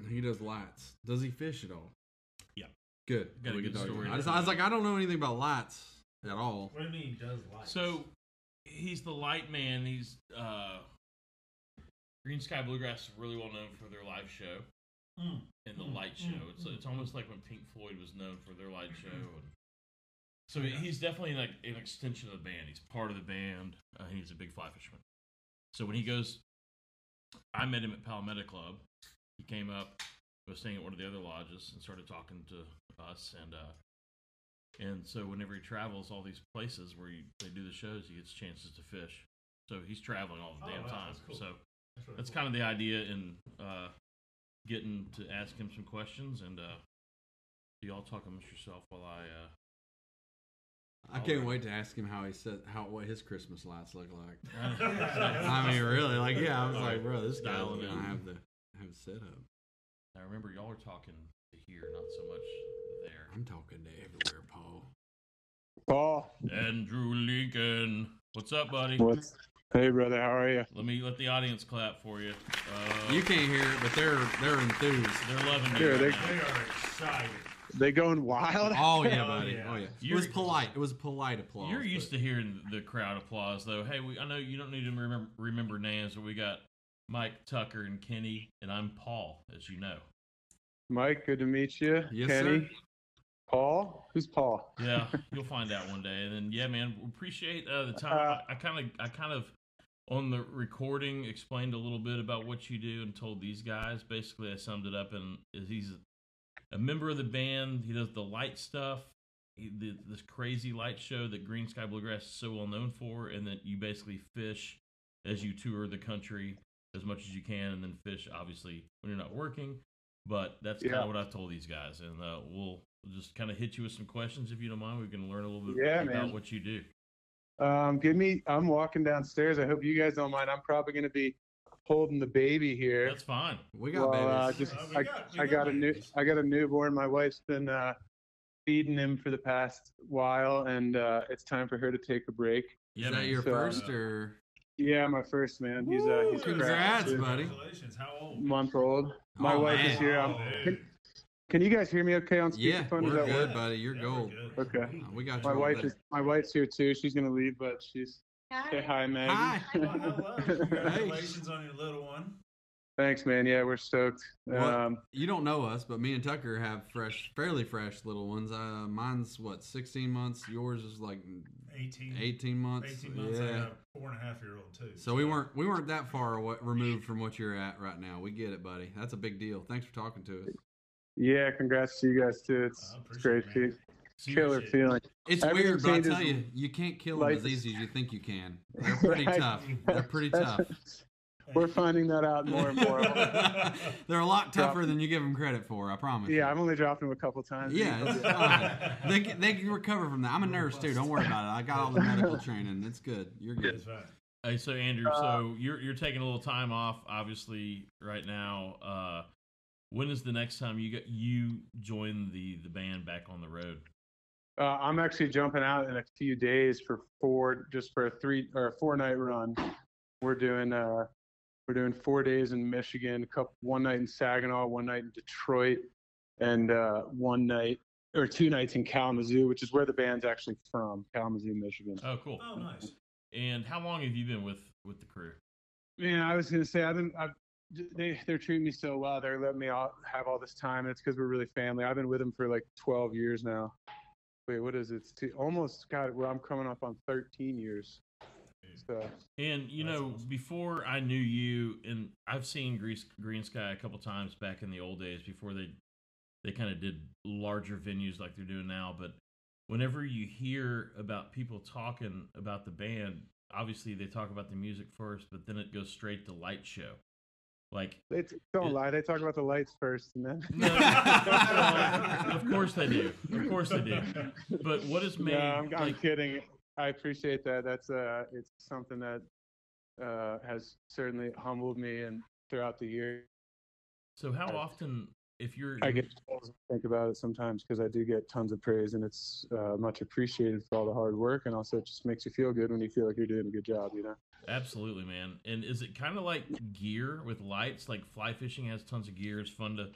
[SPEAKER 1] He does lights. Does he fish at all?
[SPEAKER 5] Yeah.
[SPEAKER 1] Good.
[SPEAKER 5] Got a
[SPEAKER 1] We can
[SPEAKER 5] good
[SPEAKER 1] talk
[SPEAKER 5] story.
[SPEAKER 1] about it. I, just- I was like, I don't know anything about lights at all.
[SPEAKER 9] What do you mean does lights?
[SPEAKER 5] So he's the light man. He's uh, Green Sky Bluegrass is really well known for their live show
[SPEAKER 9] Mm.
[SPEAKER 5] and the
[SPEAKER 9] Mm.
[SPEAKER 5] light
[SPEAKER 9] Mm. Mm-hmm.
[SPEAKER 5] show. It's it's almost like when Pink Floyd was known for their light show. And so
[SPEAKER 9] Yeah.
[SPEAKER 5] he's definitely like an extension of the band. He's part of the band. Uh, he's a big fly fisherman. So when he goes, I met him at Palmetto Club. He came up, was staying at one of the other lodges, and started talking to us. And uh, and so whenever he travels, all these places where you, they do the shows, he gets chances to fish. So he's traveling all the
[SPEAKER 9] Oh,
[SPEAKER 5] damn
[SPEAKER 9] wow,
[SPEAKER 5] time.
[SPEAKER 9] that's cool.
[SPEAKER 5] So
[SPEAKER 9] That's
[SPEAKER 5] that's,
[SPEAKER 9] really cool.
[SPEAKER 5] kind of the idea in uh, getting to ask him some questions. And uh, do y'all talk amongst yourself while I. Uh,
[SPEAKER 1] I
[SPEAKER 5] I'll-
[SPEAKER 1] can't wait to ask him how he said how what his Christmas lights look like.
[SPEAKER 5] <laughs> Yeah.
[SPEAKER 1] I mean, really, like yeah, I was
[SPEAKER 5] Oh,
[SPEAKER 1] like, bro, this guy
[SPEAKER 5] dialing
[SPEAKER 1] doesn't
[SPEAKER 5] in.
[SPEAKER 1] have the have the setup.
[SPEAKER 5] I remember y'all are talking to here, not so much there.
[SPEAKER 1] I'm talking to everywhere, Paul.
[SPEAKER 2] Paul,
[SPEAKER 5] Andrew Lincoln, what's up, buddy?
[SPEAKER 2] what's hey brother? How are you?
[SPEAKER 5] Let me let the audience clap for you. Uh,
[SPEAKER 1] You can't hear it, but they're they're enthused.
[SPEAKER 5] They're loving you. right
[SPEAKER 2] Dude, they-
[SPEAKER 5] now.
[SPEAKER 9] They are excited.
[SPEAKER 2] They going wild?
[SPEAKER 1] Oh yeah, buddy. Oh yeah. It
[SPEAKER 5] You're-
[SPEAKER 1] was polite. It was polite applause.
[SPEAKER 5] You're used to hearing the crowd applause, though. Hey, we, I know you don't need to remember, remember names, but we got Mike Tucker and Kenny, and I'm Paul, as you know.
[SPEAKER 2] Mike, good to meet you.
[SPEAKER 5] Yes,
[SPEAKER 2] Kenny.
[SPEAKER 5] sir.
[SPEAKER 2] Paul, who's Paul?
[SPEAKER 5] Yeah, you'll find out one day. And then, yeah, man, we appreciate uh, the time. I kind of, I kind of, on the recording, explained a little bit about what you do and told these guys. Basically, I summed it up, and is he's a member of the band. He does the light stuff, he, the, this crazy light show that Green Sky Bluegrass is so well known for, and that you basically fish as you tour the country as much as you can, and then fish obviously when you're not working. But that's kind
[SPEAKER 2] Yeah.
[SPEAKER 5] of what I told these guys, and uh, we'll we'll just kind of hit you with some questions if you don't mind. We can learn a little bit
[SPEAKER 2] Yeah,
[SPEAKER 5] about
[SPEAKER 2] man.
[SPEAKER 5] what you do.
[SPEAKER 2] Um, give me. I'm walking downstairs. I hope you guys don't mind. I'm probably going to be holding the baby here.
[SPEAKER 5] That's fine.
[SPEAKER 1] We
[SPEAKER 5] got
[SPEAKER 2] Uh,
[SPEAKER 5] babies.
[SPEAKER 2] just,
[SPEAKER 5] Uh, we
[SPEAKER 2] I,
[SPEAKER 5] got- we
[SPEAKER 2] I
[SPEAKER 5] got
[SPEAKER 2] got a new. I got a newborn. My wife's been uh, feeding him for the past while, and uh, it's time for her to take a break.
[SPEAKER 1] Is that your first or
[SPEAKER 2] Yeah, my first man. He's uh, he's
[SPEAKER 1] Congrats,
[SPEAKER 2] dude.
[SPEAKER 1] buddy.
[SPEAKER 9] Congratulations. How old?
[SPEAKER 2] Month old. My
[SPEAKER 1] Oh,
[SPEAKER 2] wife
[SPEAKER 1] man.
[SPEAKER 2] is here.
[SPEAKER 1] Oh,
[SPEAKER 2] I'm- can, can you guys hear me? Okay, on speakerphone.
[SPEAKER 1] Yeah,
[SPEAKER 2] Does
[SPEAKER 1] we're
[SPEAKER 2] that
[SPEAKER 1] good,
[SPEAKER 2] work?
[SPEAKER 1] buddy. You're gold. Uh,
[SPEAKER 2] Okay.
[SPEAKER 1] We got
[SPEAKER 2] My
[SPEAKER 1] you all
[SPEAKER 2] wife
[SPEAKER 1] day.
[SPEAKER 2] is my wife's here too. She's gonna leave, but she's say hi, Maggie.
[SPEAKER 9] Congratulations on your little one.
[SPEAKER 2] Thanks, man. Yeah, we're stoked.
[SPEAKER 1] Well,
[SPEAKER 2] Um,
[SPEAKER 1] you don't know us, but me and Tucker have fresh, fairly fresh little ones. Uh, mine's what, 16 months. Yours is like
[SPEAKER 9] 18.
[SPEAKER 1] 18 months.
[SPEAKER 9] 18 months. I
[SPEAKER 1] Yeah.
[SPEAKER 9] got a four and a half year old, too.
[SPEAKER 1] So we weren't we weren't that far away, removed from what you're at right now. We get it, buddy. That's a big deal. Thanks for talking to us.
[SPEAKER 2] yeah, congrats to you guys too. It's it's great. Killer feeling.
[SPEAKER 1] It's
[SPEAKER 2] Everything
[SPEAKER 1] weird, but I
[SPEAKER 2] changes
[SPEAKER 1] tell you, you can't kill them
[SPEAKER 2] life
[SPEAKER 1] as
[SPEAKER 2] is- <laughs>
[SPEAKER 1] easy as you think you can. They're pretty
[SPEAKER 2] Right.
[SPEAKER 1] tough.
[SPEAKER 2] <laughs>
[SPEAKER 1] They're pretty tough.
[SPEAKER 2] We're finding that out more and
[SPEAKER 1] <laughs>
[SPEAKER 2] more. <laughs>
[SPEAKER 1] They're a lot tougher than you give them credit for. I promise.
[SPEAKER 2] yeah, I've only dropped him a couple times.
[SPEAKER 1] Yeah, it's fine. they can, they can recover from that. I'm a nurse too. Don't worry about it. I got all the medical training. It's good. You're good.
[SPEAKER 5] Hey, so Andrew,
[SPEAKER 2] Uh,
[SPEAKER 5] so you're you're taking a little time off, obviously, right now. Uh, when is the next time you get you join the the band back on the road?
[SPEAKER 2] Uh, I'm actually jumping out in a few days for four, just for a three or a four night run. We're doing uh, we're doing four days in Michigan, a couple, one night in Saginaw, one night in Detroit, and uh, one night or two nights in Kalamazoo, which is where the band's actually from, Kalamazoo, Michigan.
[SPEAKER 5] Oh, cool. Oh, nice. And how long have you been with with the crew?
[SPEAKER 2] Man, I was gonna say I've been. I've, they they're treating me so well. They're letting me all, have all this time. and It's because we're really family. I've been with them for like 12 years now. Wait, what is it? It's two, almost God. Well, I'm coming up on 13 years. So
[SPEAKER 5] And you know, before I knew you, and I've seen Grease, Green Sky a couple times back in the old days before they they kind of did larger venues like they're doing now. But whenever you hear about people talking about the band, obviously they talk about the music first, but then it goes straight to light show. Like
[SPEAKER 2] they t- don't lie. They talk about the lights first, and then <laughs>
[SPEAKER 5] of course they do, of course they do. But what is made?
[SPEAKER 2] No, I'm, I'm
[SPEAKER 5] like-
[SPEAKER 2] kidding. I appreciate that. That's uh, it's something that uh has certainly humbled me and throughout the year.
[SPEAKER 5] so how often, if you're
[SPEAKER 2] I get to think about it sometimes because I do get tons of praise, and it's uh, much appreciated for all the hard work, and also it just makes you feel good when you feel like you're doing a good job, you know.
[SPEAKER 5] Absolutely, man. And is it kind of like gear with lights? Like fly fishing has tons of gear. It's fun to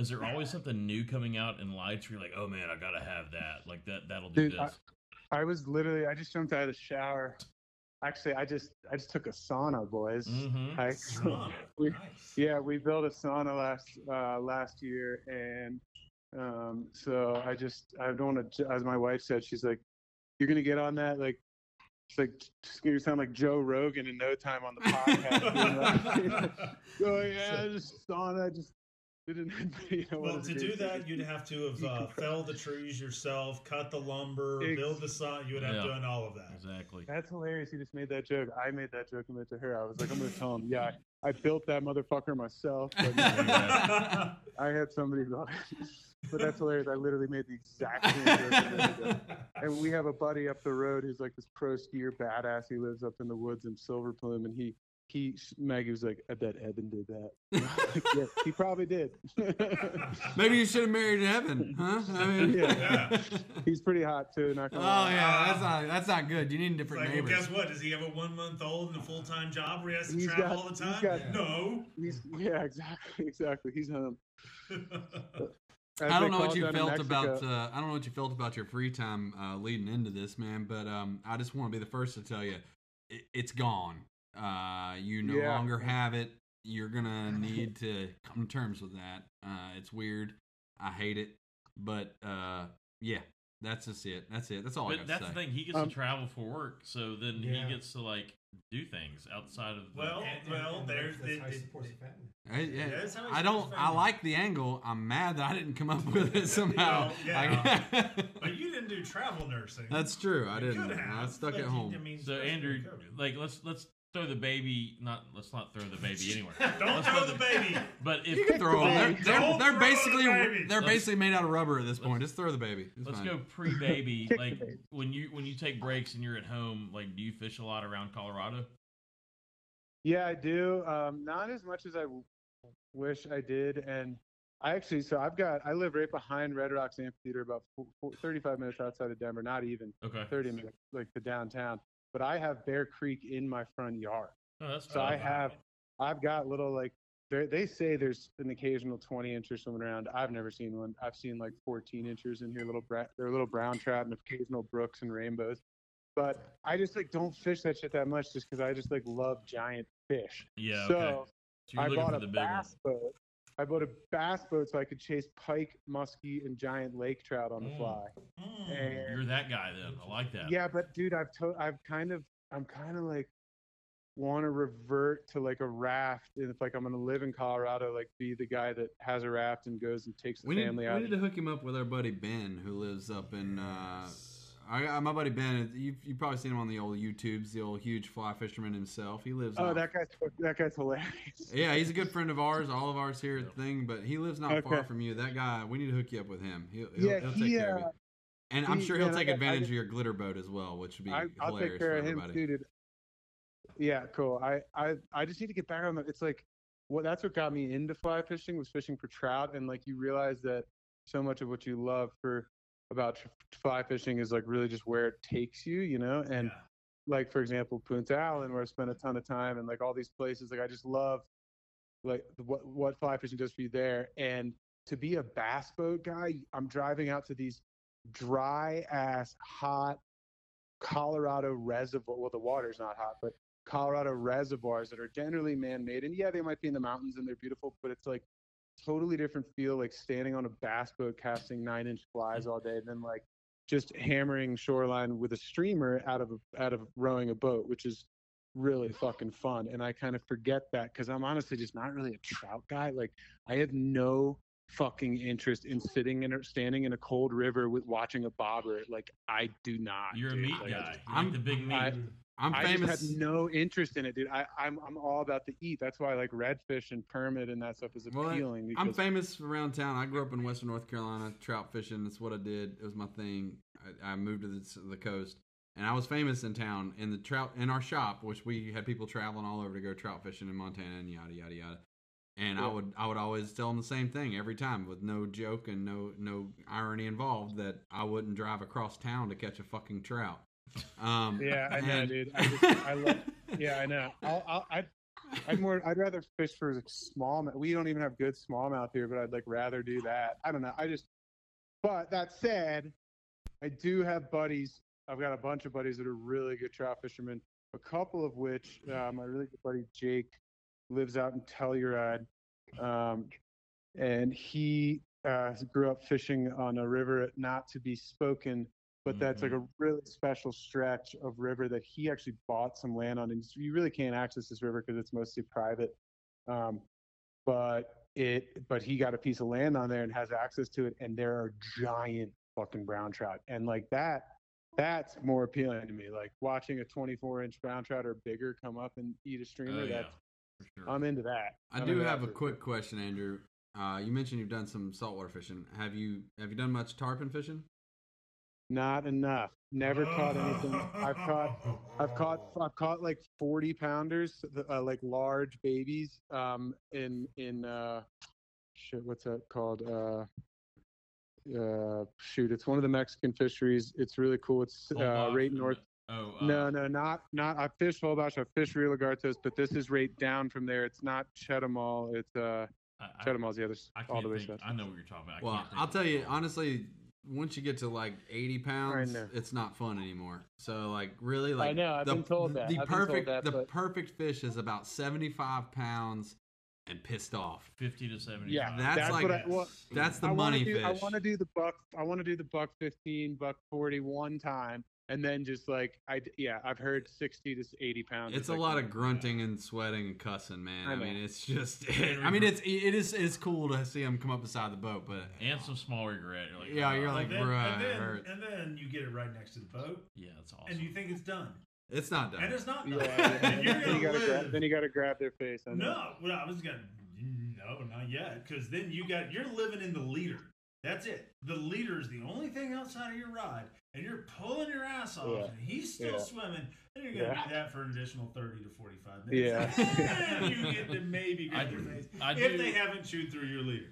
[SPEAKER 5] Is there always something new coming out in lights where you're like, oh man, I gotta have that. Like that that'll do
[SPEAKER 2] Dude, I,
[SPEAKER 5] this.
[SPEAKER 2] I was literally I just jumped out of the shower. Actually, I just I just took a sauna, boys. I,
[SPEAKER 9] Mm-hmm. Sauna,
[SPEAKER 2] <laughs> we, Yeah, we built a sauna last uh, last year, and um, so I just I don't want to. As my wife said, she's like, "You're gonna get on that like." It's like just gonna sound like Joe Rogan in no time on the podcast. you
[SPEAKER 9] <laughs>
[SPEAKER 2] know? <laughs> so
[SPEAKER 17] Oh,
[SPEAKER 2] yeah, just sauna, just didn't. You know,
[SPEAKER 9] Well,
[SPEAKER 2] wanna
[SPEAKER 9] to
[SPEAKER 2] do
[SPEAKER 9] do
[SPEAKER 2] it.
[SPEAKER 9] that, you'd have to have uh, fell the trees yourself, cut the lumber, build the sun. You would have
[SPEAKER 2] Yeah.
[SPEAKER 9] done all of that.
[SPEAKER 5] Exactly.
[SPEAKER 2] That's hilarious. You just made that joke. I made that joke and went to her. I was like, I'm going to tell him, yeah, I, I built that motherfucker myself.
[SPEAKER 1] <laughs>
[SPEAKER 2] But I had somebody. But that's hilarious. I literally made the exact same joke. a minute
[SPEAKER 1] <laughs>
[SPEAKER 2] ago. and we have a buddy up the road who's like this pro skier badass. He lives up in the woods in Silver Plume. And he, he, Maggie was like, I bet Evan did that. Like, yeah, he probably did.
[SPEAKER 1] <laughs> Maybe you should have married Evan, huh? I mean, <laughs>
[SPEAKER 2] yeah. He's pretty hot too. Not
[SPEAKER 1] Oh
[SPEAKER 2] gonna lie.
[SPEAKER 1] yeah, that's not that's not good. You need a
[SPEAKER 9] It's
[SPEAKER 1] different
[SPEAKER 9] like, well,
[SPEAKER 1] neighbors.
[SPEAKER 9] guess what? Does he have a one month old and a full time job where he has to
[SPEAKER 2] He's
[SPEAKER 9] travel
[SPEAKER 2] got-
[SPEAKER 9] all the
[SPEAKER 2] he's
[SPEAKER 9] time?
[SPEAKER 2] got-
[SPEAKER 9] no.
[SPEAKER 2] He's, yeah, <laughs> exactly, exactly. He's home.
[SPEAKER 1] I don't know what you felt about. Uh, I don't know what you felt about your free time uh, leading into this, man. But um, I just want to be the first to tell you, it, it's gone. Uh, you no
[SPEAKER 7] Yeah.
[SPEAKER 1] longer have it. You're gonna need to come to terms with that. Uh, it's weird. I hate it, but uh, yeah, that's just it. That's it. That's all I
[SPEAKER 5] But
[SPEAKER 1] got
[SPEAKER 5] that's
[SPEAKER 1] to say.
[SPEAKER 5] the thing. He gets
[SPEAKER 1] Um,
[SPEAKER 5] to travel for work, so then
[SPEAKER 1] Yeah.
[SPEAKER 5] he gets to like do things outside of. The,
[SPEAKER 9] Well, well, there's
[SPEAKER 5] that's how he
[SPEAKER 9] supports the family.
[SPEAKER 1] I, yeah,
[SPEAKER 9] that's how he's
[SPEAKER 1] I don't.
[SPEAKER 9] supposed to
[SPEAKER 1] I
[SPEAKER 9] find
[SPEAKER 1] like the angle. I'm mad that I didn't come up with it <laughs> somehow.
[SPEAKER 9] You know, <laughs> yeah.
[SPEAKER 1] <laughs> Like-
[SPEAKER 9] but you didn't do travel nursing.
[SPEAKER 1] That's true. I
[SPEAKER 9] You
[SPEAKER 1] didn't.
[SPEAKER 9] could
[SPEAKER 1] I
[SPEAKER 9] have,
[SPEAKER 1] was stuck
[SPEAKER 9] but
[SPEAKER 1] at
[SPEAKER 9] you-
[SPEAKER 1] home.
[SPEAKER 9] I mean,
[SPEAKER 5] So
[SPEAKER 9] especially
[SPEAKER 5] Andrew,
[SPEAKER 9] with COVID.
[SPEAKER 5] like let's let's throw the baby. Not let's not throw the baby anywhere.
[SPEAKER 9] <laughs> Don't
[SPEAKER 5] Let's
[SPEAKER 9] throw the baby.
[SPEAKER 5] But if
[SPEAKER 1] You can throw them. They're, they're,
[SPEAKER 9] Don't
[SPEAKER 1] they're
[SPEAKER 9] throw the
[SPEAKER 1] basically
[SPEAKER 9] baby.
[SPEAKER 1] they're
[SPEAKER 5] Let's-
[SPEAKER 1] basically made out of rubber at this point. Just throw the baby. It's
[SPEAKER 5] Let's
[SPEAKER 1] fine.
[SPEAKER 5] go pre
[SPEAKER 9] <laughs>
[SPEAKER 5] baby. like when you when you take breaks and you're at home, like do you fish a lot around Colorado?
[SPEAKER 2] Yeah, I do. Um, not as much as I w- wish I did. And I actually, so I've got, I live right behind Red Rocks Amphitheater, about fo- fo- 35 minutes outside of Denver, not even
[SPEAKER 5] Okay.
[SPEAKER 2] 30 minutes, like to downtown. But I have Bear Creek in my front yard.
[SPEAKER 5] Oh, that's
[SPEAKER 2] so I
[SPEAKER 5] fine.
[SPEAKER 2] have, I've got little like, there- they say there's an occasional 20 inch or something around. I've never seen one. I've seen like 14 inches in here, little bra- they're little brown trout and occasional brooks and rainbows. But I just like don't fish that shit that much just because I just like love giant fish.
[SPEAKER 5] Yeah.
[SPEAKER 2] So,
[SPEAKER 5] okay. So you're
[SPEAKER 2] I
[SPEAKER 5] looking
[SPEAKER 2] bought
[SPEAKER 5] for
[SPEAKER 2] a
[SPEAKER 5] the big one.
[SPEAKER 2] bass boat. I bought a bass boat so I could chase pike, muskie, and giant lake trout
[SPEAKER 5] Mm.
[SPEAKER 2] on the fly.
[SPEAKER 9] Eh.
[SPEAKER 2] And
[SPEAKER 5] You're that guy then. I like that.
[SPEAKER 2] yeah, but dude, I've to- I've kind of I'm kind of like want to revert to like a raft, and if like I'm gonna live in Colorado, like be the guy that has a raft and goes and takes the
[SPEAKER 1] We need,
[SPEAKER 2] family
[SPEAKER 1] we
[SPEAKER 2] out.
[SPEAKER 1] need to hook him up with our buddy Ben, who lives up in. Uh, I, I- my buddy Ben, you you probably seen him on the old YouTubes, the old huge fly fisherman himself. He lives.
[SPEAKER 2] oh,
[SPEAKER 1] out-
[SPEAKER 2] that guy's that guy's hilarious.
[SPEAKER 1] Yeah, he's a good friend of ours, all of ours here at the thing, but he lives not far
[SPEAKER 2] Okay.
[SPEAKER 1] from you. That guy, we need to hook you up with him. He'll, he'll,
[SPEAKER 2] Yeah,
[SPEAKER 1] he'll take
[SPEAKER 2] he,
[SPEAKER 1] care of you.
[SPEAKER 2] uh,
[SPEAKER 1] And I'm
[SPEAKER 2] he-
[SPEAKER 1] sure he'll
[SPEAKER 2] man, I
[SPEAKER 1] take
[SPEAKER 2] got- I
[SPEAKER 1] advantage
[SPEAKER 2] got-
[SPEAKER 1] of your glitter boat as well, which would be
[SPEAKER 2] I, I'll
[SPEAKER 1] hilarious
[SPEAKER 2] take care
[SPEAKER 1] for
[SPEAKER 2] of him
[SPEAKER 1] everybody.
[SPEAKER 2] too, dude. Yeah, cool. I, I, I just need to get back on the. It's like, well, that's what got me into fly fishing was fishing for trout, and like you realize that so much of what you love for about tr- fly fishing is like really just where it takes you, you know. And like for example, Punta Allen, where I spent a ton of time, and like all these places, like I just love like what what fly fishing does for you there. And to be a bass boat guy, I'm driving out to these dry ass, hot Colorado reservoir. Well, the water's not hot, but Colorado reservoirs that are generally man-made. And yeah, they might be in the mountains and they're beautiful, but it's like totally different feel, like standing on a bass boat casting nine-inch flies all day, than like just hammering shoreline with a streamer out of a, out of rowing a boat, which is really fucking fun. And I kind of forget that because I'm honestly just not really a trout guy. Like I have no fucking interest in sitting in or standing in a cold river with watching a bobber. Like I do not.
[SPEAKER 5] You're a
[SPEAKER 2] dude.
[SPEAKER 5] meat
[SPEAKER 2] Like, I
[SPEAKER 5] guy.
[SPEAKER 2] just-
[SPEAKER 5] You're like the big meat.
[SPEAKER 2] I,
[SPEAKER 1] I'm
[SPEAKER 2] I
[SPEAKER 1] famous-
[SPEAKER 2] just have no interest in it, dude. I, I'm I'm all about the eat. That's why I like redfish and permit and that stuff is
[SPEAKER 1] Well, I-
[SPEAKER 2] appealing.
[SPEAKER 1] I'm
[SPEAKER 2] because-
[SPEAKER 1] famous around town. I grew up in Western North Carolina, trout fishing. That's what I did. It was my thing. I, I moved to the, the coast, and I was famous in town in the trout in our shop, which we had people traveling all over to go trout fishing in Montana and yada yada yada. And I
[SPEAKER 7] Yeah.
[SPEAKER 1] would I would always tell them the same thing every time with no joke and no no irony involved that I wouldn't drive across town to catch a fucking trout. Um,
[SPEAKER 2] Yeah, I know,
[SPEAKER 1] and- <laughs>
[SPEAKER 2] dude. I, just, I love. Yeah, I know. I'll, I'll, I I'd more. I'd rather fish for small. We don't even have good smallmouth here, but I'd like rather do that. I don't know. I just. But that said, I do have buddies. I've got a bunch of buddies that are really good trout fishermen. A couple of which, uh, my really good buddy Jake, lives out in Telluride, um, and he uh, grew up fishing on a river not to be spoken. But that's
[SPEAKER 1] Mm-hmm.
[SPEAKER 2] like a really special stretch of river that he actually bought some land on, and you really can't access this river because it's mostly private. Um, but it, but he got a piece of land on there and has access to it, and there are giant fucking brown trout, and like that, that's more appealing to me. Like watching a 24 inch brown trout or bigger come up and eat a streamer.
[SPEAKER 1] Oh, yeah.
[SPEAKER 2] That's I'm into that.
[SPEAKER 1] I
[SPEAKER 2] I'm
[SPEAKER 1] do
[SPEAKER 2] into
[SPEAKER 1] have a
[SPEAKER 2] that for-
[SPEAKER 1] quick question, Andrew. Uh, you mentioned you've done some saltwater fishing. Have you have you done much tarpon fishing?
[SPEAKER 2] Not enough. Never caught
[SPEAKER 5] Ah.
[SPEAKER 2] anything. I've caught, I've caught, I've caught like forty pounders, uh, like large babies. Um, in in uh, shit, what's that called? Uh, uh, shoot, it's one of the Mexican fisheries. It's really cool. It's uh,
[SPEAKER 7] Holbox,
[SPEAKER 2] right
[SPEAKER 7] isn't
[SPEAKER 2] north.
[SPEAKER 1] Oh,
[SPEAKER 2] no, no, not not. I fish Holbox. I fish Rio Lagartos, but this is right down from there. It's not Chetumal. It's uh,
[SPEAKER 5] I-
[SPEAKER 2] Chetumal's the other s-
[SPEAKER 5] I
[SPEAKER 2] all
[SPEAKER 5] can't
[SPEAKER 2] the way
[SPEAKER 5] think.
[SPEAKER 2] south.
[SPEAKER 5] I know what you're talking about. I
[SPEAKER 1] Well,
[SPEAKER 5] can't
[SPEAKER 1] I'll tell you honestly. Once you get to like 80 pounds,
[SPEAKER 2] know.
[SPEAKER 1] it's not fun anymore. So like really like
[SPEAKER 2] know, I've
[SPEAKER 1] the,
[SPEAKER 2] been told that.
[SPEAKER 1] the
[SPEAKER 2] I've been told
[SPEAKER 1] perfect
[SPEAKER 2] that,
[SPEAKER 1] the
[SPEAKER 2] but-
[SPEAKER 1] perfect fish is about 75 pounds and pissed off.
[SPEAKER 5] 50 to 70.
[SPEAKER 2] Yeah,
[SPEAKER 1] that's, like
[SPEAKER 2] what I, well,
[SPEAKER 1] that's the
[SPEAKER 2] I wanna
[SPEAKER 1] money
[SPEAKER 2] do- I
[SPEAKER 1] fish.
[SPEAKER 2] want to do the buck. I want to do the buck fifteen, buck forty one time, and then just like I d- yeah, I've heard sixty to eighty pounds.
[SPEAKER 1] It's a lot of grunting and sweating and cussing, man.
[SPEAKER 2] I
[SPEAKER 1] I,
[SPEAKER 2] know.
[SPEAKER 1] mean, it's just. <laughs> I
[SPEAKER 2] <laughs>
[SPEAKER 1] mean, it's it is it's cool to see them come up beside the boat, but
[SPEAKER 5] and some small regret. You're like,
[SPEAKER 1] yeah,
[SPEAKER 5] "Oh."
[SPEAKER 1] you're like,
[SPEAKER 9] and then,
[SPEAKER 1] bruh,
[SPEAKER 9] and,
[SPEAKER 1] it
[SPEAKER 9] then,
[SPEAKER 1] hurt."
[SPEAKER 9] and then you get it right next to the boat.
[SPEAKER 5] Yeah, it's awesome.
[SPEAKER 9] And you think it's done.
[SPEAKER 1] it's not done.
[SPEAKER 9] And it's not
[SPEAKER 2] Yeah,
[SPEAKER 9] done.
[SPEAKER 2] yeah,
[SPEAKER 9] and <laughs> you're
[SPEAKER 2] then,
[SPEAKER 9] gonna
[SPEAKER 2] you gotta
[SPEAKER 9] live.
[SPEAKER 2] grab, then you got to grab their face. I know.
[SPEAKER 9] No, well, I was gonna. No, not yet. Because then you got you're living in the leader. That's it. The leader is the only thing outside of your rod, and you're pulling your ass off,
[SPEAKER 2] Yeah.
[SPEAKER 9] and he's still
[SPEAKER 2] Yeah.
[SPEAKER 9] swimming, and you're gonna
[SPEAKER 2] Yeah.
[SPEAKER 9] do that for an additional thirty to forty-five minutes.
[SPEAKER 2] Yeah.
[SPEAKER 9] <laughs> and you get to maybe get
[SPEAKER 5] I-
[SPEAKER 9] their face
[SPEAKER 5] I
[SPEAKER 9] if
[SPEAKER 5] do-
[SPEAKER 9] they haven't chewed through your leader.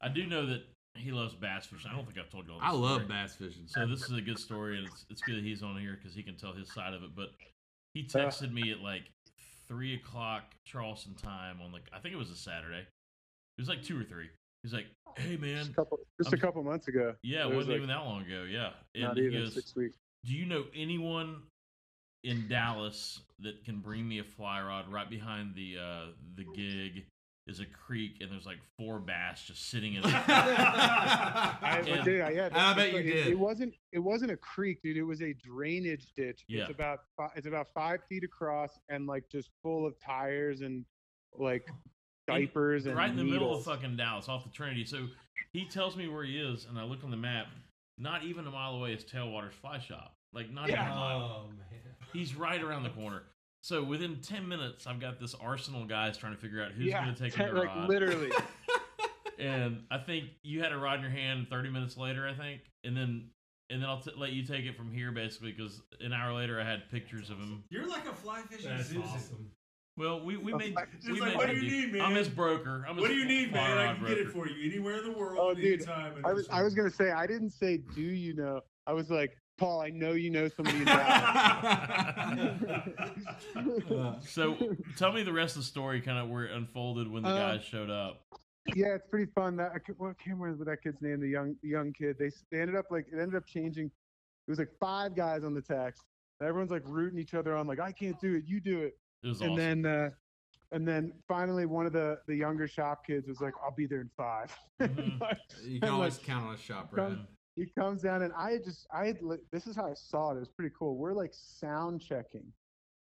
[SPEAKER 5] I do know that he loves bass fishing. I don't think
[SPEAKER 17] <laughs>
[SPEAKER 5] I've told you all this.
[SPEAKER 1] I love
[SPEAKER 5] story.
[SPEAKER 1] bass fishing.
[SPEAKER 5] So this is a good story, and it's, it's good that he's on here because he can tell his side of it. But
[SPEAKER 9] Uh.
[SPEAKER 5] he texted me at like three o'clock Charleston time on like I think it was a Saturday. It was like two or three. He's like, "Hey man,
[SPEAKER 2] Just
[SPEAKER 5] I'm-
[SPEAKER 2] a couple months ago.
[SPEAKER 5] yeah,
[SPEAKER 2] It
[SPEAKER 5] it
[SPEAKER 2] was
[SPEAKER 5] wasn't
[SPEAKER 2] like-
[SPEAKER 1] <laughs>
[SPEAKER 5] even that long ago. Yeah, and
[SPEAKER 2] Not
[SPEAKER 5] he
[SPEAKER 2] even,
[SPEAKER 5] goes,
[SPEAKER 2] six weeks.
[SPEAKER 5] Do you know anyone in Dallas that can bring me a fly rod? Right behind the uh, the gig is a creek, and there's like four bass just sitting in. it. <laughs>
[SPEAKER 2] I,
[SPEAKER 5] And-
[SPEAKER 2] dude, I, yeah,
[SPEAKER 5] And I
[SPEAKER 2] that's-
[SPEAKER 5] bet you
[SPEAKER 2] it,
[SPEAKER 5] did.
[SPEAKER 2] It wasn't. It wasn't a creek, dude. It was a drainage ditch.
[SPEAKER 5] Yeah.
[SPEAKER 2] It's about. fi- It's about five feet across and like just full of tires and like diapers and
[SPEAKER 5] right in the middle of
[SPEAKER 2] needles.
[SPEAKER 5] fucking Dallas, off the Trinity. So he tells me where he is, and I look on the map. Not even a mile away is Tailwaters Fly Shop. Like not even
[SPEAKER 18] Yeah.
[SPEAKER 5] a mile.
[SPEAKER 18] Oh, man.
[SPEAKER 5] He's right around the corner. So within ten minutes, I've got this arsenal of guys trying to figure out who's
[SPEAKER 2] Yeah,
[SPEAKER 5] going to take
[SPEAKER 2] ten-
[SPEAKER 5] their
[SPEAKER 2] like,
[SPEAKER 5] rod.
[SPEAKER 2] literally.
[SPEAKER 5] <laughs> and I think you had a rod in your hand. Thirty minutes later, I think, and then and then I'll t- let you take it from here, basically, because an hour later I had pictures of him.
[SPEAKER 18] You're like a fly fishing
[SPEAKER 5] That's
[SPEAKER 18] Susan.
[SPEAKER 5] awesome. Well, we we
[SPEAKER 18] It's
[SPEAKER 5] made
[SPEAKER 18] like-
[SPEAKER 5] we
[SPEAKER 18] it's
[SPEAKER 5] made
[SPEAKER 18] like, what do
[SPEAKER 5] the
[SPEAKER 18] you
[SPEAKER 5] deal.
[SPEAKER 18] need, man?
[SPEAKER 5] I'm his broker. I'm
[SPEAKER 9] what do
[SPEAKER 5] his
[SPEAKER 9] you need, man?
[SPEAKER 5] fly
[SPEAKER 9] I
[SPEAKER 5] rod
[SPEAKER 9] can get
[SPEAKER 5] broker.
[SPEAKER 9] it for you anywhere in the world,
[SPEAKER 2] Oh, dude,
[SPEAKER 9] anytime.
[SPEAKER 2] I was. I was gonna say. I didn't say. Do you know? I was like, Paul. I know you know somebody. In Dallas."
[SPEAKER 5] so tell me the rest of the story, kind of where it unfolded when the
[SPEAKER 2] Uh,
[SPEAKER 5] guys showed up.
[SPEAKER 2] Yeah, it's pretty fun. That I can't, well, I can't remember that kid's name. The young the young kid. They s- they ended up like it ended up changing. It was like five guys on the text. And everyone's like rooting each other on. Like I can't do it. You do it.
[SPEAKER 5] It was
[SPEAKER 2] and
[SPEAKER 5] awesome.
[SPEAKER 2] then uh, and then finally one of the the younger shop kids was like, I'll be there in 5
[SPEAKER 1] you can always count on a shop, right?
[SPEAKER 2] Come- he comes down and I had just I had li- this is how I saw it. It was pretty cool. We're like sound checking,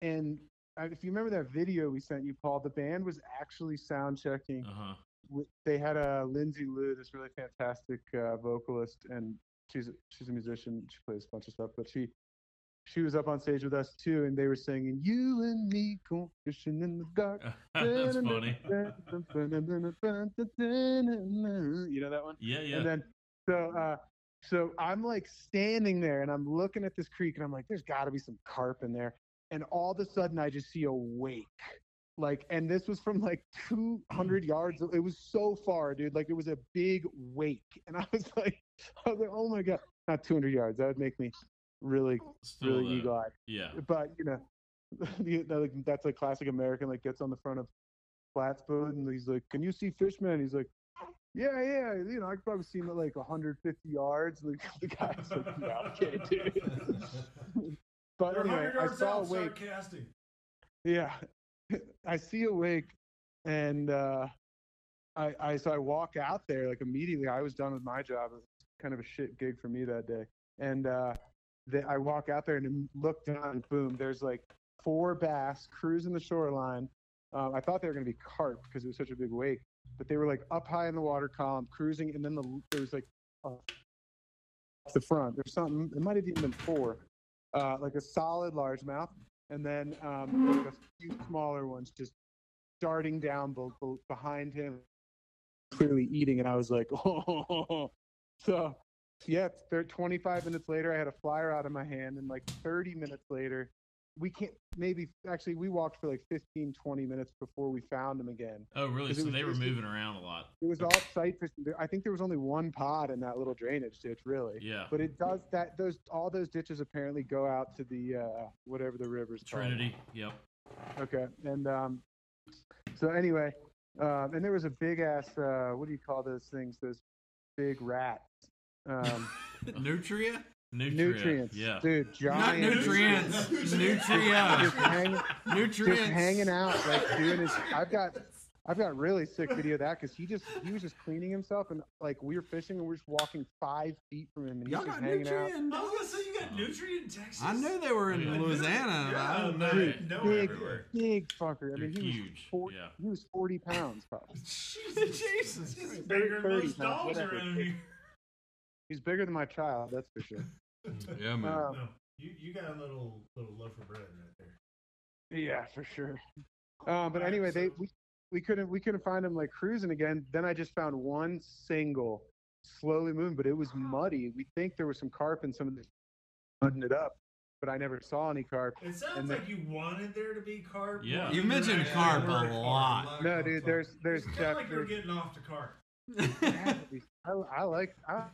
[SPEAKER 2] and uh, if you remember that video we sent you, Paul, the band was actually sound checking.
[SPEAKER 5] Uh-huh.
[SPEAKER 2] W- They had a Lindsay Lou, this really fantastic uh, vocalist, and she's she's a musician. She plays a bunch of stuff, but she she was up on stage with us too, and they were singing "You and Me, Go Fishing in the Dark."
[SPEAKER 5] <laughs> That's funny.
[SPEAKER 2] You know that one?
[SPEAKER 5] Yeah, yeah.
[SPEAKER 2] And then so uh so I'm like standing there and I'm looking at this creek and I'm like, there's gotta be some carp in there. And all of a sudden I just see a wake. Like and this was from like two hundred
[SPEAKER 5] Mm.
[SPEAKER 2] yards. It was so far, dude. Like it was a big wake. And I was like <laughs> I was like, oh my god. Not two hundred yards. That would make me really
[SPEAKER 5] Still,
[SPEAKER 2] really
[SPEAKER 5] uh,
[SPEAKER 2] eagle eyed.
[SPEAKER 5] yeah.
[SPEAKER 2] But you know <laughs> the, the, that's a classic American. Like gets on the front of Flat's boat and he's like, "Can you see fishmen?" He's like, "Yeah, yeah, you know, I could probably see him at like 150 yards." <laughs> Like, the guy's like, "Yeah, okay, dude." but
[SPEAKER 9] You're
[SPEAKER 2] anyway,
[SPEAKER 9] 100
[SPEAKER 2] I
[SPEAKER 9] yards
[SPEAKER 2] saw
[SPEAKER 9] out,
[SPEAKER 2] Wake.
[SPEAKER 9] start casting.
[SPEAKER 2] Yeah, <laughs> I see a wake, and uh, I, I so I walk out there like immediately. I was done with my job. It was kind of a shit gig for me that day, and uh, the, I walk out there and look down, and boom, there's like four bass cruising the shoreline. Um, I thought they were going to be carp because it was such a big wake, but they were like up high in the water column, cruising, and then the, there was like a the front. There's something. It might have even been four, uh, like a solid largemouth, and then um, like a few smaller ones just darting down be- be- behind him, clearly eating. And I was like, <laughs> oh. So yeah, thir 25 minutes later, I had a flyer out of my hand, and like 30 minutes later, we can't. Maybe actually, we walked for like 15, 20 minutes before we found him again.
[SPEAKER 5] Oh, really?
[SPEAKER 2] 'Cause it
[SPEAKER 5] So
[SPEAKER 2] was
[SPEAKER 5] they were
[SPEAKER 2] just-
[SPEAKER 5] moving around a lot.
[SPEAKER 2] it was all sight fishing. There- I think there was only one pod in that little drainage ditch, really.
[SPEAKER 5] Yeah.
[SPEAKER 2] But it does that. Those all those ditches apparently go out to the uh, whatever the river's called.
[SPEAKER 5] Trinity. Yep.
[SPEAKER 2] Okay. And um, so anyway, um, and there was a big ass. Uh, what do you call those things? Those big rats. Um,
[SPEAKER 1] <laughs> Nutria?
[SPEAKER 5] Nutria.
[SPEAKER 2] Nutrients,
[SPEAKER 5] Yeah.
[SPEAKER 2] dude. Giant <laughs>
[SPEAKER 1] Not nutrients. Nutria.
[SPEAKER 2] Just hang-
[SPEAKER 1] Nutrients.
[SPEAKER 2] Just hanging out, like doing his. I've
[SPEAKER 1] <laughs>
[SPEAKER 2] got, I've got really sick video of that because he just he was just cleaning himself and like we were fishing and we are just walking five feet from him and he's
[SPEAKER 9] Y'all
[SPEAKER 2] just
[SPEAKER 9] got
[SPEAKER 2] hanging
[SPEAKER 9] nutrient. I
[SPEAKER 2] out.
[SPEAKER 9] was gonna say you
[SPEAKER 17] Oh.
[SPEAKER 9] got nutrient in Texas.
[SPEAKER 1] I knew they were in
[SPEAKER 9] Yeah. <laughs>
[SPEAKER 1] Louisiana. but I
[SPEAKER 9] Yeah,
[SPEAKER 1] don't know.
[SPEAKER 9] they-
[SPEAKER 2] Big,
[SPEAKER 9] no,
[SPEAKER 2] big,
[SPEAKER 9] everywhere.
[SPEAKER 2] big fucker. I mean, he was
[SPEAKER 5] huge,
[SPEAKER 2] four,
[SPEAKER 5] yeah.
[SPEAKER 2] he was forty pounds
[SPEAKER 9] <laughs>
[SPEAKER 2] probably.
[SPEAKER 9] Jesus, Jesus,
[SPEAKER 2] Christ.
[SPEAKER 9] bigger than
[SPEAKER 2] 30 pounds,
[SPEAKER 9] most dogs
[SPEAKER 2] whatever.
[SPEAKER 9] around here.
[SPEAKER 2] He's bigger than my child, that's for
[SPEAKER 9] <laughs>
[SPEAKER 2] sure.
[SPEAKER 1] Yeah, man.
[SPEAKER 2] Um,
[SPEAKER 9] no, you, you got a little little loaf of bread right there.
[SPEAKER 2] Yeah, for sure. Um, but anyway, they we, we couldn't we couldn't find him like cruising again. Then I just found one single slowly moving, but it was muddy. We think there was some carp and some of the hunting it up, but I never saw any carp.
[SPEAKER 9] It sounds
[SPEAKER 2] And then-
[SPEAKER 9] like you wanted there to be carp.
[SPEAKER 1] Yeah.
[SPEAKER 9] but
[SPEAKER 1] You
[SPEAKER 9] there
[SPEAKER 1] mentioned
[SPEAKER 9] actually
[SPEAKER 1] carp a
[SPEAKER 9] weren't carp.
[SPEAKER 1] lot.
[SPEAKER 9] Lot of
[SPEAKER 2] No,
[SPEAKER 9] carp.
[SPEAKER 2] dude, there's there's
[SPEAKER 9] It's not
[SPEAKER 2] depth,
[SPEAKER 9] like you're
[SPEAKER 2] there's-
[SPEAKER 9] getting off to carp.
[SPEAKER 2] I, <laughs> I like. I,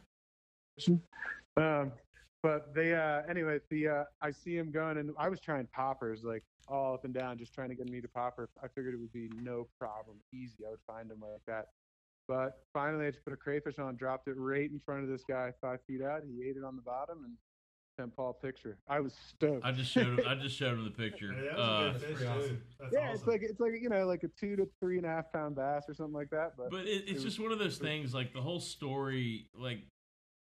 [SPEAKER 2] um, but they uh, anyway, the uh, I see him going, and I was trying poppers like all up and down, just trying to get me to popper. I figured it would be no problem, easy. I would find him like that. But finally, I just put a crayfish on, dropped it right in front of this guy, five feet out. He ate it on the bottom and sent Paul a picture. I was stoked.
[SPEAKER 5] I just showed him. I just showed him the picture.
[SPEAKER 9] Yeah, that
[SPEAKER 5] Uh,
[SPEAKER 9] was a good fish, too. That's
[SPEAKER 2] yeah, it's
[SPEAKER 9] awesome.
[SPEAKER 2] like it's like you know, like a two to three and a half pound bass or something like that. But
[SPEAKER 5] but it,
[SPEAKER 2] it
[SPEAKER 5] it's
[SPEAKER 2] was-
[SPEAKER 5] just one of those things. Like the whole story. Like,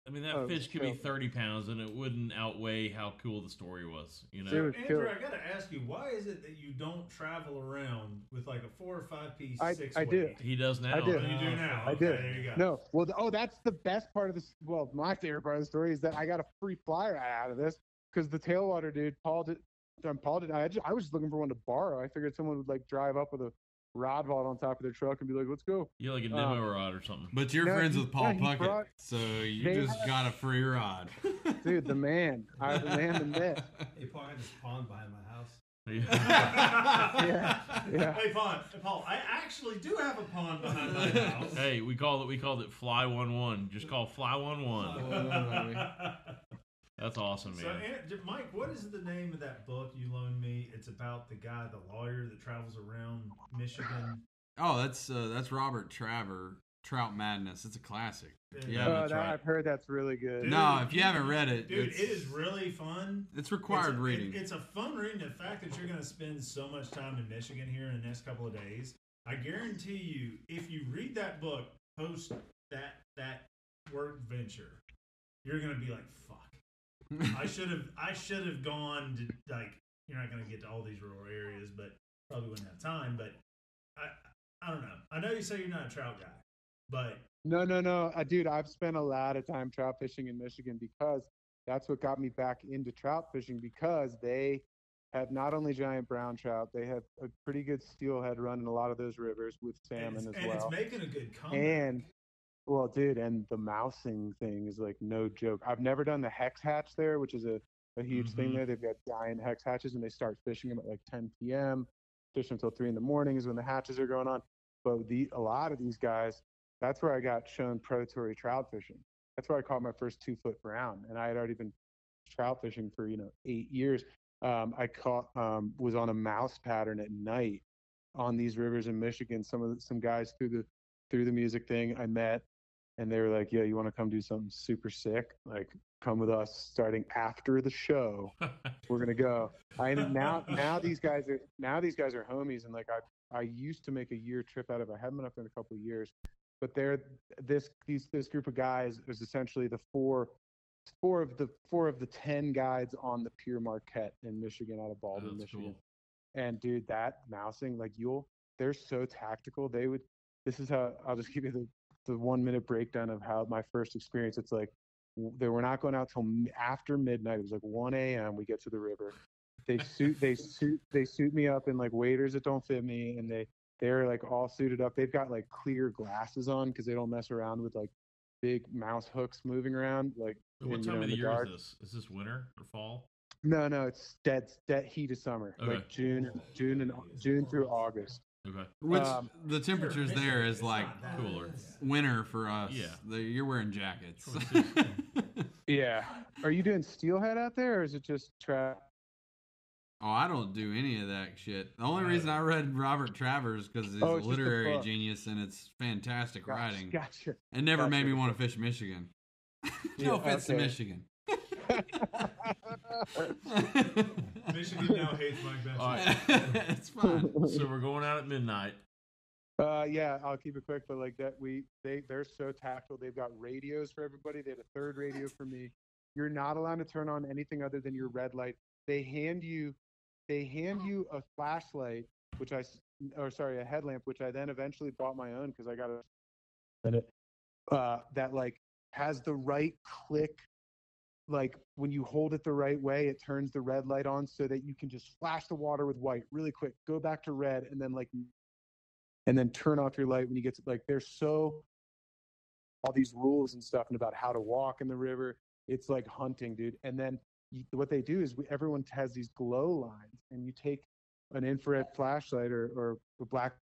[SPEAKER 5] I mean, that
[SPEAKER 2] Oh, it
[SPEAKER 5] fish could be
[SPEAKER 2] killed.
[SPEAKER 5] thirty pounds, and it wouldn't outweigh how cool the story was. You know.
[SPEAKER 9] So, Andrew, I gotta ask you, why is it that you don't travel around with like a four or five piece
[SPEAKER 2] I,
[SPEAKER 9] six
[SPEAKER 2] I
[SPEAKER 9] weight?
[SPEAKER 2] did.
[SPEAKER 5] He does now.
[SPEAKER 2] I did.
[SPEAKER 9] Oh, you do now.
[SPEAKER 2] I
[SPEAKER 9] Okay,
[SPEAKER 2] did.
[SPEAKER 9] there you go.
[SPEAKER 2] No, well, th- oh, that's the best part of this. Well, my favorite part of the story is that I got a free flyer out of this because the tailwater dude, Paul did. um, Paul did. I, just, I was just looking for one to borrow. I figured someone would like drive up with a rod vault on top of their truck and be like, "Let's go."
[SPEAKER 5] You're like a demo rod or something.
[SPEAKER 1] But you're
[SPEAKER 2] Oh. No,
[SPEAKER 1] friends
[SPEAKER 2] he-
[SPEAKER 1] with Paul
[SPEAKER 2] no, he
[SPEAKER 1] Puckett,
[SPEAKER 2] brought-
[SPEAKER 1] so you
[SPEAKER 2] They
[SPEAKER 1] just
[SPEAKER 2] had-
[SPEAKER 1] got
[SPEAKER 2] <laughs>
[SPEAKER 1] a free rod.
[SPEAKER 2] Dude, the man. I, the man, the
[SPEAKER 8] <laughs>
[SPEAKER 18] <laughs>
[SPEAKER 2] myth.
[SPEAKER 9] Hey, Paul, I got this pond behind my house.
[SPEAKER 2] Yeah, yeah.
[SPEAKER 9] Hey, Paul, hey, Paul, I actually do have a pond behind my
[SPEAKER 5] <laughs>
[SPEAKER 9] house.
[SPEAKER 5] hey, we call it. We called it Fly One One. Just call Fly One One. That's awesome, man.
[SPEAKER 9] So, Aunt, d- Mike, what is the name of that book you loaned me? It's about the guy, the lawyer that travels around Michigan.
[SPEAKER 1] Oh, that's uh, that's Robert Traver, Trout Madness. It's a classic. If you
[SPEAKER 9] Yeah,
[SPEAKER 1] haven't
[SPEAKER 2] Oh, that,
[SPEAKER 1] tried-
[SPEAKER 2] I've heard that's really good.
[SPEAKER 1] No, if you haven't read it,
[SPEAKER 9] dude,
[SPEAKER 1] it's,
[SPEAKER 9] it is really fun.
[SPEAKER 1] it's required
[SPEAKER 9] It's a-
[SPEAKER 1] reading.
[SPEAKER 9] it- it's a fun reading. The fact that you're going to spend so much time in Michigan here in the next couple of days, I guarantee you, if you read that book post that that work venture, you're going to be like,
[SPEAKER 1] <laughs>
[SPEAKER 9] "Fuck, I should have, I should have gone to like." You're not going to get to all these rural areas, but probably wouldn't have time. But I, I don't know. I know you say you're not a trout guy, but
[SPEAKER 2] No, no, no, uh, dude. I've spent a lot of time trout fishing in Michigan because that's what got me back into trout fishing because they have not only giant brown trout, they have a pretty good steelhead run in a lot of those rivers with
[SPEAKER 9] and
[SPEAKER 2] salmon
[SPEAKER 9] it's,
[SPEAKER 2] as
[SPEAKER 9] and
[SPEAKER 2] well.
[SPEAKER 9] it's making a good comeback.
[SPEAKER 2] and well, dude, and the mousing thing is like no joke. I've never done the hex hatch there, which is a, a huge thing
[SPEAKER 9] Mhm.
[SPEAKER 2] there. They've got giant hex hatches, and they start fishing them at like 10 p.m. Fish them until three in the morning is when the hatches are going on. But the a lot of these guys, that's where I got shown predatory trout fishing. That's where I caught my first two foot brown, and I had already been trout fishing for you know eight years. um, I caught um, was on a mouse pattern at night on these rivers in Michigan. Some of the, some guys through the through the music thing I met, and they were like, "Yeah, you want to come do something super sick? Like, come with us starting after the show. we're gonna go." I now now these guys are now these guys are homies, and like I I used to make a year trip out of. it. I haven't been up there in a couple of years, but they're this these this group of guys is essentially the four four of the four of the ten guides on the Pier Marquette in Michigan out of Baldwin,
[SPEAKER 5] Oh, that's
[SPEAKER 2] Michigan.
[SPEAKER 5] cool.
[SPEAKER 2] And dude, that mousing, like you'll they're so tactical. They would this is how I'll
[SPEAKER 5] Mm-hmm.
[SPEAKER 2] just give you the, the one minute breakdown of how my first experience. It's like w- they were not going out till m- after midnight. It was like one AM we get to the river. They suit
[SPEAKER 5] <laughs>
[SPEAKER 2] they suit they suit me up in like waders that don't fit me and they they're like all suited up. They've got like clear glasses on because they don't mess around with like big mouse hooks moving around like
[SPEAKER 5] What
[SPEAKER 2] in, you
[SPEAKER 5] time
[SPEAKER 2] know,
[SPEAKER 5] of
[SPEAKER 2] in
[SPEAKER 5] the, year
[SPEAKER 2] dark.
[SPEAKER 5] is this? Is this winter or fall?
[SPEAKER 2] No, no, it's dead, dead heat of summer,
[SPEAKER 5] Okay.
[SPEAKER 2] like June, June and June through August.
[SPEAKER 5] Okay.
[SPEAKER 1] Which
[SPEAKER 2] Um, <laughs>
[SPEAKER 1] the temperatures there is like
[SPEAKER 5] cooler.
[SPEAKER 1] winter for us.
[SPEAKER 5] Yeah.
[SPEAKER 1] The- you're wearing jackets. <laughs>
[SPEAKER 2] <laughs> yeah. Are you doing steelhead out there, or is it just trap?
[SPEAKER 1] Oh, I don't do any of that shit. The only reason I read Robert Travers because he's
[SPEAKER 2] Oh,
[SPEAKER 1] a
[SPEAKER 2] it's just a
[SPEAKER 1] literary
[SPEAKER 2] book.
[SPEAKER 1] genius and it's fantastic writing.
[SPEAKER 2] Gotcha.
[SPEAKER 1] It never made
[SPEAKER 2] Gotcha.
[SPEAKER 1] me want to fish Michigan. <laughs>
[SPEAKER 2] Yeah,
[SPEAKER 1] no offense
[SPEAKER 2] okay.
[SPEAKER 1] to Michigan.
[SPEAKER 9] Michigan now hates Mike Benson.
[SPEAKER 5] <laughs>
[SPEAKER 1] <laughs> it's fine.
[SPEAKER 5] so we're going out at midnight.
[SPEAKER 2] Uh, yeah, I'll keep it quick, but like that, we they they're so tactile. They've got radios for everybody. They had a third radio for me. You're not allowed to turn on anything other than your red light. They hand you, they hand you a flashlight, which I, s- or sorry, a headlamp, which I then eventually bought my own because I got a uh, that like has the right click like when you hold it the right way it turns the red light on so that you can just flash the water with white really quick go back to red and then like and then turn off your light when you get to like there's so all these rules and stuff and about how to walk in the river it's like hunting dude and then you, what they do is we, everyone has these glow lines and you take an infrared flashlight or, or a black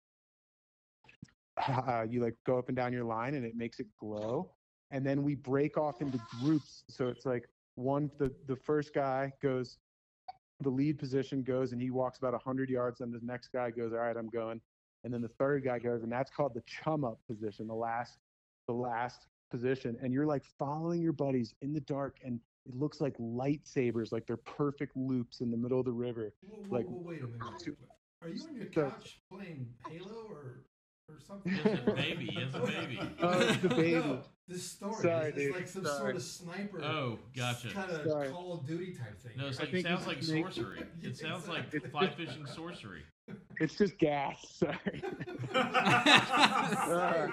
[SPEAKER 2] <laughs> uh, you like go up and down your line and it makes it glow and then we break off into groups so it's like one the, the first guy goes the lead position goes and he walks about 100 yards and the next guy goes all right i'm going and then the third guy goes and that's called the chum up position the last the last position and you're like following your buddies in the dark and it looks like lightsabers like they're perfect loops in the middle of the river
[SPEAKER 8] Whoa, whoa,
[SPEAKER 2] like
[SPEAKER 8] whoa, wait a minute. Are you on your
[SPEAKER 2] So-
[SPEAKER 8] couch playing Halo or or something?
[SPEAKER 2] It's a baby,
[SPEAKER 5] it's a
[SPEAKER 18] <laughs>
[SPEAKER 5] baby.
[SPEAKER 2] Oh, it's a baby.
[SPEAKER 8] No, this story
[SPEAKER 2] Sorry,
[SPEAKER 8] is
[SPEAKER 2] dude,
[SPEAKER 8] like some
[SPEAKER 2] sorry.
[SPEAKER 8] sort of sniper.
[SPEAKER 5] Oh, gotcha.
[SPEAKER 8] Kind of
[SPEAKER 5] Sorry.
[SPEAKER 8] Call of Duty type thing.
[SPEAKER 5] No, it's
[SPEAKER 8] right?
[SPEAKER 5] like, it sounds
[SPEAKER 18] <laughs>
[SPEAKER 5] like <laughs> sorcery.
[SPEAKER 8] Yeah,
[SPEAKER 5] It sounds like
[SPEAKER 8] exactly.
[SPEAKER 5] fly fishing sorcery.
[SPEAKER 2] it's just gas <laughs> sorry Sorry.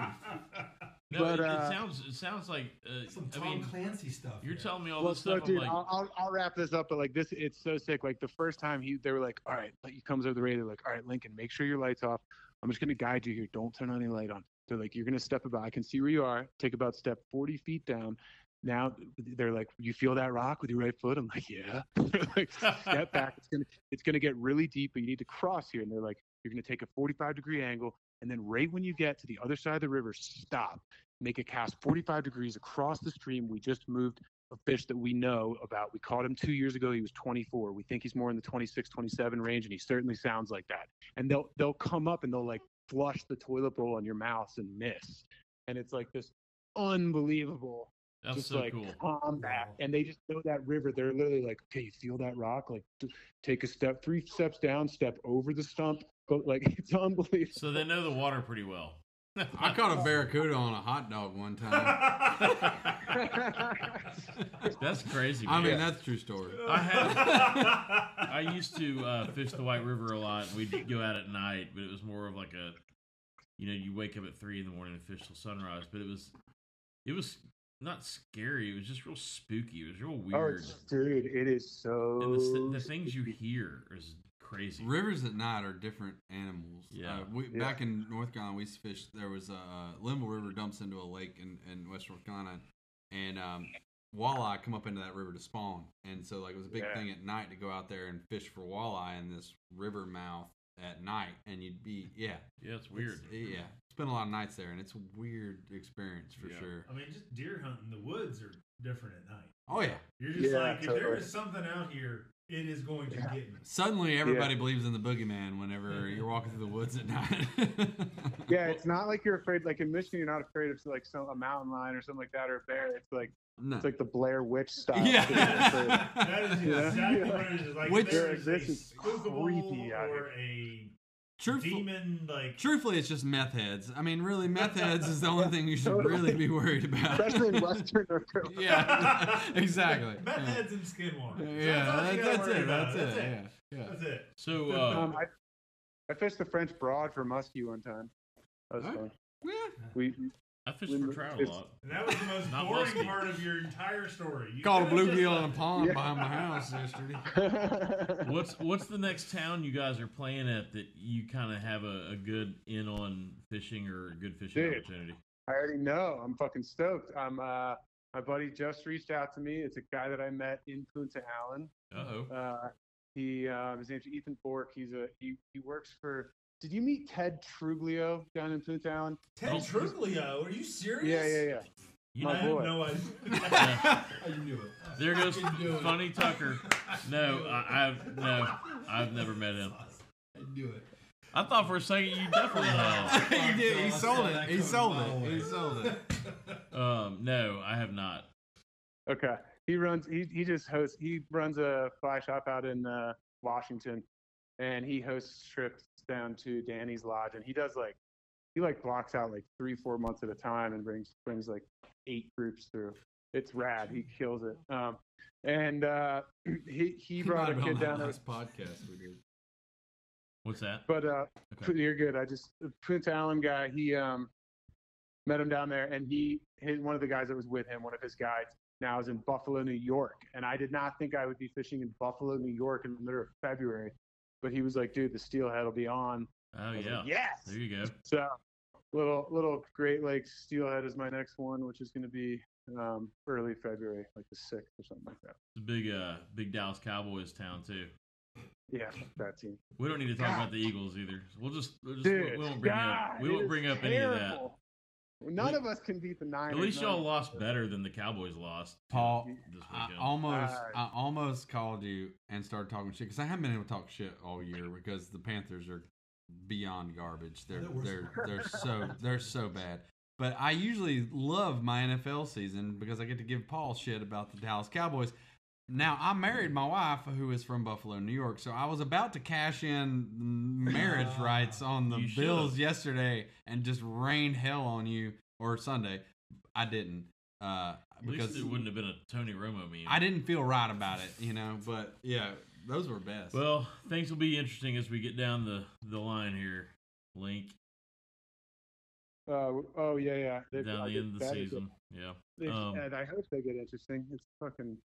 [SPEAKER 5] No,
[SPEAKER 2] But,
[SPEAKER 5] it, it
[SPEAKER 2] uh,
[SPEAKER 5] sounds it sounds like uh, some
[SPEAKER 8] Tom
[SPEAKER 5] I mean,
[SPEAKER 8] Clancy stuff.
[SPEAKER 5] You're telling me all
[SPEAKER 2] well,
[SPEAKER 5] this stuff.
[SPEAKER 2] so dude,
[SPEAKER 5] I'm like,
[SPEAKER 2] I'll, I'll I'll wrap this up, but like this, it's so sick. Like the first time he, they were like, "All right," like he comes over the radio, like, "All right, Lincoln, make sure your lights off. I'm just gonna guide you here. Don't turn any light on." They're like, "You're gonna step about. I can see where you are. Take about step 40 feet down." Now they're like, "You feel that rock with your right foot?" I'm like, "Yeah." <laughs> They're like step back. It's gonna it's gonna get really deep, but you need to cross here. And they're like, "You're gonna take a 45 degree angle." And then, right when you get to the other side of the river, stop, make a cast 45 degrees across the stream. We just moved a fish that we know about. We caught him two years ago. He was 24. We think he's more in the 26, 27 range, and he certainly sounds like that. And they'll they'll come up and they'll like flush the toilet bowl on your mouth and miss. And it's like this unbelievable,
[SPEAKER 5] That's
[SPEAKER 2] just
[SPEAKER 5] so
[SPEAKER 2] like
[SPEAKER 5] cool.
[SPEAKER 2] combat. And they just know that river. They're literally like, okay, you feel that rock? Like, t- take a step, three steps down, step over the stump. But like, <laughs> it's unbelievable.
[SPEAKER 5] so they know the water pretty well.
[SPEAKER 1] I caught a barracuda on a hot dog
[SPEAKER 2] <laughs>
[SPEAKER 1] one time.
[SPEAKER 5] <laughs>
[SPEAKER 1] <laughs>
[SPEAKER 5] <laughs> That's crazy.
[SPEAKER 1] I
[SPEAKER 5] man.
[SPEAKER 1] mean, that's a true story.
[SPEAKER 5] I
[SPEAKER 1] <laughs>
[SPEAKER 5] had I used to uh, fish the White River a lot. and We'd go out at night, but it was more of like a, you know, you wake up at three in the morning and fish till sunrise. But it was, it was not scary. It was just real spooky. It was real
[SPEAKER 2] Oh,
[SPEAKER 5] weird.
[SPEAKER 2] it's, dude, it is so.
[SPEAKER 5] and the, the things you hear
[SPEAKER 2] <laughs>
[SPEAKER 5] is crazy.
[SPEAKER 1] Rivers at night are different animals.
[SPEAKER 5] Yeah.
[SPEAKER 1] Uh, we,
[SPEAKER 5] Yeah.
[SPEAKER 1] Back in North Carolina, we used to fish. There was a uh, Limble River dumps into a lake in, in West North Carolina, and um, walleye come up into that river to spawn. And so, like, it was a big
[SPEAKER 7] Yeah.
[SPEAKER 1] thing at night to go out there and fish for walleye in this river mouth at night. And you'd be, yeah,
[SPEAKER 5] Yeah, it's weird.
[SPEAKER 1] yeah, spent a lot of nights there, and it's a weird experience for
[SPEAKER 9] Yeah.
[SPEAKER 1] sure.
[SPEAKER 9] I mean, just deer hunting. The woods are different at night.
[SPEAKER 1] Oh, yeah.
[SPEAKER 9] You're just
[SPEAKER 1] Yeah,
[SPEAKER 9] like, if there
[SPEAKER 1] totally.
[SPEAKER 9] is something out here, It is going to
[SPEAKER 2] <laughs>
[SPEAKER 9] get me.
[SPEAKER 1] Suddenly, everybody believes in the
[SPEAKER 5] <laughs>
[SPEAKER 1] boogeyman whenever you're walking through the woods at night.
[SPEAKER 2] Yeah, it's not like you're afraid. Like in Michigan, you're not afraid of like some a mountain lion or something like that or a bear. It's like
[SPEAKER 1] No.
[SPEAKER 2] it's like the Blair Witch style.
[SPEAKER 1] Yeah.
[SPEAKER 5] <laughs>
[SPEAKER 2] <laughs>
[SPEAKER 9] That is exactly what it is. Like
[SPEAKER 2] Which
[SPEAKER 9] there is
[SPEAKER 2] this
[SPEAKER 9] a
[SPEAKER 2] is
[SPEAKER 9] spookable
[SPEAKER 2] creepy out
[SPEAKER 9] or a demon like
[SPEAKER 1] Truthfully, it's just meth heads. I mean, really, meth heads is the only thing you should really be worried about. <laughs>
[SPEAKER 2] Especially in Western North Carolina.
[SPEAKER 1] <laughs> Yeah, <laughs> exactly.
[SPEAKER 9] meth
[SPEAKER 1] Yeah.
[SPEAKER 9] heads and skinwalkers.
[SPEAKER 1] Yeah,
[SPEAKER 9] all you
[SPEAKER 1] that-
[SPEAKER 9] gotta
[SPEAKER 1] that's
[SPEAKER 9] worry
[SPEAKER 1] it,
[SPEAKER 9] about.
[SPEAKER 1] that's it, yeah, uh, yeah.
[SPEAKER 9] That's it.
[SPEAKER 2] <laughs>
[SPEAKER 5] So
[SPEAKER 2] um, I, I fished the French Broad for muskie one time. That was fun. We
[SPEAKER 5] I fished
[SPEAKER 2] we-
[SPEAKER 5] for trout a
[SPEAKER 2] it's-
[SPEAKER 5] lot.
[SPEAKER 9] And that was the
[SPEAKER 1] <laughs>
[SPEAKER 9] most
[SPEAKER 5] Not
[SPEAKER 9] boring
[SPEAKER 5] musky.
[SPEAKER 9] part of your entire story. You
[SPEAKER 1] Caught a
[SPEAKER 9] could've just
[SPEAKER 1] bluegill in a
[SPEAKER 9] left it.
[SPEAKER 1] pond behind my
[SPEAKER 2] <laughs>
[SPEAKER 1] house yesterday.
[SPEAKER 5] what's what's the next town you guys are playing at that you kind of have a, a good in on fishing or a good fishing
[SPEAKER 2] Dude.
[SPEAKER 5] opportunity?
[SPEAKER 2] I already know. I'm fucking stoked. I'm uh my buddy just reached out to me. It's a guy that I met in Punta Allen.
[SPEAKER 5] <laughs> Uh-oh.
[SPEAKER 2] Uh he um, his name's Ethan Bork. He's a he, he works for did you meet Ted Truglio down in Punta Allen?
[SPEAKER 18] Ted
[SPEAKER 2] He's-
[SPEAKER 18] Truglio? Are you serious?
[SPEAKER 2] Yeah, yeah, yeah.
[SPEAKER 5] You
[SPEAKER 2] My
[SPEAKER 5] know, I have
[SPEAKER 2] boy.
[SPEAKER 5] no
[SPEAKER 9] idea.
[SPEAKER 18] I knew it.
[SPEAKER 5] There goes
[SPEAKER 18] I knew it.
[SPEAKER 5] Funny Tucker. No, I, I've no, I've never met him.
[SPEAKER 18] I knew it. Oh,
[SPEAKER 5] I thought for a second you
[SPEAKER 18] <laughs>
[SPEAKER 5] definitely had.
[SPEAKER 18] He did. He sold it. He sold it. He <laughs>
[SPEAKER 1] sold it.
[SPEAKER 5] Um, no, I have not.
[SPEAKER 2] Okay. He runs. He he just hosts. He runs a fly shop out in uh, Washington, and he hosts trips down to Danny's Lodge, and he does like he like blocks out like three four months at a time and brings brings like eight groups through. It's rad. He kills it. Um, and uh, <clears throat> he he brought a
[SPEAKER 1] Might have been
[SPEAKER 2] kid
[SPEAKER 1] on that
[SPEAKER 2] down. that was-
[SPEAKER 1] last podcast we did.
[SPEAKER 5] What's that?
[SPEAKER 2] but uh, you're good. I just the Prince Allen guy. He um, met him down there, and he his, one of the guys that was with him, one of his guides, now is in Buffalo, New York. And I did not think I would be fishing in Buffalo, New York, in the middle of February, but he was like, "Dude, the steelhead will be on."
[SPEAKER 5] Oh
[SPEAKER 2] I was
[SPEAKER 5] yeah.
[SPEAKER 2] like, yes.
[SPEAKER 5] There you go.
[SPEAKER 2] So, little little Great Lakes steelhead is my next one, which is going to be um, early February, like the sixth or something like that.
[SPEAKER 5] It's a big uh big Dallas Cowboys town too.
[SPEAKER 2] Yeah, fuck that team.
[SPEAKER 5] We don't need to talk
[SPEAKER 2] God.
[SPEAKER 5] about the Eagles either. We'll just, we'll just
[SPEAKER 2] Dude,
[SPEAKER 5] we won't bring up
[SPEAKER 2] God,
[SPEAKER 5] we
[SPEAKER 2] it
[SPEAKER 5] won't
[SPEAKER 2] is
[SPEAKER 5] bring up any of that.
[SPEAKER 2] terrible. None of us can beat the Niners.
[SPEAKER 5] At least
[SPEAKER 2] none of
[SPEAKER 5] y'all lost better than the Cowboys lost.
[SPEAKER 1] Paul,
[SPEAKER 5] this
[SPEAKER 1] I
[SPEAKER 5] weekend.
[SPEAKER 1] almost, I almost called you and started talking shit because I haven't been able to talk shit all year because the Panthers are beyond garbage. They're
[SPEAKER 7] They're worse.
[SPEAKER 1] they're they're so they're so bad. But I usually love my NFL season because I get to give Paul shit about the Dallas Cowboys. Now I married my wife who is from Buffalo, New York, so I was about to cash in marriage
[SPEAKER 5] <sighs>
[SPEAKER 1] rights on the
[SPEAKER 7] You should've.
[SPEAKER 1] Bills yesterday and just rain hell on you or Sunday. I didn't. Uh,
[SPEAKER 5] At least
[SPEAKER 1] because
[SPEAKER 5] it wouldn't have been a Tony Romo meme.
[SPEAKER 1] I didn't feel right about it, you know, but yeah, those were best.
[SPEAKER 5] Well, things will be interesting as we get down the the line here, Link.
[SPEAKER 2] Uh, oh yeah, yeah. They've-
[SPEAKER 5] Down
[SPEAKER 2] I
[SPEAKER 5] the
[SPEAKER 2] think
[SPEAKER 5] end of the
[SPEAKER 2] that is
[SPEAKER 5] season. Yeah.
[SPEAKER 2] it. It's-
[SPEAKER 5] Um,
[SPEAKER 2] and I hope they get interesting. It's fucking.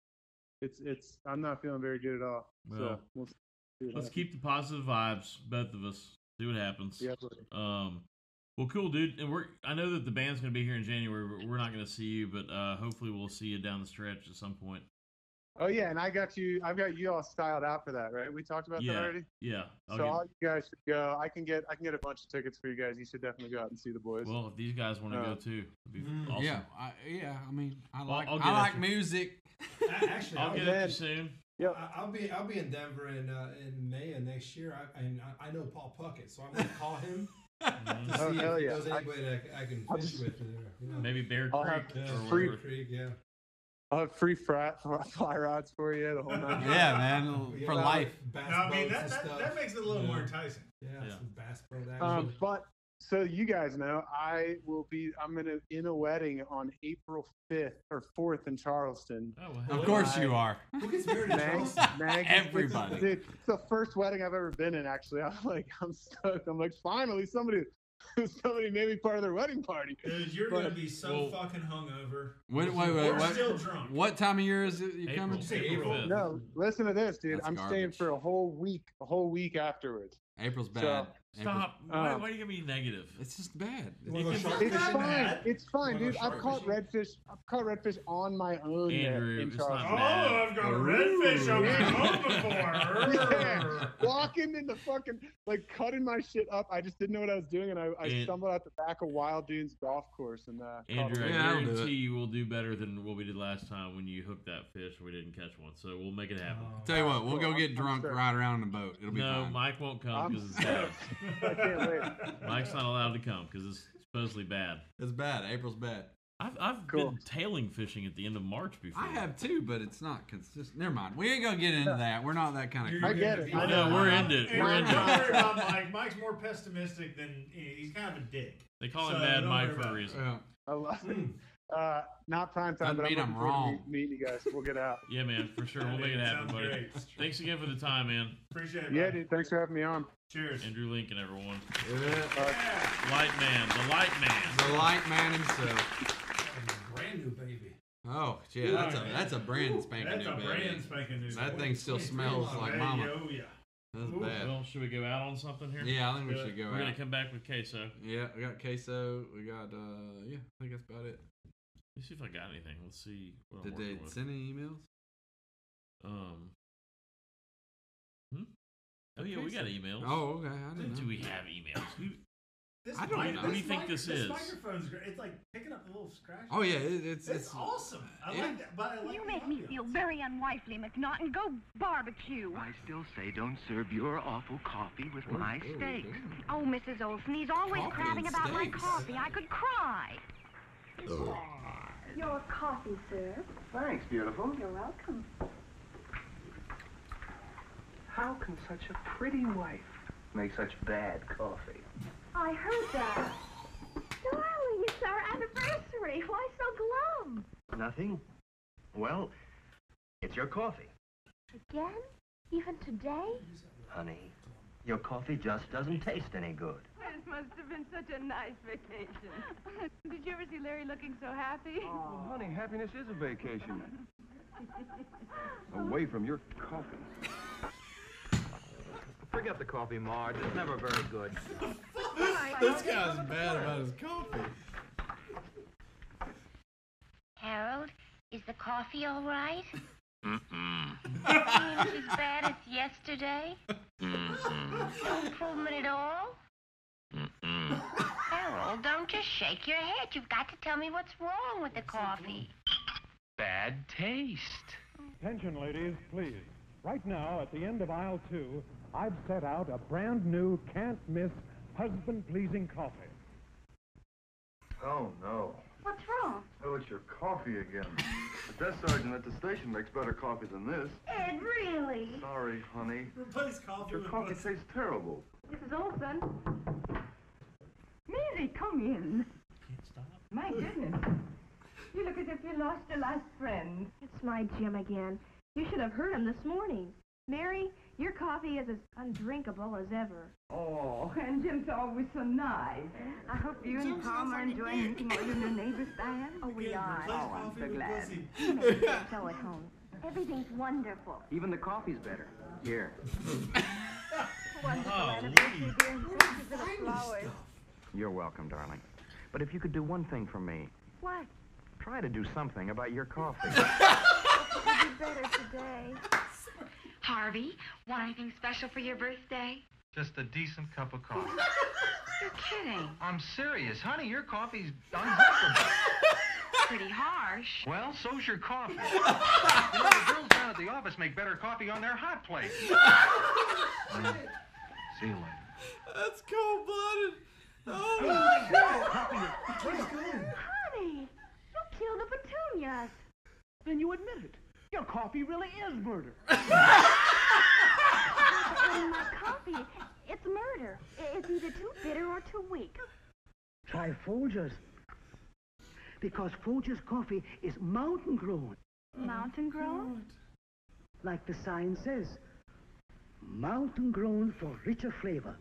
[SPEAKER 2] It's it's. I'm not feeling very good at all. so
[SPEAKER 5] Well,
[SPEAKER 2] we'll see
[SPEAKER 5] Let's
[SPEAKER 2] what happens.
[SPEAKER 5] keep the positive vibes, both of us. See what happens.
[SPEAKER 2] Yeah, buddy.
[SPEAKER 5] Um, well, cool, dude. And we're I know that the band's gonna be here in January. But we're not gonna see you, but uh, hopefully we'll see you down the stretch at some point.
[SPEAKER 2] Oh yeah, and I got you. I've got you all styled out for that, right? We talked about
[SPEAKER 5] yeah, Oh,
[SPEAKER 2] that already.
[SPEAKER 5] yeah. I'll
[SPEAKER 2] so
[SPEAKER 5] get-
[SPEAKER 2] all you guys should go. I can get I can get a bunch of tickets for you guys. You should definitely go out and see the boys.
[SPEAKER 5] well, if these guys want to go
[SPEAKER 2] Uh,
[SPEAKER 5] too, it'd be
[SPEAKER 1] Mm.
[SPEAKER 5] awesome.
[SPEAKER 1] Yeah, I, yeah. I mean, I
[SPEAKER 5] I'll-
[SPEAKER 1] like
[SPEAKER 5] I'll
[SPEAKER 1] I
[SPEAKER 5] get
[SPEAKER 1] like
[SPEAKER 5] after-
[SPEAKER 1] music.
[SPEAKER 18] Actually,
[SPEAKER 5] I'll
[SPEAKER 18] I'll-
[SPEAKER 5] get
[SPEAKER 18] Man.
[SPEAKER 5] at you soon.
[SPEAKER 2] Yeah,
[SPEAKER 18] I'll be I'll be in Denver in uh, in May of next year. I and I, I know Paul Puckett, so I'm gonna call him
[SPEAKER 5] <laughs> Mm-hmm.
[SPEAKER 18] to see
[SPEAKER 2] Oh, hell
[SPEAKER 18] if
[SPEAKER 2] yeah.
[SPEAKER 18] there's
[SPEAKER 2] I-
[SPEAKER 18] anybody that I, I can fish with there. You know?
[SPEAKER 5] Maybe Bear
[SPEAKER 2] I'll
[SPEAKER 5] Creek
[SPEAKER 2] have
[SPEAKER 5] or
[SPEAKER 2] free-
[SPEAKER 5] whatever.
[SPEAKER 18] Creek, yeah.
[SPEAKER 2] I'll have free fry, <laughs> fly rods for you the whole night.
[SPEAKER 1] Yeah, man,
[SPEAKER 18] We
[SPEAKER 1] for
[SPEAKER 18] got
[SPEAKER 1] life.
[SPEAKER 9] No,
[SPEAKER 18] bass
[SPEAKER 9] I mean
[SPEAKER 18] boats
[SPEAKER 9] that
[SPEAKER 18] and
[SPEAKER 9] that,
[SPEAKER 18] stuff.
[SPEAKER 9] that makes it a little
[SPEAKER 18] Yeah.
[SPEAKER 9] more enticing.
[SPEAKER 18] Yeah, some bass boat action.
[SPEAKER 2] Um, but so you guys know, I will be. I'm gonna in a wedding on April 5th or 4th in Charleston.
[SPEAKER 5] Oh,
[SPEAKER 1] Of course you are.
[SPEAKER 18] Who gets married in Charleston?
[SPEAKER 1] Everybody.
[SPEAKER 2] Dude, it's the first wedding I've ever been in. Actually, <laughs> I'm like, I'm stoked. I'm like, finally, somebody, <laughs> somebody made me part of their wedding party.
[SPEAKER 9] Dude, you're
[SPEAKER 2] But-
[SPEAKER 9] gonna be so fucking hungover.
[SPEAKER 1] Wait, wait, wait.
[SPEAKER 9] We're
[SPEAKER 1] What,
[SPEAKER 9] still drunk.
[SPEAKER 1] what time of year is it you
[SPEAKER 9] April.
[SPEAKER 1] coming?
[SPEAKER 9] Say April. April.
[SPEAKER 2] No, listen to this, dude.
[SPEAKER 1] That's
[SPEAKER 2] I'm staying
[SPEAKER 1] garbage.
[SPEAKER 2] for a whole week, a whole week afterwards.
[SPEAKER 1] April's
[SPEAKER 2] So-
[SPEAKER 1] bad.
[SPEAKER 5] Stop. why, why do you gotta be negative?
[SPEAKER 1] It's just bad.
[SPEAKER 5] It
[SPEAKER 2] It's
[SPEAKER 5] can
[SPEAKER 2] fine.
[SPEAKER 5] be-
[SPEAKER 2] It's fine.
[SPEAKER 5] Wanna go
[SPEAKER 2] dude. I've
[SPEAKER 5] shark
[SPEAKER 2] caught redfish. I've caught redfish on my own. there
[SPEAKER 5] Andrew,
[SPEAKER 2] in
[SPEAKER 5] it's
[SPEAKER 2] Charleston.
[SPEAKER 5] not bad. Oh, I've got redfish on my
[SPEAKER 2] own before. <laughs> yeah. Walking in the fucking like cutting my shit up. I just didn't know what I was doing, and I, I
[SPEAKER 5] And-
[SPEAKER 2] stumbled out the back of Wild Dunes Golf Course and uh, caught
[SPEAKER 5] Andrew,
[SPEAKER 2] a-
[SPEAKER 5] I guarantee you will do better than what we did last time when you hooked that fish and we didn't catch one. So we'll make it happen.
[SPEAKER 1] Tell you what, we'll go get drunk, ride around in a boat. It'll be
[SPEAKER 5] no,
[SPEAKER 1] fine. <laughs>
[SPEAKER 5] Mike won't come because it's bad.
[SPEAKER 1] I'm-
[SPEAKER 2] <laughs> I can't
[SPEAKER 9] <laughs>
[SPEAKER 2] wait.
[SPEAKER 5] Mike's not allowed to come because it's supposedly bad.
[SPEAKER 1] It's bad. April's bad.
[SPEAKER 5] I've, I've been tailing fishing at the end of March before.
[SPEAKER 1] I have too, but it's not consistent. Never mind. We ain't gonna get into that. We're not that kind of.
[SPEAKER 5] I get it. I know, we're into it.
[SPEAKER 9] Hey,
[SPEAKER 5] We're
[SPEAKER 9] don't
[SPEAKER 5] into it.
[SPEAKER 9] worry about Mike. Mike's more pessimistic than he's kind of a dick.
[SPEAKER 5] They call him
[SPEAKER 9] So
[SPEAKER 5] Mad
[SPEAKER 9] don't
[SPEAKER 5] Mike
[SPEAKER 9] worry
[SPEAKER 5] for a
[SPEAKER 9] about Hmm. it.
[SPEAKER 5] reason.
[SPEAKER 2] I love it. Uh, not prime
[SPEAKER 5] Doesn't
[SPEAKER 2] time, but I'm
[SPEAKER 5] mean
[SPEAKER 2] looking
[SPEAKER 5] I'm
[SPEAKER 2] forward to
[SPEAKER 5] wrong.
[SPEAKER 2] meet- meeting you guys. We'll get out.
[SPEAKER 5] Yeah, man, for sure. We'll make it happen,
[SPEAKER 9] Sounds
[SPEAKER 5] buddy.
[SPEAKER 9] great.
[SPEAKER 5] Thanks again for the time, man.
[SPEAKER 9] Appreciate it.
[SPEAKER 2] Yeah,
[SPEAKER 9] man.
[SPEAKER 2] dude. Thanks for having me on.
[SPEAKER 9] Cheers.
[SPEAKER 5] Andrew Lincoln, everyone.
[SPEAKER 9] Yeah.
[SPEAKER 5] Light man, the light man.
[SPEAKER 1] The light man himself.
[SPEAKER 24] Brand new baby.
[SPEAKER 1] Oh, yeah, that's a that's a brand spanking new baby. That thing still smells like mama. That's
[SPEAKER 5] Ooh,
[SPEAKER 1] bad.
[SPEAKER 5] Well, should we go out on something here?
[SPEAKER 1] Yeah, I think we should go
[SPEAKER 5] We're gonna
[SPEAKER 1] out.
[SPEAKER 5] come back with queso.
[SPEAKER 1] Yeah, we got queso. We got uh, yeah, I think that's about it.
[SPEAKER 5] Let's see if I got anything. Let's see. What
[SPEAKER 1] Did
[SPEAKER 5] I'm working
[SPEAKER 1] they
[SPEAKER 5] with.
[SPEAKER 1] send any emails?
[SPEAKER 5] Um. Hmm? Oh
[SPEAKER 1] Okay,
[SPEAKER 5] yeah, we got
[SPEAKER 1] so-
[SPEAKER 5] emails.
[SPEAKER 1] Oh, okay, I didn't
[SPEAKER 5] Do
[SPEAKER 1] know.
[SPEAKER 5] we have emails? Who-
[SPEAKER 9] This
[SPEAKER 1] I don't
[SPEAKER 9] mic-
[SPEAKER 1] know.
[SPEAKER 5] What do you think
[SPEAKER 9] mic-
[SPEAKER 5] this is?
[SPEAKER 9] microphone's great. It's like picking up a little scratch.
[SPEAKER 1] Oh, yeah, it- it's-
[SPEAKER 9] it's,
[SPEAKER 1] it's-
[SPEAKER 9] awesome. I
[SPEAKER 1] yeah.
[SPEAKER 9] like that, but I like
[SPEAKER 7] You
[SPEAKER 9] the
[SPEAKER 7] make me
[SPEAKER 9] audio.
[SPEAKER 7] feel very unwifely, McNaughton. Go barbecue.
[SPEAKER 6] I still say don't serve your awful coffee with my steaks.
[SPEAKER 7] Oh, Mrs. Olson, he's always
[SPEAKER 6] Coffee
[SPEAKER 7] crabbing
[SPEAKER 6] and
[SPEAKER 7] about my
[SPEAKER 6] steaks.
[SPEAKER 7] coffee. I could cry.
[SPEAKER 17] Your coffee, sir.
[SPEAKER 6] Thanks, beautiful.
[SPEAKER 17] You're welcome.
[SPEAKER 6] How can such a pretty wife make such bad coffee?
[SPEAKER 17] I heard that. Darling, it's our anniversary. Why so glum?
[SPEAKER 6] Nothing? Well, it's your coffee,
[SPEAKER 17] Again? Even today?
[SPEAKER 6] honey. Your coffee just doesn't taste any good.
[SPEAKER 7] This must have been such a nice vacation. <laughs> Did you ever see Larry looking so
[SPEAKER 1] <laughs>
[SPEAKER 7] happy?
[SPEAKER 1] Oh,
[SPEAKER 6] Oh, honey, happiness is a vacation. Away from your coffee. Forget the coffee, Marge. It's never very good.
[SPEAKER 1] <laughs> This guy's bad about his coffee.
[SPEAKER 17] Harold, is the coffee
[SPEAKER 1] <laughs>
[SPEAKER 17] all right?
[SPEAKER 11] Mm-mm.
[SPEAKER 17] Seems as bad as yesterday? Mm-hmm. No improvement at all? Harold, don't just shake your head. You've got to tell me what's wrong with the coffee.
[SPEAKER 6] Bad taste.
[SPEAKER 8] Attention, ladies, please. Right now, at the end of aisle two, I've set out a brand new, can't miss, husband pleasing coffee.
[SPEAKER 15] Oh, no.
[SPEAKER 17] What's wrong?
[SPEAKER 15] Oh, it's your coffee again. The desk sergeant at the station makes better coffee than this.
[SPEAKER 17] Ed, really?
[SPEAKER 15] Sorry, honey.
[SPEAKER 9] Replace coffee
[SPEAKER 15] Your
[SPEAKER 9] with
[SPEAKER 15] coffee tastes terrible.
[SPEAKER 7] Mrs. Olson. Mary, come in. My goodness. You look as if you lost your last friend.
[SPEAKER 25] It's my Jim again. You should have heard him this morning. Mary, your coffee is as undrinkable as ever.
[SPEAKER 7] Oh, and Jim's always so nice. I hope you and Tom are enjoying eating all your new neighbors, Diane. Oh, we are.
[SPEAKER 6] Oh, I'm so glad.
[SPEAKER 7] You make me feel so at home.
[SPEAKER 17] Everything's wonderful.
[SPEAKER 6] Even the coffee's better. Here.
[SPEAKER 17] Wonderful
[SPEAKER 6] Oh,
[SPEAKER 17] anniversary, dear, and thank you for the flowers.
[SPEAKER 6] You're welcome, darling. But if you could do one thing for me,
[SPEAKER 17] What?
[SPEAKER 6] try to do something about your coffee.
[SPEAKER 17] It'll be better today.
[SPEAKER 6] Harvey,
[SPEAKER 17] want anything special for
[SPEAKER 20] <laughs>
[SPEAKER 17] your birthday?
[SPEAKER 6] Just a decent cup of coffee.
[SPEAKER 17] <laughs> You're kidding.
[SPEAKER 6] I'm serious. Honey, your coffee's undrinkable.
[SPEAKER 17] Pretty harsh.
[SPEAKER 6] well, so's your coffee. you know, the girls down at the office make better coffee on their hot plates. See you later.
[SPEAKER 1] That's cold blooded. Oh
[SPEAKER 17] my
[SPEAKER 6] God.
[SPEAKER 17] Where's going? Honey, you killed the petunias.
[SPEAKER 6] Then you admit it. Your coffee really is murder.
[SPEAKER 17] In my coffee, it's murder. I- It's either too bitter or too weak.
[SPEAKER 6] Try Folgers. Because Folgers coffee is mountain grown.
[SPEAKER 17] Mountain grown?
[SPEAKER 6] Like the sign says, mountain grown for richer flavor.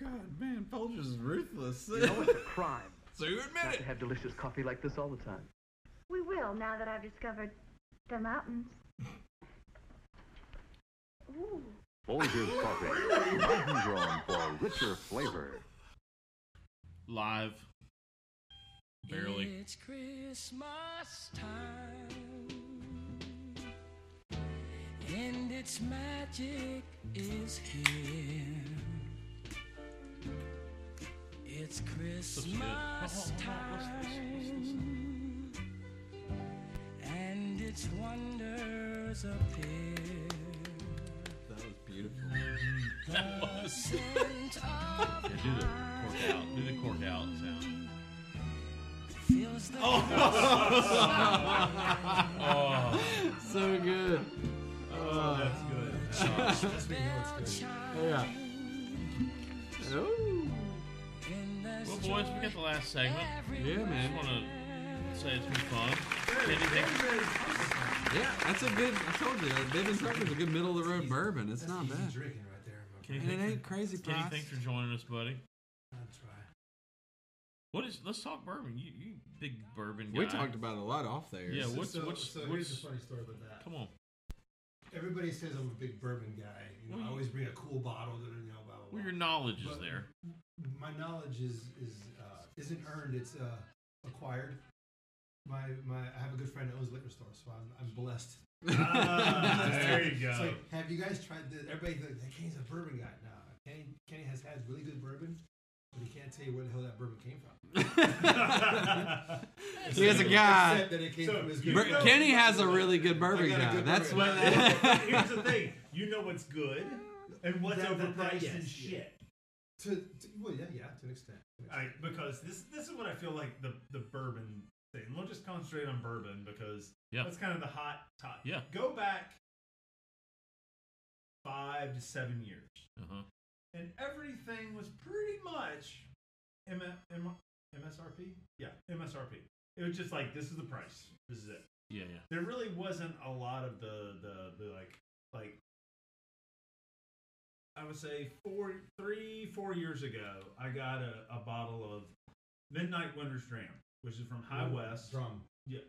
[SPEAKER 1] God, man, Folgers is ruthless.
[SPEAKER 6] You
[SPEAKER 1] <laughs>
[SPEAKER 6] know it's a crime.
[SPEAKER 1] So you
[SPEAKER 6] Not to have delicious coffee like this all the time.
[SPEAKER 17] We will now <laughs> that I've discovered the mountains. Ooh,
[SPEAKER 10] Folgers Coffee, mountain grown for richer flavor.
[SPEAKER 5] Live. Barely.
[SPEAKER 17] It's Christmas time, and its magic is here. It's <laughs> Oh, Christmas time, and its wonders appear.
[SPEAKER 1] That was beautiful.
[SPEAKER 5] <laughs> That was.
[SPEAKER 17] yeah,
[SPEAKER 5] Yeah, do the cork out. Do the cork out
[SPEAKER 1] <laughs>
[SPEAKER 5] sound.
[SPEAKER 17] Feels the
[SPEAKER 5] Oh.
[SPEAKER 1] So good.
[SPEAKER 17] Oh, that's good.
[SPEAKER 1] Uh,
[SPEAKER 17] That's when you know it's good.
[SPEAKER 1] Yeah. Ooh.
[SPEAKER 5] Well, boys, we got the last segment.
[SPEAKER 1] Yeah, man.
[SPEAKER 5] Just want to say it's been fun. Anything?
[SPEAKER 1] Yeah, that's a good. I told you, that Bivens Tucker's a good middle of the road bourbon. It's not bad.
[SPEAKER 8] Drinking right there. my
[SPEAKER 5] Kenny,
[SPEAKER 1] And it
[SPEAKER 5] thanks
[SPEAKER 1] ain't
[SPEAKER 5] for-
[SPEAKER 1] crazy
[SPEAKER 5] Kenny,
[SPEAKER 1] price.
[SPEAKER 5] thanks for joining us, buddy.
[SPEAKER 8] I'll try.
[SPEAKER 5] <laughs> What is? Let's talk bourbon. You, you big bourbon guy.
[SPEAKER 1] We talked about it a lot off there.
[SPEAKER 5] Yeah. What's
[SPEAKER 8] so,
[SPEAKER 5] what's
[SPEAKER 8] so
[SPEAKER 5] what's?
[SPEAKER 8] here's a funny story about that.
[SPEAKER 5] Come on.
[SPEAKER 8] Everybody says I'm a big bourbon guy. You know,
[SPEAKER 5] Well,
[SPEAKER 8] I
[SPEAKER 5] you-
[SPEAKER 8] always bring a cool bottle. That, you know, blah, blah,
[SPEAKER 5] Mm. Well,
[SPEAKER 8] blah.
[SPEAKER 5] your knowledge is
[SPEAKER 8] But
[SPEAKER 5] there.
[SPEAKER 8] My knowledge is is uh, isn't earned. It's uh, acquired. My my, I have a good friend that owns a liquor store, so I'm I'm blessed.
[SPEAKER 9] <laughs> Ah, there you
[SPEAKER 8] It's
[SPEAKER 9] go.
[SPEAKER 8] like, have you guys tried this? Everybody's like, "Hey, Kenny's a bourbon guy. No, Kenny, Kenny has had really good bourbon, but he can't tell you where the hell that bourbon came
[SPEAKER 9] <laughs>
[SPEAKER 8] from.
[SPEAKER 1] He has a guy.
[SPEAKER 8] Except that it came from his
[SPEAKER 1] Bur-
[SPEAKER 8] good-
[SPEAKER 1] Kenny has a really good bourbon
[SPEAKER 8] I got a
[SPEAKER 1] guy.
[SPEAKER 8] good
[SPEAKER 1] That's
[SPEAKER 8] bourbon.
[SPEAKER 1] what.
[SPEAKER 9] But here's the thing: you know what's good and what's
[SPEAKER 8] That- that-
[SPEAKER 9] overpriced
[SPEAKER 8] that- yes,
[SPEAKER 9] and
[SPEAKER 8] yeah.
[SPEAKER 9] shit.
[SPEAKER 8] To, to well, yeah, yeah, to an extent. To an extent.
[SPEAKER 9] I, because this this is what I feel like the the bourbon thing. We'll just concentrate on bourbon because
[SPEAKER 5] Yeah.
[SPEAKER 9] that's kind of the hot topic.
[SPEAKER 5] Yeah.
[SPEAKER 9] Go back five to seven years,
[SPEAKER 5] Uh-huh.
[SPEAKER 9] and everything was pretty much M- M- MSRP. Yeah, MSRP. It was just like this is the price. This is it.
[SPEAKER 5] Yeah, yeah.
[SPEAKER 9] There really wasn't a lot of the the, the like like I would say four, three, four years ago, I got a, a bottle of Midnight Winter's Dram, which is from High
[SPEAKER 8] Ooh,
[SPEAKER 9] West.
[SPEAKER 8] Drum.
[SPEAKER 9] Yeah.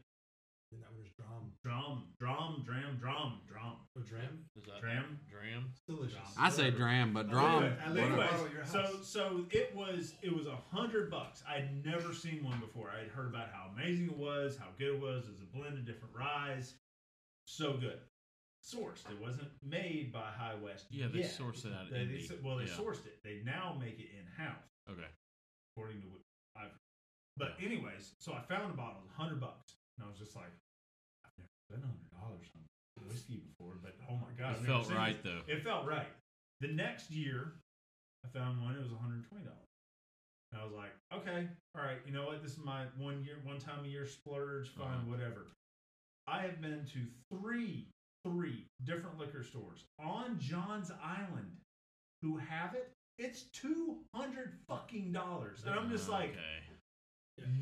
[SPEAKER 8] Midnight Winter's Drum.
[SPEAKER 9] Drum, drum, dram, drum, drum.
[SPEAKER 8] Or dram?
[SPEAKER 5] Is that
[SPEAKER 9] Dram?
[SPEAKER 5] Dram.
[SPEAKER 8] Delicious.
[SPEAKER 1] I say dram, but dram.
[SPEAKER 9] Anyway,
[SPEAKER 1] whatever.
[SPEAKER 9] anyways, so so it was it was a hundred bucks. I'd never seen one before. I'd heard about how amazing it was, how good it was. It was a blend of different ryes, so good. Sourced. It wasn't made by High West.
[SPEAKER 5] Yeah, they
[SPEAKER 9] yet.
[SPEAKER 5] sourced it out of
[SPEAKER 9] They- they
[SPEAKER 5] Indy.
[SPEAKER 9] s- well, they
[SPEAKER 5] Yeah.
[SPEAKER 9] sourced it. They now make it in house,
[SPEAKER 5] Okay.
[SPEAKER 9] according to what I've. But anyways, so I found a bottle, hundred bucks, and I was just like, I've never spent hundred dollars on whiskey before, but oh my
[SPEAKER 5] It
[SPEAKER 9] god, I've never
[SPEAKER 5] felt
[SPEAKER 9] seen this.
[SPEAKER 5] right, though.
[SPEAKER 9] It felt right. The next year, I found one. It was one hundred twenty dollars. And I was like, okay, all right, you know what? This is my one year, one time a year splurge, fine,
[SPEAKER 5] Uh-huh.
[SPEAKER 9] whatever. I have been to three, three different liquor stores on John's Island who have it. It's two hundred fucking dollars, and I'm just like,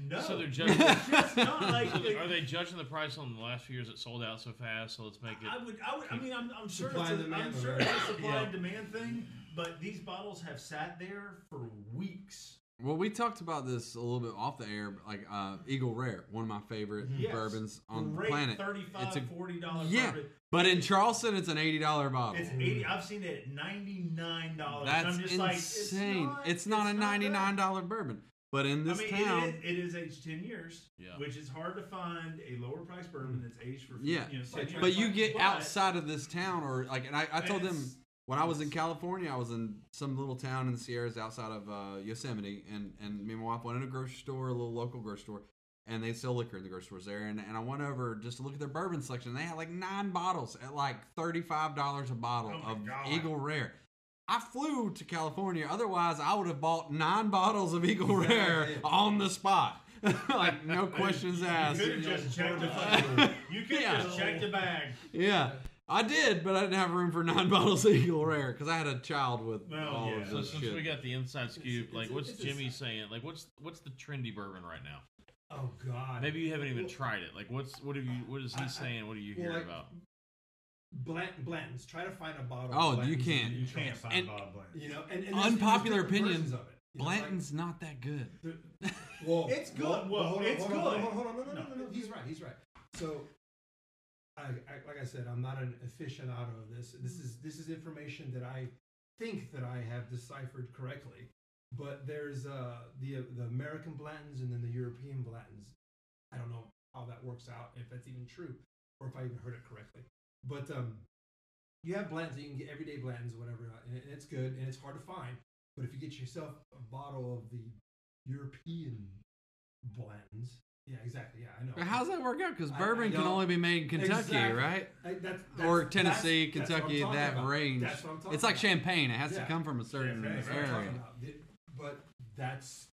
[SPEAKER 9] no.
[SPEAKER 5] So
[SPEAKER 9] <laughs>
[SPEAKER 5] they're judging.
[SPEAKER 9] It's just not like, like,
[SPEAKER 5] Are they judging the price on the last few years that sold out so fast? So let's make it.
[SPEAKER 9] I would, I would, I mean, I'm, I'm sure
[SPEAKER 8] Supply
[SPEAKER 9] it's a,
[SPEAKER 8] and demand,
[SPEAKER 9] I'm sure
[SPEAKER 8] right?
[SPEAKER 9] it's
[SPEAKER 1] <laughs>
[SPEAKER 9] a supply
[SPEAKER 8] Yeah.
[SPEAKER 9] and demand thing, but these bottles have sat there for weeks.
[SPEAKER 1] Well, we talked about this a little bit off the air, but, like uh, Eagle Rare, one of my favorite
[SPEAKER 9] Mm-hmm. Yes.
[SPEAKER 1] bourbons on
[SPEAKER 9] Great
[SPEAKER 1] the planet.
[SPEAKER 9] 35,
[SPEAKER 1] It's a-
[SPEAKER 9] $40
[SPEAKER 1] Yeah,
[SPEAKER 9] bourbon.
[SPEAKER 1] but in Charleston, it's an eighty dollar bottle.
[SPEAKER 9] It's eighty. I've seen it at ninety nine dollars.
[SPEAKER 1] That's
[SPEAKER 9] I'm just like, it's
[SPEAKER 1] insane.
[SPEAKER 9] not-
[SPEAKER 1] it's not a ninety nine dollar bourbon, but in this
[SPEAKER 9] I mean,
[SPEAKER 1] town,
[SPEAKER 9] it, is, it is aged ten years,
[SPEAKER 1] Yeah.
[SPEAKER 9] which is hard to find a lower price bourbon that's aged for
[SPEAKER 1] Yeah,
[SPEAKER 9] You know, 10 years.
[SPEAKER 1] but you get
[SPEAKER 9] But-
[SPEAKER 1] outside of this town, or like, and I, I told them
[SPEAKER 9] It's-
[SPEAKER 1] when I was in California, I was in some little town in the Sierras outside of uh, Yosemite, and and me and my wife went in a grocery store, a little local grocery store, and they sell liquor in the grocery stores there, and and I went over just to look at their bourbon selection. and They had like nine bottles at like thirty five dollars a bottle
[SPEAKER 9] Oh my
[SPEAKER 1] of
[SPEAKER 9] God.
[SPEAKER 1] Eagle Rare. I flew to California. Otherwise, I would have bought nine bottles of Eagle Rare on the spot, <laughs> like no questions asked.
[SPEAKER 9] You could
[SPEAKER 1] You know,
[SPEAKER 9] have just checked the fucking,
[SPEAKER 1] <laughs>
[SPEAKER 9] You could
[SPEAKER 1] Yeah.
[SPEAKER 9] just check the bag.
[SPEAKER 1] yeah, I did, but I didn't have room for nine <laughs> bottles of Eagle Rare because I had a child with all of
[SPEAKER 5] So
[SPEAKER 1] this
[SPEAKER 5] since
[SPEAKER 1] shit.
[SPEAKER 5] we got the inside scoop, like, what's
[SPEAKER 8] it's a-
[SPEAKER 5] Jimmy saying? Like, what's what's the trendy bourbon right now?
[SPEAKER 8] Oh God.
[SPEAKER 5] Maybe you haven't even
[SPEAKER 8] Well,
[SPEAKER 5] tried it. Like, what's what have you? What is he saying? What are you
[SPEAKER 8] well,
[SPEAKER 5] hearing
[SPEAKER 8] like,
[SPEAKER 5] about?
[SPEAKER 8] Blanton, Blanton's. Try to find a bottle. of
[SPEAKER 1] Oh, you
[SPEAKER 8] Blanton's
[SPEAKER 1] can't.
[SPEAKER 8] in
[SPEAKER 1] You
[SPEAKER 8] Charleston.
[SPEAKER 1] can't find a And- bottle of
[SPEAKER 9] Blanton's.
[SPEAKER 8] You know, and, and there's-
[SPEAKER 1] Unpopular
[SPEAKER 8] there's different
[SPEAKER 1] opinion:
[SPEAKER 8] versions of it. You know, like-
[SPEAKER 1] Blanton's not that good.
[SPEAKER 8] Whoa,
[SPEAKER 9] It's good.
[SPEAKER 8] Whoa,
[SPEAKER 9] Well,
[SPEAKER 8] hold on,
[SPEAKER 9] it's
[SPEAKER 8] hold on,
[SPEAKER 9] good.
[SPEAKER 8] Hold on, hold on, no, no, no, no, no. He's right. He's right. So I, I, like I said, I'm not an aficionado of this. This is this is information that I think that I have deciphered correctly. But there's uh, the the American Blatins and then the European Blatins. I don't know how that works out, if that's even true, or if I even heard it correctly. But um, you have Blanton's, you can get everyday Blanton's, whatever, uh, and and it's good and it's hard to find. But if you get yourself a bottle of the European Blanton's, yeah, exactly, yeah, I know.
[SPEAKER 1] But how's that work out? Because
[SPEAKER 8] I- I
[SPEAKER 1] bourbon can
[SPEAKER 8] don't-
[SPEAKER 1] only be made in Kentucky,
[SPEAKER 8] Exactly.
[SPEAKER 1] right?
[SPEAKER 8] I- that's-
[SPEAKER 1] or
[SPEAKER 8] that's- that's-
[SPEAKER 1] Tennessee,
[SPEAKER 8] that's what I'm
[SPEAKER 1] Kentucky,
[SPEAKER 8] talking
[SPEAKER 1] that
[SPEAKER 8] about.
[SPEAKER 1] range.
[SPEAKER 8] That's what I'm talking
[SPEAKER 1] it's like
[SPEAKER 8] about.
[SPEAKER 1] champagne. It has to
[SPEAKER 8] Yeah.
[SPEAKER 1] come from a certain
[SPEAKER 8] Yeah, that's what I'm
[SPEAKER 1] area.
[SPEAKER 8] talking about. Th- But that's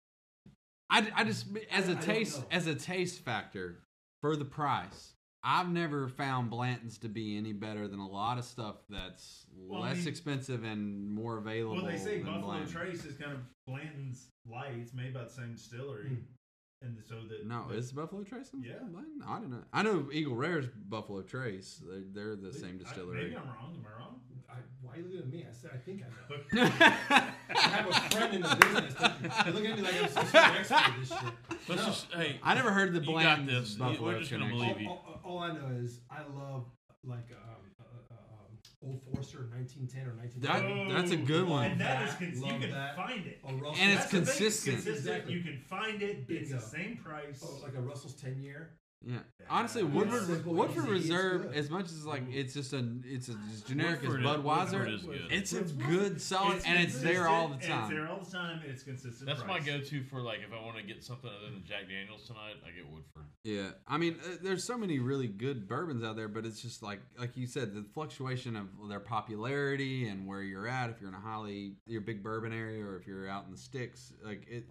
[SPEAKER 1] I, I just as a
[SPEAKER 8] I- I don't
[SPEAKER 1] taste
[SPEAKER 8] know.
[SPEAKER 1] as a taste factor for the price. I've never found Blanton's to be any better than a lot of stuff that's
[SPEAKER 9] Well, I
[SPEAKER 1] less
[SPEAKER 9] mean-
[SPEAKER 1] expensive and more available.
[SPEAKER 9] Well, they say
[SPEAKER 1] than
[SPEAKER 9] Buffalo
[SPEAKER 1] Blanton's.
[SPEAKER 9] Trace is kind of Blanton's light. It's made by the same distillery, and so that
[SPEAKER 1] No,
[SPEAKER 9] that-
[SPEAKER 1] is Buffalo Trace? in
[SPEAKER 9] Yeah.
[SPEAKER 1] Blanton? I don't know. I know Eagle Rare's Buffalo Trace. They're, they're the same
[SPEAKER 9] I-
[SPEAKER 1] distillery.
[SPEAKER 9] maybe I'm wrong. Am I wrong?
[SPEAKER 8] I, why are you looking at me? I said I think I
[SPEAKER 1] <laughs>
[SPEAKER 8] know. I have a friend in the business. That, you look at me like I'm some sort of expert in this shit.
[SPEAKER 5] Let's
[SPEAKER 8] No.
[SPEAKER 5] just- hey,
[SPEAKER 1] I never heard the
[SPEAKER 5] you
[SPEAKER 1] Blanton's
[SPEAKER 5] got this. You-
[SPEAKER 1] Buffalo
[SPEAKER 5] We're just gonna
[SPEAKER 1] connection.
[SPEAKER 5] believe you.
[SPEAKER 8] All, all- all I know is I love like um, uh, uh, um, Old Forster 1910 or 19.
[SPEAKER 1] That- that's a good
[SPEAKER 8] Love
[SPEAKER 1] one.
[SPEAKER 9] And that is
[SPEAKER 8] that,
[SPEAKER 9] cons- you
[SPEAKER 8] love
[SPEAKER 9] can
[SPEAKER 8] that.
[SPEAKER 9] find it,
[SPEAKER 8] A Russell-
[SPEAKER 1] And it's
[SPEAKER 9] That's the thing,
[SPEAKER 1] consistent.
[SPEAKER 9] consistent.
[SPEAKER 8] Exactly.
[SPEAKER 9] You can find it. It's the
[SPEAKER 8] Bingo.
[SPEAKER 9] same price.
[SPEAKER 8] Oh, like a Russell's 10 year.
[SPEAKER 1] Yeah. Honestly,
[SPEAKER 8] Yeah.
[SPEAKER 1] Woodford
[SPEAKER 8] Simple,
[SPEAKER 1] Woodford
[SPEAKER 8] easy, it's
[SPEAKER 1] Reserve,
[SPEAKER 8] good.
[SPEAKER 1] as much as like it's just a it's a, as generic
[SPEAKER 5] Woodford
[SPEAKER 1] as
[SPEAKER 5] is-
[SPEAKER 1] Budweiser,
[SPEAKER 5] Woodford is good.
[SPEAKER 1] it's a
[SPEAKER 5] Woodford-
[SPEAKER 1] good solid,
[SPEAKER 5] it's
[SPEAKER 1] and it's there all the
[SPEAKER 9] consistent, and It's there
[SPEAKER 1] time.
[SPEAKER 9] all the time, and it's consistent.
[SPEAKER 5] That's my
[SPEAKER 9] price.
[SPEAKER 5] go-to for like if I want to get something other than Jack Daniels tonight, I get Woodford.
[SPEAKER 1] Yeah, I mean, uh, there's so many really good bourbons out there, but it's just like like you said, the fluctuation of their popularity and where you're at. If you're in a highly your big bourbon area, or if you're out in the sticks, like it,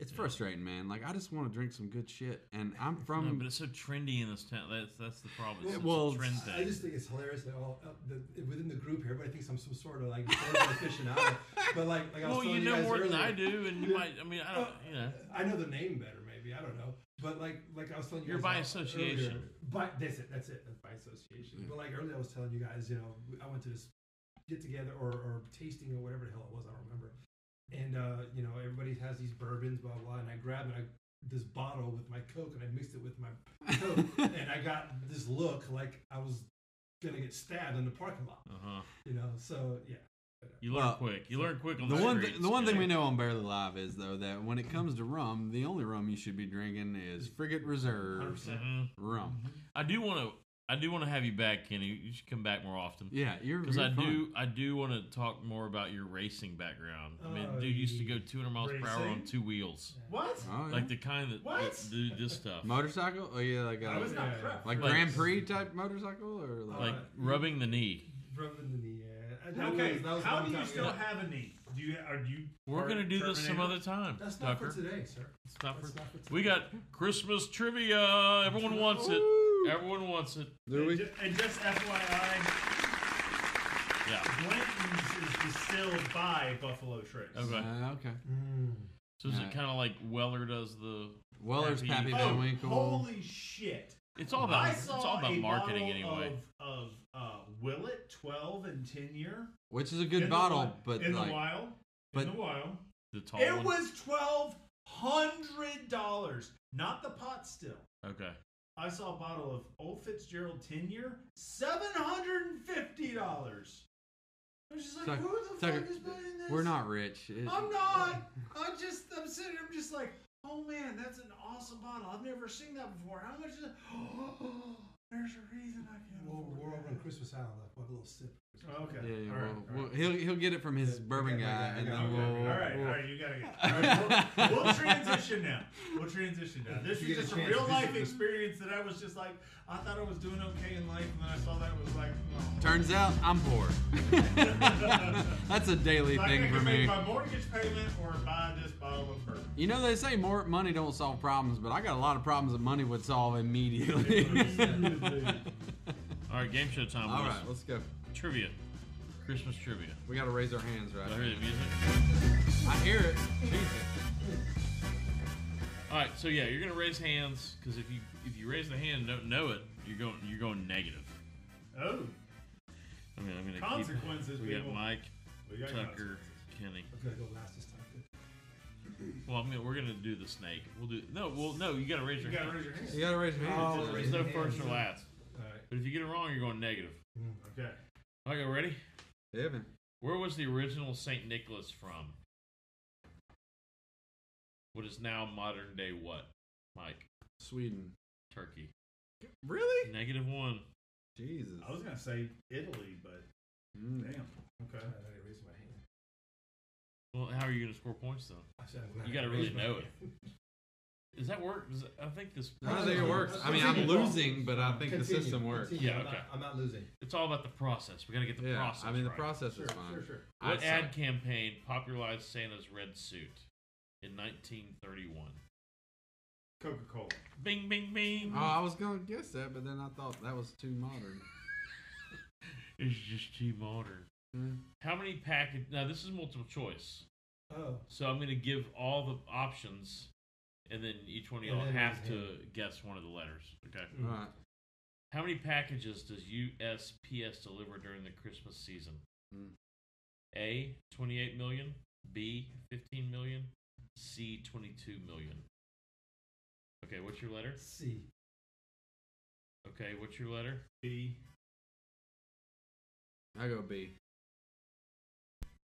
[SPEAKER 1] it's frustrating, man. Like I just want to drink some good shit, and I'm from
[SPEAKER 5] No, but it's so trendy in this town. That's that's the problem. It's,
[SPEAKER 1] Yeah,
[SPEAKER 5] it's
[SPEAKER 1] well,
[SPEAKER 5] a trend
[SPEAKER 8] I
[SPEAKER 5] thing.
[SPEAKER 8] just think it's hilarious that all uh, the, within the group here, everybody thinks I'm some sort of like aficionado. But like, like I was
[SPEAKER 5] Well, you
[SPEAKER 8] telling
[SPEAKER 5] know
[SPEAKER 8] guys
[SPEAKER 5] more than
[SPEAKER 8] earlier-
[SPEAKER 5] I do, and you
[SPEAKER 8] Yeah.
[SPEAKER 5] might. I mean, I don't.
[SPEAKER 8] Uh,
[SPEAKER 5] You know,
[SPEAKER 8] I know the name better, maybe I don't know. But like, like I was telling you,
[SPEAKER 5] You're
[SPEAKER 8] guys
[SPEAKER 5] by
[SPEAKER 8] earlier-
[SPEAKER 5] association.
[SPEAKER 8] By that's it. That's it. That's by association.
[SPEAKER 5] Mm.
[SPEAKER 8] But like earlier, I was telling you guys, you know, I went to this get together or, or tasting or whatever the hell it was. I don't remember. And uh, you know, everybody has these bourbons, blah blah. And I grabbed and I, this bottle with my Coke and I mixed it with my Coke,
[SPEAKER 5] <laughs>
[SPEAKER 8] and I got this look like I was gonna get stabbed in the parking lot.
[SPEAKER 5] Uh-huh.
[SPEAKER 8] You know, so yeah.
[SPEAKER 5] you learn quick. You learn quick on the,
[SPEAKER 1] the one
[SPEAKER 5] streets,
[SPEAKER 1] thi- the one
[SPEAKER 5] you
[SPEAKER 1] thing we
[SPEAKER 5] know.
[SPEAKER 1] know on Barely Live is though that when it comes to rum, the only rum you should be drinking is Frigate Reserve
[SPEAKER 5] 100%. Mhm.
[SPEAKER 1] rum.
[SPEAKER 5] I do want to. I do want to have you back, Kenny. You should come back more often.
[SPEAKER 1] Yeah, you're-
[SPEAKER 5] because
[SPEAKER 1] you're
[SPEAKER 5] I do.
[SPEAKER 1] fun.
[SPEAKER 5] I do want to talk more about your racing background. I mean,
[SPEAKER 9] Oh,
[SPEAKER 5] dude used to go 200 miles per hour on
[SPEAKER 9] racing?
[SPEAKER 5] two wheels.
[SPEAKER 9] What?
[SPEAKER 1] Oh, yeah.
[SPEAKER 5] Like the kind that,
[SPEAKER 9] What?
[SPEAKER 5] that do this stuff.
[SPEAKER 1] Motorcycle? Oh yeah, like
[SPEAKER 9] I was not
[SPEAKER 1] a,
[SPEAKER 9] prepped
[SPEAKER 1] like
[SPEAKER 5] for
[SPEAKER 1] Grand
[SPEAKER 5] this.
[SPEAKER 1] Prix type motorcycle or like,
[SPEAKER 5] like rubbing the knee.
[SPEAKER 8] Rubbing the knee. Yeah. That
[SPEAKER 9] Okay,
[SPEAKER 8] was- that was a
[SPEAKER 9] how
[SPEAKER 8] long
[SPEAKER 9] do you
[SPEAKER 8] time
[SPEAKER 9] still
[SPEAKER 8] ago.
[SPEAKER 9] have a knee? Do you are you?
[SPEAKER 5] We're
[SPEAKER 9] are
[SPEAKER 5] gonna do this some
[SPEAKER 9] Terminator?
[SPEAKER 5] other time.
[SPEAKER 8] That's not
[SPEAKER 5] Tucker.
[SPEAKER 8] for today, sir.
[SPEAKER 5] It's not
[SPEAKER 8] That's
[SPEAKER 5] for-
[SPEAKER 8] not for today.
[SPEAKER 5] We got Christmas trivia. Everyone wants it. Everyone wants it.
[SPEAKER 1] Do
[SPEAKER 9] And ju- and just FYI,
[SPEAKER 5] Yeah.
[SPEAKER 9] Blanton's is distilled by Buffalo Trace.
[SPEAKER 5] Okay.
[SPEAKER 1] Uh, okay.
[SPEAKER 5] So is
[SPEAKER 1] Yeah.
[SPEAKER 5] it kind of like Weller does the
[SPEAKER 1] Weller's Pappy Van
[SPEAKER 9] Oh,
[SPEAKER 1] Winkle.
[SPEAKER 9] holy shit!
[SPEAKER 5] It's all about-
[SPEAKER 9] I
[SPEAKER 5] it's
[SPEAKER 9] saw
[SPEAKER 5] all about
[SPEAKER 9] a
[SPEAKER 5] marketing
[SPEAKER 9] bottle
[SPEAKER 5] anyway.
[SPEAKER 9] Of, of uh, Willet, twelve and ten year,
[SPEAKER 1] Which is a good
[SPEAKER 9] In the
[SPEAKER 1] bottle,
[SPEAKER 9] wi-
[SPEAKER 1] but
[SPEAKER 9] in
[SPEAKER 1] like-
[SPEAKER 9] the wild,
[SPEAKER 1] but-
[SPEAKER 9] in the wild,
[SPEAKER 5] The tall
[SPEAKER 9] it
[SPEAKER 5] one?
[SPEAKER 9] was twelve hundred dollars, not the pot still.
[SPEAKER 5] Okay.
[SPEAKER 9] I saw a bottle of Old Fitzgerald ten year, seven hundred and fifty dollars. I was just like,
[SPEAKER 1] Tuck-
[SPEAKER 9] who the
[SPEAKER 1] Tucker,
[SPEAKER 9] fuck is buying this?
[SPEAKER 1] We're not rich. It-
[SPEAKER 9] I'm not. I just I'm sitting. I'm just like, oh man, that's an awesome bottle. I've never seen that before. How much is it? <gasps> There's a reason I can't.
[SPEAKER 8] Well, we're over on Christmas Island. Like, we'll have a little sip.
[SPEAKER 9] Oh, Okay.
[SPEAKER 1] Yeah, yeah,
[SPEAKER 9] All right,
[SPEAKER 1] well,
[SPEAKER 9] all
[SPEAKER 1] well,
[SPEAKER 9] right.
[SPEAKER 1] he'll he'll get it from his bourbon
[SPEAKER 9] okay,
[SPEAKER 1] guy,
[SPEAKER 9] okay,
[SPEAKER 1] and
[SPEAKER 9] okay,
[SPEAKER 1] then
[SPEAKER 9] okay.
[SPEAKER 1] we'll.
[SPEAKER 9] All right,
[SPEAKER 1] we'll-
[SPEAKER 9] all right, you
[SPEAKER 1] <laughs>
[SPEAKER 9] gotta get. All right, we'll, we'll transition now. We'll transition now. This
[SPEAKER 8] You
[SPEAKER 9] is
[SPEAKER 8] get a
[SPEAKER 9] just a
[SPEAKER 8] chance
[SPEAKER 9] real
[SPEAKER 8] to
[SPEAKER 9] life
[SPEAKER 8] visit this-
[SPEAKER 9] experience that I was just like, I thought I was doing okay in life, and then I saw that and was like, oh.
[SPEAKER 1] Turns out I'm poor. <laughs> That's a daily
[SPEAKER 9] Like, I
[SPEAKER 1] thing for
[SPEAKER 9] can
[SPEAKER 1] me.
[SPEAKER 9] make my mortgage payment or buy this bottle of bourbon.
[SPEAKER 1] You know they say more money don't solve problems, but I got a lot of problems that money would solve immediately.
[SPEAKER 5] All right, game show time.
[SPEAKER 1] All
[SPEAKER 5] boys.
[SPEAKER 1] right, let's go.
[SPEAKER 5] Trivia. Christmas trivia.
[SPEAKER 1] we gotta raise our hands, right?
[SPEAKER 5] Do I hear the music?
[SPEAKER 1] I hear it.
[SPEAKER 5] All right, so yeah, you're gonna raise hands because if you if you raise the hand and don't know it, you're going you're going negative.
[SPEAKER 9] Oh,
[SPEAKER 5] I mean, I'm gonna
[SPEAKER 9] Consequences,
[SPEAKER 5] Keep, we got
[SPEAKER 9] people.
[SPEAKER 5] Mike,
[SPEAKER 9] We got
[SPEAKER 5] Tucker, Kenny.
[SPEAKER 8] I'm gonna go last this time.
[SPEAKER 5] Well, I'm gonna, we're gonna do the snake. We'll do no. Well, no, you gotta raise your
[SPEAKER 9] You gotta
[SPEAKER 5] hand.
[SPEAKER 9] raise your hand.
[SPEAKER 1] You gotta raise your hand.
[SPEAKER 5] There's no first or last.
[SPEAKER 8] All right.
[SPEAKER 5] But if you get it wrong, you're going negative.
[SPEAKER 9] Okay.
[SPEAKER 5] Okay, ready?
[SPEAKER 1] Evan.
[SPEAKER 5] Where was the original St. Nicholas from? What is now modern day what? Mike.
[SPEAKER 1] Sweden.
[SPEAKER 5] Turkey.
[SPEAKER 1] Really?
[SPEAKER 5] Negative one.
[SPEAKER 1] Jesus.
[SPEAKER 9] I was gonna say Italy, but mm, damn. Okay.
[SPEAKER 8] I didn't raise my hand.
[SPEAKER 5] Well, how are you going to score points, though?
[SPEAKER 8] I said I'm not
[SPEAKER 5] You got to
[SPEAKER 8] gonna
[SPEAKER 5] really
[SPEAKER 8] raise my
[SPEAKER 5] know it.
[SPEAKER 8] hand.
[SPEAKER 5] Does that uh, work? Does I think this.
[SPEAKER 1] I don't think it works. I mean, I'm losing, but I think the
[SPEAKER 8] Continue,
[SPEAKER 1] system works.
[SPEAKER 8] continue.
[SPEAKER 5] Yeah,
[SPEAKER 8] I'm not-
[SPEAKER 5] okay.
[SPEAKER 8] I'm not losing.
[SPEAKER 5] It's all about the process. We got to get the
[SPEAKER 1] Yeah,
[SPEAKER 5] process.
[SPEAKER 1] I mean, the
[SPEAKER 5] right.
[SPEAKER 1] process is Sure, fine. sure, sure.
[SPEAKER 5] What
[SPEAKER 1] I'd say-
[SPEAKER 5] ad campaign popularized Santa's red suit in 1931?
[SPEAKER 9] Coca Cola.
[SPEAKER 5] Bing, bing, bing.
[SPEAKER 1] Oh, I was gonna guess that, but then I thought that was too
[SPEAKER 9] <laughs>
[SPEAKER 1] modern.
[SPEAKER 5] It's just too modern. Hmm. How many package? Now this is multiple choice.
[SPEAKER 8] Oh.
[SPEAKER 5] So I'm going to give all the options, and then each one of
[SPEAKER 8] And
[SPEAKER 5] y'all
[SPEAKER 8] then
[SPEAKER 5] have
[SPEAKER 8] it's
[SPEAKER 5] to
[SPEAKER 8] him.
[SPEAKER 5] guess one of the letters. Okay.
[SPEAKER 8] Mm. Alright.
[SPEAKER 5] How many packages does USPS deliver during the Christmas season?
[SPEAKER 1] Mm.
[SPEAKER 5] A. 28 million. B. 15 million. C. 22 million. Okay, what's your letter?
[SPEAKER 8] C.
[SPEAKER 5] Okay, what's your letter?
[SPEAKER 9] B.
[SPEAKER 1] I go
[SPEAKER 5] <laughs>
[SPEAKER 1] B.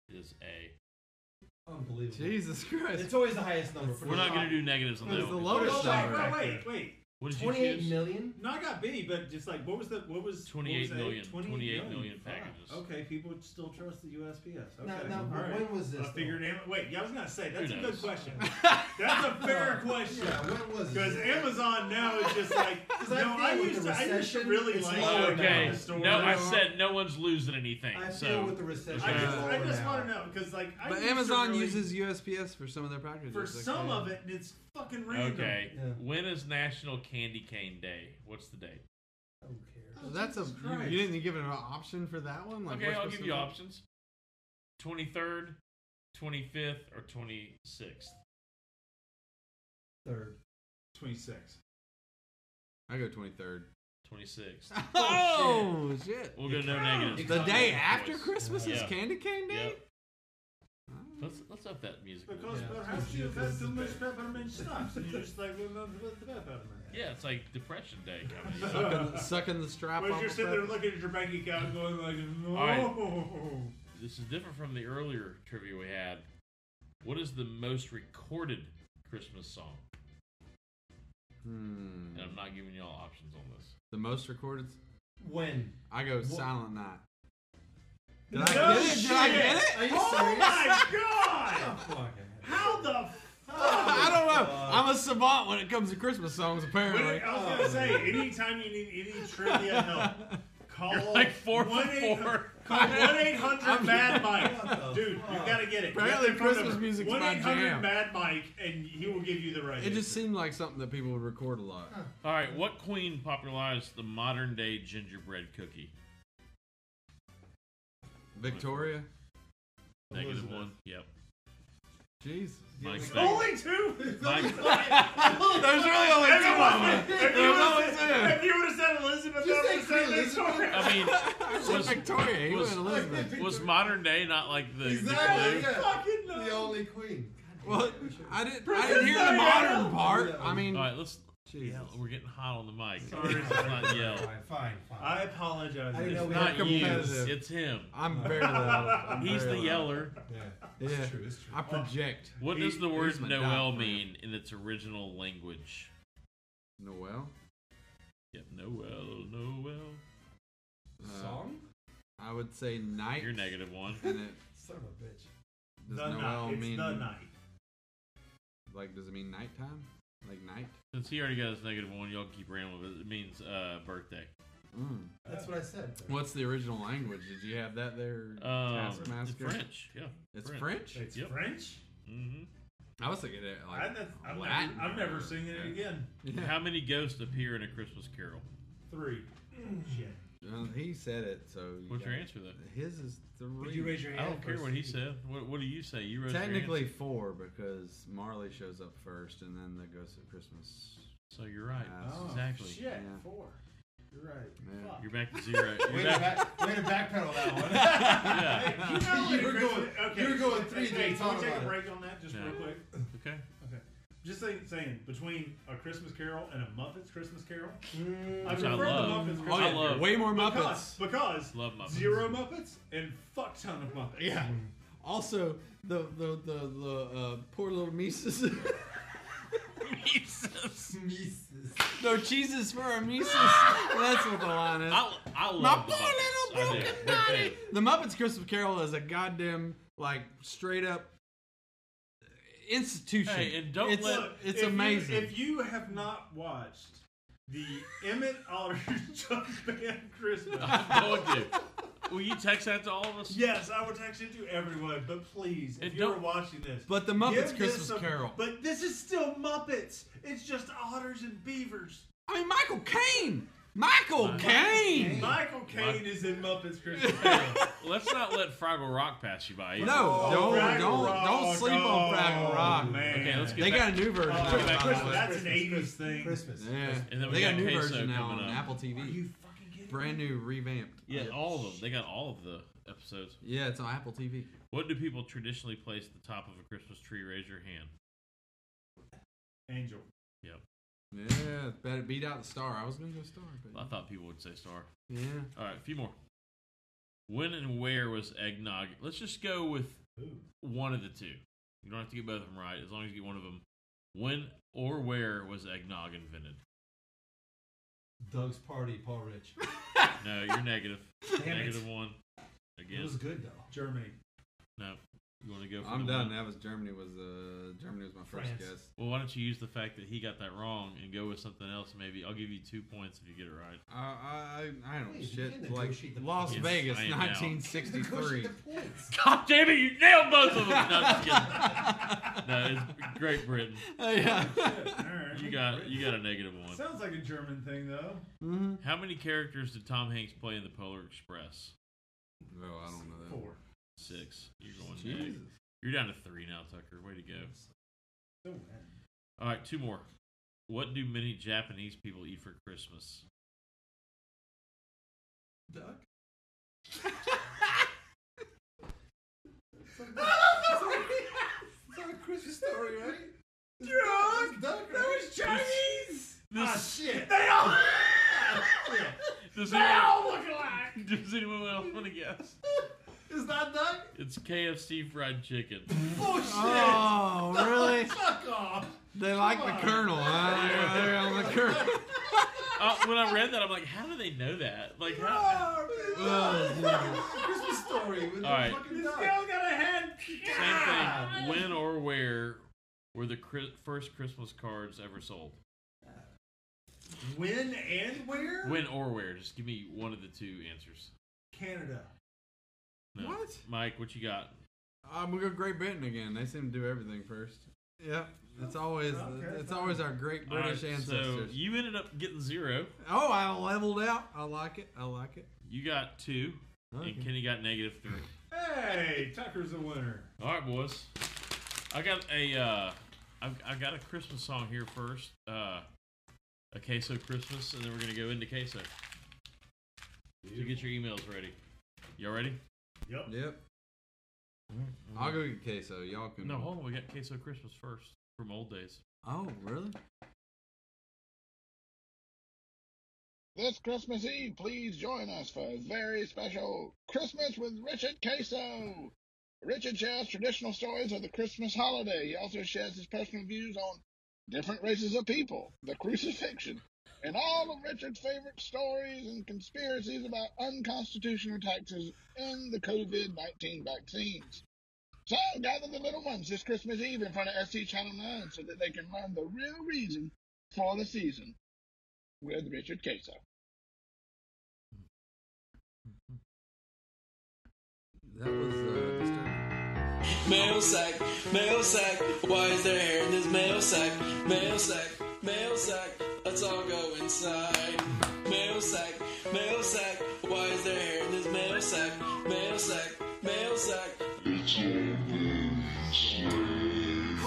[SPEAKER 5] It is A.
[SPEAKER 8] Unbelievable.
[SPEAKER 1] Jesus Christ.
[SPEAKER 8] It's always the highest number. For
[SPEAKER 5] We're
[SPEAKER 8] the
[SPEAKER 5] not going
[SPEAKER 8] top.
[SPEAKER 5] to do negatives on
[SPEAKER 1] It's
[SPEAKER 5] that
[SPEAKER 1] the
[SPEAKER 5] one.
[SPEAKER 1] lowest
[SPEAKER 9] Wait,
[SPEAKER 1] number.
[SPEAKER 9] wait, wait, wait.
[SPEAKER 5] What did you
[SPEAKER 8] 28
[SPEAKER 5] choose?
[SPEAKER 8] million?
[SPEAKER 9] No, I got B, but just like what was the what was
[SPEAKER 5] 28
[SPEAKER 9] what was A?
[SPEAKER 5] million, 28 million
[SPEAKER 9] Fuck.
[SPEAKER 5] packages.
[SPEAKER 9] Okay, people still trust the USPS. Okay,
[SPEAKER 8] Now- now,
[SPEAKER 9] All right.
[SPEAKER 8] when was this,
[SPEAKER 9] I figured. Am- wait, yeah, I was gonna say
[SPEAKER 5] Who
[SPEAKER 9] that's a good
[SPEAKER 5] knows? <laughs>
[SPEAKER 9] question. that's a fair
[SPEAKER 8] No.
[SPEAKER 9] question.
[SPEAKER 8] Yeah, when was
[SPEAKER 9] Because
[SPEAKER 8] this?
[SPEAKER 9] Amazon now is just like
[SPEAKER 8] <laughs> 'Cause I
[SPEAKER 9] no.
[SPEAKER 8] feel
[SPEAKER 9] I
[SPEAKER 8] with
[SPEAKER 9] used,
[SPEAKER 8] the
[SPEAKER 9] to, I used to
[SPEAKER 8] recession,
[SPEAKER 9] really
[SPEAKER 8] it's
[SPEAKER 9] like
[SPEAKER 8] lower
[SPEAKER 9] going down
[SPEAKER 5] Okay.
[SPEAKER 9] the store.
[SPEAKER 5] No, I said no one's losing anything.
[SPEAKER 9] I feel
[SPEAKER 5] so.
[SPEAKER 9] with the
[SPEAKER 8] recession
[SPEAKER 9] I just,
[SPEAKER 1] Yeah.
[SPEAKER 9] I just want to know because like I
[SPEAKER 1] But
[SPEAKER 9] used to
[SPEAKER 1] Amazon
[SPEAKER 9] really-
[SPEAKER 1] uses USPS for some of their packages.
[SPEAKER 9] for
[SPEAKER 1] Like,
[SPEAKER 9] some
[SPEAKER 1] yeah.
[SPEAKER 9] of it, and it's fucking random.
[SPEAKER 5] Okay. When is National Candy Cane Day? What's the date?
[SPEAKER 1] That's a
[SPEAKER 9] Oh, Jesus
[SPEAKER 8] Oh,
[SPEAKER 1] you,
[SPEAKER 9] Christ.
[SPEAKER 1] you didn't give it an option for that one. Like,
[SPEAKER 5] okay,
[SPEAKER 1] which
[SPEAKER 5] I'll give you
[SPEAKER 1] specific-
[SPEAKER 5] options. Twenty third, twenty fifth, or twenty sixth.
[SPEAKER 8] Third.
[SPEAKER 9] 26.
[SPEAKER 1] I go twenty third.
[SPEAKER 5] Twenty sixth.
[SPEAKER 1] <laughs> Oh, shit!
[SPEAKER 5] We're gonna know negatives.
[SPEAKER 1] The day
[SPEAKER 5] Choice.
[SPEAKER 1] after Christmas is
[SPEAKER 5] Yeah.
[SPEAKER 1] Candy Cane Day.
[SPEAKER 5] Yep. Let's let's up that music. a
[SPEAKER 9] Because
[SPEAKER 5] little bit.
[SPEAKER 9] perhaps you have too much peppermint schnapps, and you're just like, well, not with
[SPEAKER 5] <laughs>
[SPEAKER 9] the peppermint.
[SPEAKER 5] Yeah, it's like Depression Day coming.
[SPEAKER 1] Sucking, sucking the strap
[SPEAKER 9] Whereas
[SPEAKER 1] off.
[SPEAKER 9] you're
[SPEAKER 1] of
[SPEAKER 9] sitting there
[SPEAKER 1] that-
[SPEAKER 9] looking at your bank account, going like, no.
[SPEAKER 5] All right. This is different from the earlier trivia we had. What is the most recorded Christmas song?
[SPEAKER 1] Hmm.
[SPEAKER 5] And I'm not giving y'all options on this.
[SPEAKER 1] The most recorded.
[SPEAKER 8] When?
[SPEAKER 1] I go
[SPEAKER 5] Wha-
[SPEAKER 1] Silent Night. Did
[SPEAKER 5] No
[SPEAKER 1] I get it? Did I
[SPEAKER 9] shit!
[SPEAKER 1] get it?
[SPEAKER 9] Are you
[SPEAKER 1] Oh
[SPEAKER 9] serious?
[SPEAKER 1] my
[SPEAKER 9] God! How the fuck?
[SPEAKER 1] <laughs> I don't know. I'm a savant when it comes to Christmas songs,
[SPEAKER 9] When
[SPEAKER 1] apparently.
[SPEAKER 9] it- I was
[SPEAKER 8] oh.
[SPEAKER 9] gonna
[SPEAKER 1] <laughs>
[SPEAKER 9] say, anytime you need any trivia help, call
[SPEAKER 1] You're like four for
[SPEAKER 9] 1-800
[SPEAKER 1] four.
[SPEAKER 9] Call one eight
[SPEAKER 1] <laughs>
[SPEAKER 9] hundred
[SPEAKER 1] I'm-
[SPEAKER 9] Mad Mike, dude. You gotta get it.
[SPEAKER 1] Apparently Christmas music's my
[SPEAKER 9] One eight hundred
[SPEAKER 1] jam.
[SPEAKER 9] Mad Mike, and he will give you the right.
[SPEAKER 1] It just seemed like something that people would record a lot.
[SPEAKER 5] All right, what queen popularized the modern day gingerbread cookie?
[SPEAKER 1] Victoria.
[SPEAKER 5] Negative one. Yep.
[SPEAKER 1] Jesus.
[SPEAKER 5] Mike's
[SPEAKER 1] Yeah,
[SPEAKER 5] negative.
[SPEAKER 9] Only two.
[SPEAKER 5] Mike-
[SPEAKER 1] There's really only
[SPEAKER 9] If
[SPEAKER 1] two
[SPEAKER 9] it wasn't-
[SPEAKER 1] of them.
[SPEAKER 9] If you
[SPEAKER 1] There's
[SPEAKER 9] would've
[SPEAKER 1] only
[SPEAKER 9] said-
[SPEAKER 1] two.
[SPEAKER 9] if you would have said Elizabeth,
[SPEAKER 1] You
[SPEAKER 9] I
[SPEAKER 1] said
[SPEAKER 9] would have said
[SPEAKER 18] Oh,
[SPEAKER 1] Queen Elizabeth.
[SPEAKER 9] Victoria.
[SPEAKER 5] I
[SPEAKER 1] <laughs>
[SPEAKER 5] mean,
[SPEAKER 1] said Victoria, he
[SPEAKER 5] was,
[SPEAKER 1] went Elizabeth.
[SPEAKER 5] was modern day not like the
[SPEAKER 1] Exactly,
[SPEAKER 5] the blue?
[SPEAKER 1] yeah.
[SPEAKER 9] Fucking no.
[SPEAKER 8] The only queen.
[SPEAKER 1] Well, I didn't. I didn't hear the modern part. I mean,
[SPEAKER 5] all right, let's. Yell. We're getting hot on the mic. Sorry, let's <laughs> not yell.
[SPEAKER 8] Fine, fine.
[SPEAKER 9] I apologize.
[SPEAKER 8] I
[SPEAKER 5] It's
[SPEAKER 8] know we
[SPEAKER 5] not
[SPEAKER 8] have
[SPEAKER 5] you.
[SPEAKER 8] competitive.
[SPEAKER 5] It's him.
[SPEAKER 1] I'm very loud. I'm
[SPEAKER 5] He's the
[SPEAKER 1] very loud.
[SPEAKER 5] yeller.
[SPEAKER 1] Yeah, I project.
[SPEAKER 5] What does the
[SPEAKER 1] He's
[SPEAKER 5] word
[SPEAKER 1] my
[SPEAKER 5] Noel
[SPEAKER 1] dog.
[SPEAKER 5] mean in its original language?
[SPEAKER 1] Noel.
[SPEAKER 5] Yep, Noel, Noel.
[SPEAKER 1] Uh,
[SPEAKER 8] Song?
[SPEAKER 1] I would say night.
[SPEAKER 5] You're negative one.
[SPEAKER 1] And it
[SPEAKER 8] Son of a bitch.
[SPEAKER 1] does
[SPEAKER 9] The
[SPEAKER 1] Noel
[SPEAKER 9] night. It's
[SPEAKER 1] mean
[SPEAKER 9] the night.
[SPEAKER 1] like? Does it mean nighttime? Like night?
[SPEAKER 5] Since he already got his negative one, y'all can keep rambling. But it means uh, birthday.
[SPEAKER 1] Mm.
[SPEAKER 8] That's what I said.
[SPEAKER 1] What's the original language? Did you have that there,
[SPEAKER 5] Um,
[SPEAKER 1] Taskmaster?
[SPEAKER 5] French. Yeah,
[SPEAKER 1] It's French. Mm-hmm.
[SPEAKER 9] It's
[SPEAKER 5] Yep.
[SPEAKER 9] French.
[SPEAKER 5] hmm
[SPEAKER 1] I was thinking it like
[SPEAKER 9] I'm, not, I'm,
[SPEAKER 1] Latin.
[SPEAKER 9] never, I'm never singing it again.
[SPEAKER 1] Yeah.
[SPEAKER 5] How many ghosts appear in a Christmas Carol?
[SPEAKER 9] Three. <laughs> Shit.
[SPEAKER 1] Well, he said it, so. you
[SPEAKER 5] What's your
[SPEAKER 1] got-
[SPEAKER 5] answer, though?
[SPEAKER 1] His is three.
[SPEAKER 8] you raise your
[SPEAKER 5] I don't care what he said. What, what do you say? You wrote your
[SPEAKER 1] Technically
[SPEAKER 5] answer.
[SPEAKER 1] four because Marley shows up first, and then the Ghost of Christmas.
[SPEAKER 5] So you're right.
[SPEAKER 1] Yes.
[SPEAKER 9] Oh,
[SPEAKER 5] exactly.
[SPEAKER 9] Shit.
[SPEAKER 1] Yeah.
[SPEAKER 9] Four. You're right.
[SPEAKER 1] Yeah.
[SPEAKER 9] Fuck.
[SPEAKER 5] You're back to zero.
[SPEAKER 8] Way
[SPEAKER 5] You're
[SPEAKER 8] to,
[SPEAKER 5] back.
[SPEAKER 8] back, way to backpedal that one.
[SPEAKER 5] <laughs> Yeah.
[SPEAKER 9] <laughs>
[SPEAKER 5] <laughs>
[SPEAKER 9] You know,
[SPEAKER 8] You were
[SPEAKER 9] Christmas-
[SPEAKER 8] going- you were going three
[SPEAKER 9] Hey,
[SPEAKER 8] days.
[SPEAKER 9] Can
[SPEAKER 8] Talk
[SPEAKER 9] we take
[SPEAKER 8] about
[SPEAKER 9] a
[SPEAKER 8] it.
[SPEAKER 9] break on that just
[SPEAKER 5] Yeah.
[SPEAKER 9] real quick?
[SPEAKER 5] Okay.
[SPEAKER 9] Okay. Just saying, saying between a Christmas Carol and a Muppets Christmas Carol,
[SPEAKER 8] Mm.
[SPEAKER 9] I
[SPEAKER 5] Which I
[SPEAKER 9] prefer the
[SPEAKER 5] love.
[SPEAKER 9] Muppets.
[SPEAKER 5] Oh,
[SPEAKER 9] Christmas
[SPEAKER 5] yeah.
[SPEAKER 9] Carol.
[SPEAKER 5] Way more
[SPEAKER 9] because,
[SPEAKER 5] Muppets.
[SPEAKER 9] because
[SPEAKER 5] Love Muppets.
[SPEAKER 9] zero Muppets and fuck ton of Muppets.
[SPEAKER 1] Yeah. Also, the the the, the uh, poor little Mises.
[SPEAKER 5] Mises.
[SPEAKER 1] Mises. No cheeses for our Mises. That's what the line is.
[SPEAKER 5] I, I
[SPEAKER 1] My
[SPEAKER 5] love the
[SPEAKER 1] poor
[SPEAKER 5] Muppets.
[SPEAKER 1] little
[SPEAKER 5] I do.
[SPEAKER 1] broken
[SPEAKER 5] They're
[SPEAKER 1] body.
[SPEAKER 5] great.
[SPEAKER 1] The Muppets Christmas Carol is a goddamn like straight up institution.
[SPEAKER 5] Hey, and don't
[SPEAKER 1] it's,
[SPEAKER 5] let-
[SPEAKER 1] it's
[SPEAKER 9] if you-
[SPEAKER 1] amazing.
[SPEAKER 9] if you have not watched the Emmett Otter <laughs> Chuck Band
[SPEAKER 1] <laughs>
[SPEAKER 9] Christmas,
[SPEAKER 5] I'm going to. Will you text that to all of us?
[SPEAKER 9] Yes, I will text it to everyone. But please, if
[SPEAKER 5] And
[SPEAKER 9] you're
[SPEAKER 5] don't-
[SPEAKER 9] watching this,
[SPEAKER 1] But the Muppets
[SPEAKER 9] give this
[SPEAKER 1] Christmas
[SPEAKER 9] a-
[SPEAKER 1] Carol.
[SPEAKER 9] But this is still Muppets. It's just otters and beavers.
[SPEAKER 1] I mean, Michael Caine. Michael Caine.
[SPEAKER 9] Michael Caine is in Muppets Christmas Carol.
[SPEAKER 5] <laughs>
[SPEAKER 9] Oh,
[SPEAKER 5] Let's not let Fraggle Rock pass you by. either.
[SPEAKER 1] No, don't
[SPEAKER 9] Fraggle
[SPEAKER 1] don't
[SPEAKER 9] Rock, Oh,
[SPEAKER 1] don't sleep on Fraggle
[SPEAKER 5] Oh,
[SPEAKER 1] Rock.
[SPEAKER 5] Okay, let's get
[SPEAKER 1] they
[SPEAKER 5] back-
[SPEAKER 1] got a new version.
[SPEAKER 5] let's
[SPEAKER 1] of
[SPEAKER 5] get
[SPEAKER 1] it,
[SPEAKER 5] back to
[SPEAKER 1] by the
[SPEAKER 5] Christmas.
[SPEAKER 1] way.
[SPEAKER 9] That's an '80s thing.
[SPEAKER 8] Christmas.
[SPEAKER 1] Yeah,
[SPEAKER 5] And then we
[SPEAKER 1] they got
[SPEAKER 5] got
[SPEAKER 1] a new
[SPEAKER 5] queso
[SPEAKER 1] version now
[SPEAKER 5] coming
[SPEAKER 1] on
[SPEAKER 5] up.
[SPEAKER 1] Apple TV. Brand new, revamped.
[SPEAKER 5] Yeah, all of them. They got all of the episodes.
[SPEAKER 1] Yeah, it's on Apple TV.
[SPEAKER 5] What do people traditionally place at the top of a Christmas tree? Raise your hand.
[SPEAKER 9] Angel.
[SPEAKER 5] Yep.
[SPEAKER 1] Yeah, better beat out the star. I was gonna go star, but
[SPEAKER 5] I thought people would say star.
[SPEAKER 1] Yeah.
[SPEAKER 5] All right, a few more. When and where was eggnog? Let's just go with one of the two. You don't have to get both of them right, as long as you get one of them. When or where was eggnog invented?
[SPEAKER 8] Doug's party, Paul Rich.
[SPEAKER 5] No, you're <laughs> negative.
[SPEAKER 8] <laughs> Damn it.
[SPEAKER 5] Negative one. Again.
[SPEAKER 8] It was good though.
[SPEAKER 9] Germany.
[SPEAKER 5] No. You want to go? For
[SPEAKER 7] I'm
[SPEAKER 5] the
[SPEAKER 7] done.
[SPEAKER 5] one?
[SPEAKER 7] That was Germany. Was uh, Germany was my first
[SPEAKER 5] France.
[SPEAKER 7] guess.
[SPEAKER 5] Well, why don't you use the fact that he got that wrong and go with something else? Maybe I'll give you two points if you get it right.
[SPEAKER 1] Uh,
[SPEAKER 7] I I I I don't
[SPEAKER 5] Please, you
[SPEAKER 7] shit.
[SPEAKER 5] can
[SPEAKER 7] Like
[SPEAKER 5] negotiate the
[SPEAKER 7] Las
[SPEAKER 5] points. Yes,
[SPEAKER 7] Vegas,
[SPEAKER 5] I am now.
[SPEAKER 7] 1963.
[SPEAKER 5] God damn it! <laughs> You nailed both of them. No, I'm <laughs> just kidding. no, it's Great Britain.
[SPEAKER 1] Oh, yeah.
[SPEAKER 9] Alright.
[SPEAKER 5] <laughs> You got you got a negative one.
[SPEAKER 9] Sounds like a German thing though.
[SPEAKER 1] Mm-hmm.
[SPEAKER 5] How many characters did Tom Hanks play in the Polar Express?
[SPEAKER 7] No, Oh, I don't know that.
[SPEAKER 9] Four.
[SPEAKER 5] Six. You're going
[SPEAKER 7] Jesus.
[SPEAKER 5] neg- You're down to three now, Tucker. Way to go. All right, two more. What do many Japanese people eat for Christmas?
[SPEAKER 8] Duck.
[SPEAKER 18] It's not a Christmas story, right?
[SPEAKER 9] Duck.
[SPEAKER 18] Duck,
[SPEAKER 9] That was Chinese.
[SPEAKER 5] Ah,
[SPEAKER 9] shit. They
[SPEAKER 5] <laughs>
[SPEAKER 9] all.
[SPEAKER 5] Does
[SPEAKER 9] They
[SPEAKER 5] anyone-
[SPEAKER 9] all look alike.
[SPEAKER 5] Does anyone else want to guess?
[SPEAKER 9] Is that Doug?
[SPEAKER 5] It's KFC fried
[SPEAKER 9] <laughs>
[SPEAKER 5] chicken.
[SPEAKER 9] Bullshit.
[SPEAKER 1] Oh, really?
[SPEAKER 9] <laughs> Fuck off.
[SPEAKER 1] They like
[SPEAKER 9] Come
[SPEAKER 1] the
[SPEAKER 9] on.
[SPEAKER 1] Colonel, huh? They're- they're on the
[SPEAKER 9] <laughs>
[SPEAKER 1] Colonel.
[SPEAKER 5] <laughs> Uh, when I read that, I'm like, how do they know that? Like,
[SPEAKER 9] Oh,
[SPEAKER 5] how?
[SPEAKER 1] Oh,
[SPEAKER 9] <laughs>
[SPEAKER 18] Christmas story with
[SPEAKER 5] All right.
[SPEAKER 18] the fucking
[SPEAKER 9] This
[SPEAKER 18] duck.
[SPEAKER 9] girl got a head.
[SPEAKER 5] Same thing. When or where were the cri- first Christmas cards ever sold?
[SPEAKER 9] When and where?
[SPEAKER 5] When or where? Just give me one of the two answers.
[SPEAKER 9] Canada.
[SPEAKER 5] No.
[SPEAKER 1] What?
[SPEAKER 5] Mike, what you got?
[SPEAKER 7] I'm gonna go Great Britain again. They seem to do everything first.
[SPEAKER 1] Yep. It's always it's always our great British
[SPEAKER 5] All right,
[SPEAKER 1] ancestors.
[SPEAKER 5] So you ended up getting zero.
[SPEAKER 1] Oh, I leveled out. I like it. I like it.
[SPEAKER 5] You got two,
[SPEAKER 1] Okay.
[SPEAKER 5] and Kenny got negative three.
[SPEAKER 9] Hey, Tucker's the winner.
[SPEAKER 5] All right, boys. I got a uh, I've, I got a Christmas song here first. Uh, a queso Christmas, and then we're gonna go into queso. So get your emails ready. Y'all ready? Mm-hmm.
[SPEAKER 9] Yep.
[SPEAKER 7] Yep. I'll go get queso. Y'all can.
[SPEAKER 5] No, hold on. We got queso Christmas first from old days.
[SPEAKER 7] Oh, really?
[SPEAKER 15] This Christmas Eve, please join us for a very special Christmas with Richard Queso. Richard shares traditional stories of the Christmas holiday. He also shares his personal views on different races of people, the crucifixion, and all of Richard's favorite stories and conspiracies about unconstitutional taxes and the COVID 19 vaccines. So gather the little ones this Christmas Eve in front of SC Channel 9 so that they can learn the real reason for the season with Richard Queso.
[SPEAKER 7] That was uh, disturbing.
[SPEAKER 17] Mail sack, mail sack. Why is there hair in this mail sack? Mail sack, mail sack. Let's all go inside. Mail sack, mail sack. Why is there hair in this mail sack? Mail sack, mail sack.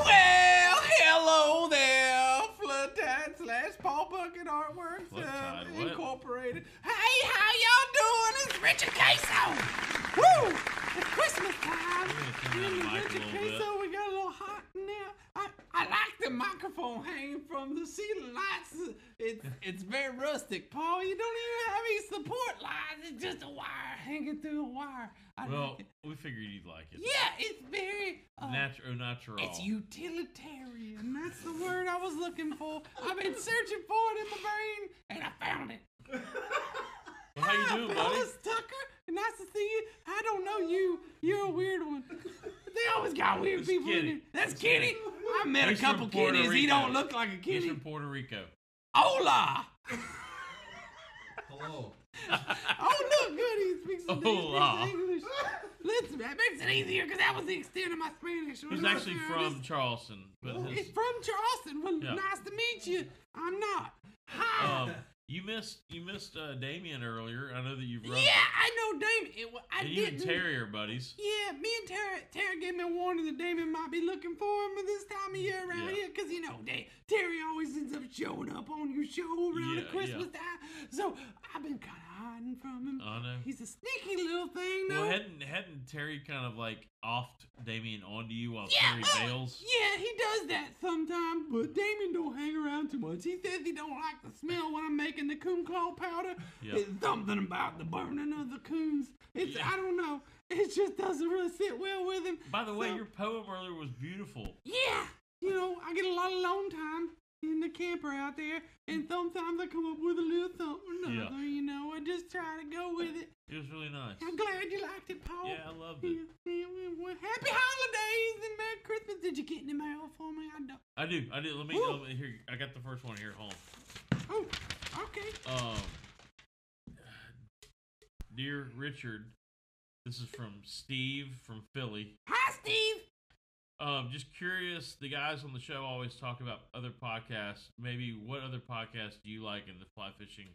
[SPEAKER 1] Well, hello there, Floodtide slash Paul Bucket Artworks uh,
[SPEAKER 5] Floodtide, what?
[SPEAKER 1] Incorporated. Hey, how y'all doing? It's Richard Queso. Woo! It's Christmas time.
[SPEAKER 5] We're gonna turn down the mic a
[SPEAKER 1] Richard
[SPEAKER 5] little bit.
[SPEAKER 1] Queso, we got a little hot in there.
[SPEAKER 7] I like the microphone hanging from the ceiling lights.
[SPEAKER 5] <laughs>
[SPEAKER 7] It's it's very rustic, Paul. You don't even have any support lines. It's just a wire hanging through a wire. I
[SPEAKER 5] well,
[SPEAKER 7] like it.
[SPEAKER 5] we figured you'd like it.
[SPEAKER 7] yeah, it's very uh,
[SPEAKER 5] Natural, natural.
[SPEAKER 7] It's utilitarian. That's the word I was looking for. I've been searching for it in my brain, and I found it.
[SPEAKER 5] Well, how you
[SPEAKER 7] Hi,
[SPEAKER 5] doing, buddy?
[SPEAKER 7] fellas, Tucker. Nice to see you. I don't know you. You're a weird one. They always got weird
[SPEAKER 5] It's
[SPEAKER 7] people. In
[SPEAKER 5] Kitty.
[SPEAKER 7] there. That's
[SPEAKER 5] It's
[SPEAKER 7] Kitty.
[SPEAKER 5] Kitty.
[SPEAKER 7] I met
[SPEAKER 5] He's
[SPEAKER 7] a
[SPEAKER 5] from
[SPEAKER 7] couple
[SPEAKER 5] Puerto
[SPEAKER 7] kitties. He
[SPEAKER 5] Rico.
[SPEAKER 7] don't look like a
[SPEAKER 5] He's
[SPEAKER 7] kitty.
[SPEAKER 5] from Puerto Rico.
[SPEAKER 7] Hola.
[SPEAKER 18] Hello.
[SPEAKER 7] Oh, look, good. He speaks, he
[SPEAKER 5] Hola.
[SPEAKER 7] speaks English. Listen, that makes it easier because that was the extent of my Spanish.
[SPEAKER 5] He's
[SPEAKER 7] When I <laughs>
[SPEAKER 5] actually
[SPEAKER 7] learned
[SPEAKER 5] from Charleston, but
[SPEAKER 7] this-
[SPEAKER 5] his,
[SPEAKER 7] It's from Charleston. Well,
[SPEAKER 5] Yeah.
[SPEAKER 7] nice to meet you. I'm not. Hi.
[SPEAKER 5] um, you missed you missed uh, Damien earlier. I know that you've run.
[SPEAKER 7] yeah, I know Damon. It, wa- I
[SPEAKER 5] and you and
[SPEAKER 7] didn't-
[SPEAKER 5] Terry are buddies.
[SPEAKER 7] Yeah, me and Tara, Tara gave me a warning that Damon might be looking for him this time of year around
[SPEAKER 5] Yeah.
[SPEAKER 7] here, 'cause you know, Da- Terry always ends up showing up on your show around
[SPEAKER 5] Yeah,
[SPEAKER 7] the
[SPEAKER 5] yeah.
[SPEAKER 7] Christmas time. So I've been kind of hiding from him.
[SPEAKER 5] I know.
[SPEAKER 7] He's a sneaky little thing, though.
[SPEAKER 5] Well, hadn't hadn't Terry kind of like offed Damien onto you while
[SPEAKER 7] Yeah,
[SPEAKER 5] Terry
[SPEAKER 7] uh,
[SPEAKER 5] bails?
[SPEAKER 7] yeah, he does that sometimes, but Damon don't hang around too much. He says he don't like the smell when I'm making the coon claw powder.
[SPEAKER 5] Yeah.
[SPEAKER 7] It's something about the burning of the coons. It's I don't know. It just doesn't really sit well with him.
[SPEAKER 5] By the way,
[SPEAKER 7] So-
[SPEAKER 5] your poem earlier was beautiful.
[SPEAKER 7] Yeah, you know, I get a lot of alone time in the camper out there, and sometimes I come up with a little something or
[SPEAKER 5] Yeah.
[SPEAKER 7] another. You know, I just try to go with it.
[SPEAKER 5] It was really nice.
[SPEAKER 7] I'm glad you liked it, Paul.
[SPEAKER 5] Yeah, I loved it.
[SPEAKER 7] Yeah, yeah, well, Happy holidays and Merry Christmas. Did you get any mail for me? I don't.
[SPEAKER 5] I do. I do. Let me,
[SPEAKER 7] Woo.
[SPEAKER 5] let me- here. I got the first one here at home.
[SPEAKER 7] Oh, okay.
[SPEAKER 5] Um, dear Richard, this is from Steve from Philly.
[SPEAKER 7] Hi, Steve.
[SPEAKER 5] Um, just curious. The guys on the show always talk about other podcasts. Maybe what other podcasts do you like in the fly fishing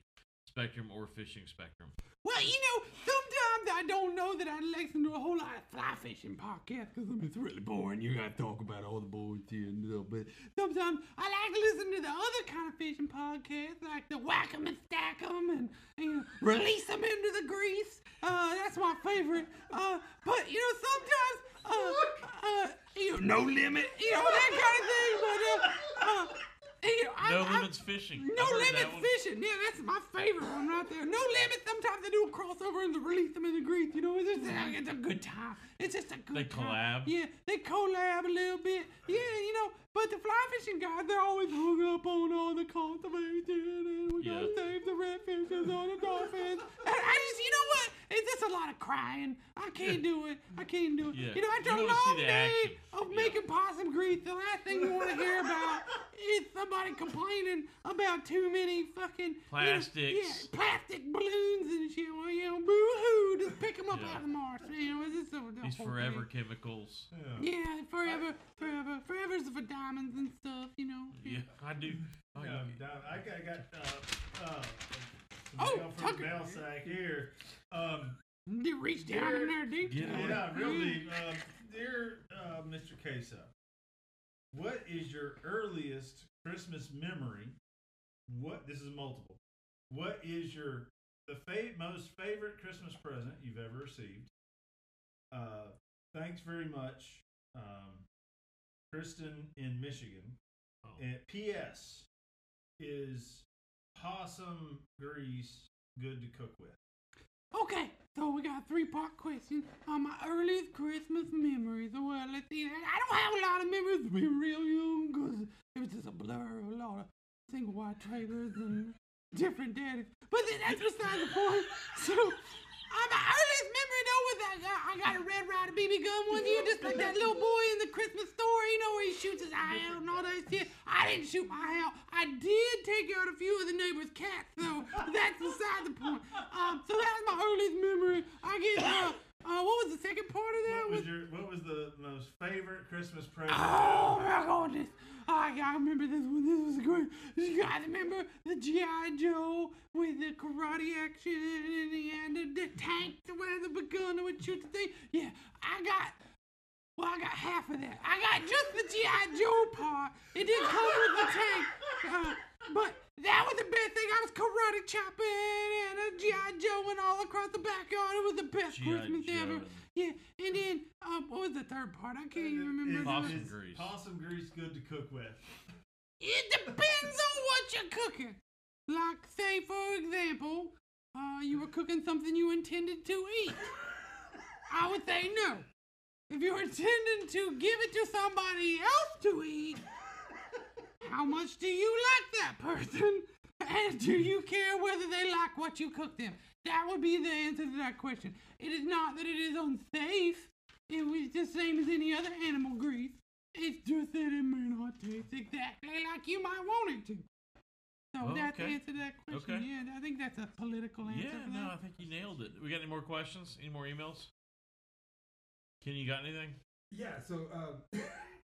[SPEAKER 5] spectrum or fishing spectrum?
[SPEAKER 7] Well, you know, sometimes I don't know that I listen to a whole lot of fly fishing podcasts 'cause I'm- it's really boring. You gotta talk about all the bullshit and stuff. But sometimes I like to listen to the other kind of fishing podcasts, like the Whack 'em and Stack 'em and, and Release 'em into the Grease. Uh, that's my favorite. Uh, but you know, sometimes. Uh, uh, you know, no limit, you know that kind of thing. But uh, uh, you know, I,
[SPEAKER 5] no
[SPEAKER 7] I,
[SPEAKER 5] limits fishing.
[SPEAKER 7] no
[SPEAKER 5] I've heard that
[SPEAKER 7] limit
[SPEAKER 5] one.
[SPEAKER 7] fishing. Yeah, that's my favorite one right there. No limit. Sometimes they do a crossover and they release them in the grease. You know, it's just, uh, it's a good time. It's just a good
[SPEAKER 5] They
[SPEAKER 7] time.
[SPEAKER 5] collab.
[SPEAKER 7] Yeah, they collab a little bit. Yeah, you know, but the fly fishing guys, they're always hung up on all the conservation and we gotta
[SPEAKER 5] Yeah.
[SPEAKER 7] save the redfishes on the dolphins. <laughs> and I just, you know what? It's just a lot of crying. I can't do it. I can't do it.
[SPEAKER 5] Yeah.
[SPEAKER 7] You know, after
[SPEAKER 5] You
[SPEAKER 7] a
[SPEAKER 5] wanna see
[SPEAKER 7] long
[SPEAKER 5] the
[SPEAKER 7] day
[SPEAKER 5] action.
[SPEAKER 7] of making possum grease, the last thing you want to hear about is somebody complaining about too many fucking
[SPEAKER 5] Plastics.
[SPEAKER 7] yeah, plastic balloons and shit. Well, you know, boo hoo, just pick them up
[SPEAKER 5] Yeah.
[SPEAKER 7] out of the marsh. You know, it's just so
[SPEAKER 5] These forever chemicals.
[SPEAKER 7] Yeah, forever, forever, forever's for diamonds and stuff. You know.
[SPEAKER 5] Yeah, I do. Oh,
[SPEAKER 9] Yeah,
[SPEAKER 5] you-
[SPEAKER 9] I got, I got uh, uh, some
[SPEAKER 7] Oh,
[SPEAKER 9] mail from
[SPEAKER 7] Tucker.
[SPEAKER 9] the mail sack here. Um,
[SPEAKER 7] They reach down in there deep.
[SPEAKER 9] Yeah,
[SPEAKER 7] down.
[SPEAKER 9] real deep. Uh, dear uh, Mr. Queso, what is your earliest Christmas memory? What this is multiple. What is your the fa- most favorite Christmas present you've ever received? Uh, thanks very much, um, Kristen in Michigan.
[SPEAKER 5] Oh.
[SPEAKER 9] And P.S. is possum grease good to cook with?
[SPEAKER 7] Okay, so we got a three-part question on my earliest Christmas memories. Well, let's see. I don't have a lot of memories of being real young, 'cause it was just a blur of a lot of single white trailers and different daddies. But then that's beside the point. <laughs> So, uh, my earliest memory, though, was I got, I got a Red Ryder BB gun one year, just like that little boy in the Christmas story, you know, where he shoots his eye out and all that shit. I didn't shoot my eye out. I did take out a few of the neighbor's cats, though. That's beside the point. Um, so that's my earliest memory. I get, uh, uh, what was the second part of that?
[SPEAKER 9] What was your What was the most favorite Christmas present?
[SPEAKER 7] Oh my goodness! I gotta remember this one. This was great. You gotta remember the GI Joe with the karate action and the end of the tank where the gun would shoot the thing. Yeah, I got. Well, I got half of that. I got just the GI Joe part. It didn't come with the tank, uh, but That was the best thing. I was karate chopping and a G.I. Joe went all across the backyard. It was the best
[SPEAKER 5] G.I.
[SPEAKER 7] Christmas
[SPEAKER 5] Joe.
[SPEAKER 7] ever. Yeah, and then, um, what was the third part? I can't even remember.
[SPEAKER 5] Possum
[SPEAKER 7] the-
[SPEAKER 5] grease.
[SPEAKER 9] Possum grease, good to cook with.
[SPEAKER 7] It depends on what you're cooking. Like, say, for example, uh, you were cooking something you intended to
[SPEAKER 5] <laughs>
[SPEAKER 7] eat. I would say no. If you're intending to give it to somebody else to eat, how much do you like that person? <laughs> And do you care whether they like what you cook them? That would be the answer to that question. It is not that it is unsafe. It was the same as any other animal grease. It's just that it may not taste exactly like you might want it to. So
[SPEAKER 5] Oh,
[SPEAKER 7] that's the
[SPEAKER 5] okay.
[SPEAKER 7] answer to that question.
[SPEAKER 5] Okay.
[SPEAKER 7] Yeah, I think that's a political answer.
[SPEAKER 5] Yeah,
[SPEAKER 7] for that.
[SPEAKER 5] no, I think you nailed it. We got any more questions? Any more emails? Ken, you got anything?
[SPEAKER 8] Yeah, so um <laughs>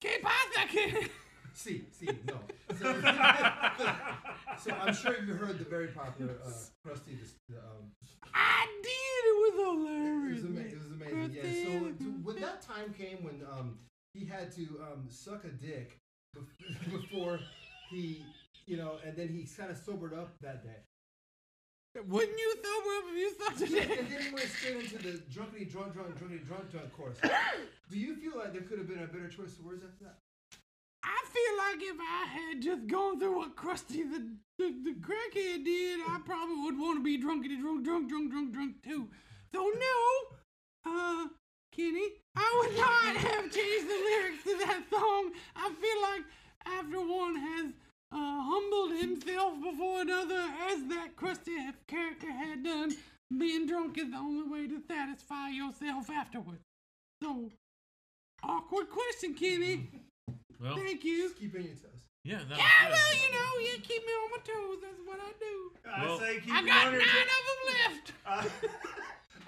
[SPEAKER 7] Keep on thinking.
[SPEAKER 8] See, see,
[SPEAKER 7] <laughs>
[SPEAKER 8] no. So, <laughs> so I'm sure you heard the very popular uh, Krusty. This, the, um,
[SPEAKER 7] I did. It was
[SPEAKER 8] it
[SPEAKER 7] hilarious.
[SPEAKER 8] was amazing. It was amazing. Yeah. So, so when that time came when um, he had to um, suck a dick bef- <laughs> before he, you know, and then he kind of sobered up that day.
[SPEAKER 7] Wouldn't you sober up if you sucked a dick?
[SPEAKER 8] And then he went straight into the drunkity drunk drunk drunkity drunk drunk course. Do you feel like there could have been a better choice of words after that?
[SPEAKER 7] I feel like if I had just gone through what Krusty the, the, the crackhead did, I probably would want to be drunkity drunk, drunk, drunk, drunk, drunk too. So no, uh, Kenny, I would not have changed the lyrics to that song. I feel like after one has uh, humbled himself before another, as that Krusty character had done, being drunk is the only way to satisfy yourself afterwards. So, awkward question, Kenny.
[SPEAKER 5] Well,
[SPEAKER 7] Thank you.
[SPEAKER 8] Keep on your toes.
[SPEAKER 5] yeah, that
[SPEAKER 7] Yeah,
[SPEAKER 5] was
[SPEAKER 7] well,
[SPEAKER 5] good.
[SPEAKER 7] you know, you keep me on my toes. That's what I do.
[SPEAKER 9] I Well- say keep
[SPEAKER 7] I
[SPEAKER 9] you
[SPEAKER 7] got
[SPEAKER 9] on
[SPEAKER 7] nine
[SPEAKER 9] your
[SPEAKER 7] of them left.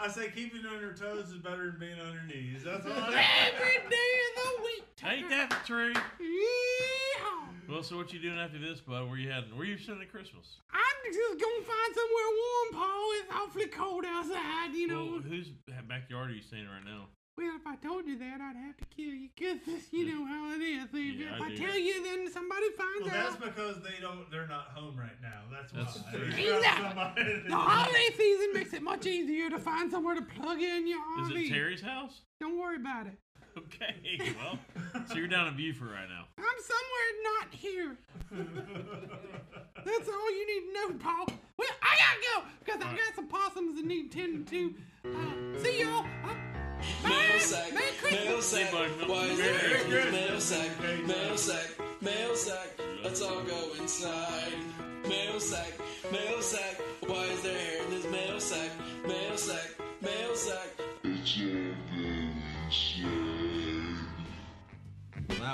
[SPEAKER 9] I say keeping on your toes is better than being on your knees. That's all. I
[SPEAKER 7] Every day of the week.
[SPEAKER 5] Ain't that the truth?
[SPEAKER 7] Yeehaw.
[SPEAKER 5] Well, so what you doing after this, bud? Where you heading? Where you spending Christmas?
[SPEAKER 7] I'm just gonna find somewhere warm, Paul. It's awfully cold outside, you know.
[SPEAKER 5] Well, whose backyard are you staying in right now?
[SPEAKER 7] Well, if I told you that, I'd have to kill you, 'cause you know how it is. If,
[SPEAKER 5] Yeah,
[SPEAKER 7] if
[SPEAKER 5] I
[SPEAKER 7] I,
[SPEAKER 5] do.
[SPEAKER 7] tell you, then somebody finds
[SPEAKER 9] Well, that's
[SPEAKER 7] out.
[SPEAKER 9] because they don't. They're not home right now. That's why.
[SPEAKER 5] That's true.
[SPEAKER 9] If you're out
[SPEAKER 7] Exactly.
[SPEAKER 9] somebody-
[SPEAKER 7] The holiday season makes it much easier to find somewhere to plug in your
[SPEAKER 5] Is
[SPEAKER 7] RV.
[SPEAKER 5] it Terry's house? <laughs>
[SPEAKER 7] Don't worry about it.
[SPEAKER 5] Okay.
[SPEAKER 17] <laughs>
[SPEAKER 5] Well, so you're down in Buford right now.
[SPEAKER 7] I'm somewhere not <laughs> here. That's all you need to know, Paul. Well, I gotta go because I got some possums that need tending to. Uh, see y'all. Uh, bye. Merry
[SPEAKER 17] Mail
[SPEAKER 7] Christmas.
[SPEAKER 17] sack, why is it Christmas? Mail sack, mail sack, mail sack, let's all go inside. Mail sack, mail sack, why is there hair in this mail sack? Mail sack, mail sack.
[SPEAKER 1] That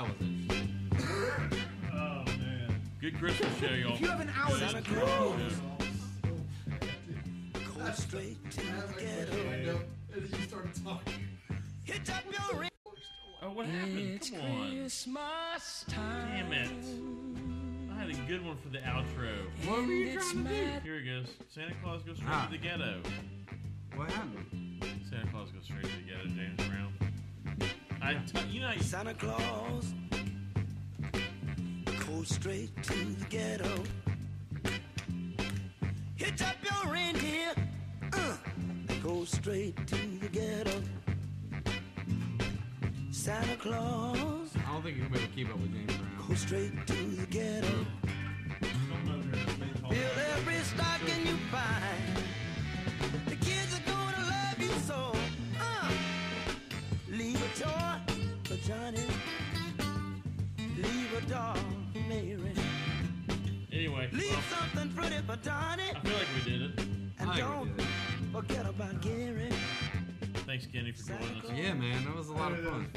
[SPEAKER 1] was interesting.
[SPEAKER 9] Oh man.
[SPEAKER 5] Good Christmas show, y'all.
[SPEAKER 17] If you have an hour to
[SPEAKER 5] Good
[SPEAKER 17] spend-
[SPEAKER 5] Christmas show.
[SPEAKER 17] Cold straight to
[SPEAKER 8] And then you started talking.
[SPEAKER 17] Hit up your
[SPEAKER 5] Oh, what happened? Come on.
[SPEAKER 17] Christmas time.
[SPEAKER 5] Damn it. I had a good one for the outro.
[SPEAKER 7] What were you trying to do?
[SPEAKER 5] Here it goes. Santa Claus goes straight
[SPEAKER 1] Ah.
[SPEAKER 5] to the ghetto.
[SPEAKER 1] What happened?
[SPEAKER 5] Santa Claus goes straight to the ghetto, James Brown. I t- you know,
[SPEAKER 17] Santa Claus goes straight to the ghetto. Hitch up your reindeer, uh, go straight to the ghetto. Santa Claus
[SPEAKER 1] I don't think you'll be able to keep up with James Brown.
[SPEAKER 17] goes straight to the ghetto. Fill every stocking you find. The kids are gonna love you so. Uh, leave a toy for Johnny. Leave a doll for Mary.
[SPEAKER 5] anyway,
[SPEAKER 17] Leave something pretty for Donnie.
[SPEAKER 5] I feel like we did it.
[SPEAKER 17] And don't forget about Gary.
[SPEAKER 5] Thanks, Kenny, for joining us.
[SPEAKER 1] Yeah, man, that was a lot of fun.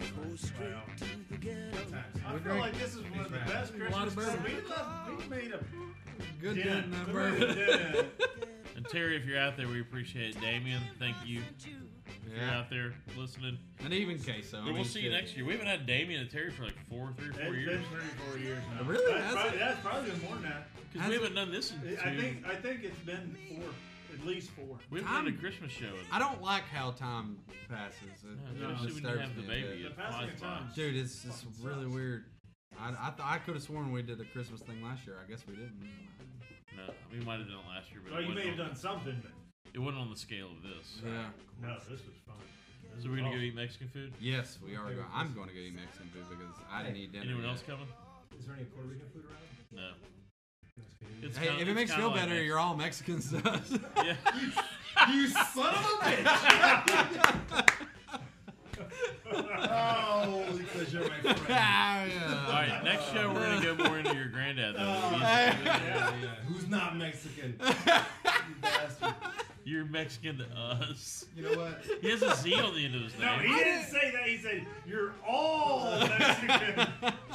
[SPEAKER 17] Go straight to the ghetto.
[SPEAKER 9] I feel like this is one of the best
[SPEAKER 1] A lot of
[SPEAKER 9] Christmas.
[SPEAKER 1] bourbon.
[SPEAKER 9] We, left, we made a
[SPEAKER 1] Good
[SPEAKER 9] dent.
[SPEAKER 1] dent in that
[SPEAKER 9] We
[SPEAKER 1] bourbon.
[SPEAKER 9] made a dent.
[SPEAKER 5] <laughs> And Terry, if you're out there, we appreciate it. Damien, thank you. If you're
[SPEAKER 1] Yeah.
[SPEAKER 5] out there listening.
[SPEAKER 1] And even queso. I
[SPEAKER 5] But
[SPEAKER 1] mean,
[SPEAKER 5] we'll see you
[SPEAKER 1] shit.
[SPEAKER 5] next year. We haven't had Damien and Terry for like four, three or four
[SPEAKER 9] It's
[SPEAKER 5] years.
[SPEAKER 9] been three or four years now.
[SPEAKER 1] Really?
[SPEAKER 9] That's
[SPEAKER 1] Has
[SPEAKER 9] probably,
[SPEAKER 1] it?
[SPEAKER 9] that's probably been more than that.
[SPEAKER 5] Because we haven't done this in two.
[SPEAKER 9] I think I think it's been four, at least four.
[SPEAKER 5] we haven't done a
[SPEAKER 1] I'm-
[SPEAKER 5] Christmas show. In
[SPEAKER 1] I don't like how time passes. It,
[SPEAKER 5] Yeah,
[SPEAKER 1] it
[SPEAKER 5] especially when you
[SPEAKER 1] disturbs
[SPEAKER 5] have the
[SPEAKER 1] me a
[SPEAKER 5] baby,
[SPEAKER 1] bit.
[SPEAKER 5] it The passing flies of time by.
[SPEAKER 1] Dude, it's just really weird. I, I, th- I could have sworn we did a Christmas thing last year. I guess we didn't.
[SPEAKER 5] No, we might have done it last year, but
[SPEAKER 9] Well,
[SPEAKER 5] it
[SPEAKER 9] you
[SPEAKER 5] wasn't
[SPEAKER 9] may have
[SPEAKER 5] on-
[SPEAKER 9] done something, but-
[SPEAKER 5] It wasn't on the scale of this.
[SPEAKER 1] Yeah.
[SPEAKER 9] No, this was fun.
[SPEAKER 5] So we're gonna go eat Mexican food.
[SPEAKER 1] Yes, we are. Going, I'm going to go eat Mexican food because I didn't eat dinner.
[SPEAKER 5] Anyone
[SPEAKER 1] yet.
[SPEAKER 5] else coming?
[SPEAKER 8] Is there any Puerto Rican food around?
[SPEAKER 5] No.
[SPEAKER 1] hey,
[SPEAKER 5] kinda-
[SPEAKER 1] if it
[SPEAKER 5] it's
[SPEAKER 1] makes
[SPEAKER 5] kinda
[SPEAKER 1] you feel
[SPEAKER 5] like
[SPEAKER 1] better,
[SPEAKER 5] Mex-
[SPEAKER 1] you're
[SPEAKER 5] <laughs>
[SPEAKER 1] all <laughs> Mexicans.
[SPEAKER 18] <laughs>
[SPEAKER 5] Yeah.
[SPEAKER 18] You
[SPEAKER 9] <laughs>
[SPEAKER 18] son of a
[SPEAKER 5] <laughs>
[SPEAKER 18] bitch! oh, because you're my friend.
[SPEAKER 1] uh,
[SPEAKER 5] All right, next show we're gonna go more into your granddad though.
[SPEAKER 18] Oh,
[SPEAKER 9] Uh,
[SPEAKER 5] Yeah,
[SPEAKER 18] yeah,
[SPEAKER 5] yeah.
[SPEAKER 18] Who's not Mexican?
[SPEAKER 5] You're Mexican to us.
[SPEAKER 18] You know what?
[SPEAKER 5] He has a Z on the end of his name.
[SPEAKER 9] No, he didn't say that. He said, You're
[SPEAKER 5] <laughs>
[SPEAKER 9] all Mexican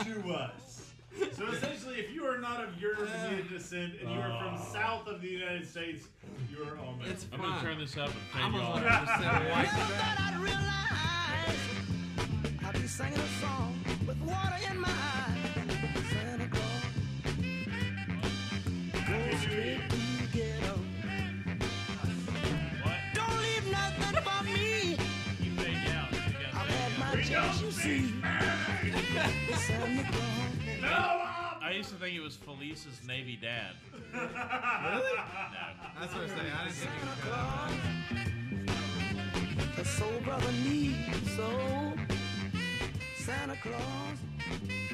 [SPEAKER 9] to us. So essentially, if you are not of European descent and you are from south of the United States, you are all Mexican.
[SPEAKER 5] I'm gonna turn this up and fade
[SPEAKER 9] I'm a
[SPEAKER 5] y'all.
[SPEAKER 9] hundred percent white. <laughs>
[SPEAKER 17] I'll be singing a song with water in my eye. Santa Claus, go straight to the ghetto. Don't leave nothing for me. I've had my chance, you see. Santa Claus.
[SPEAKER 5] I used to think it was Felice's Navy dad.
[SPEAKER 9] really?
[SPEAKER 1] That's what I was saying. I didn't think you could cut out that.
[SPEAKER 17] The soul brother needs so Santa Claus.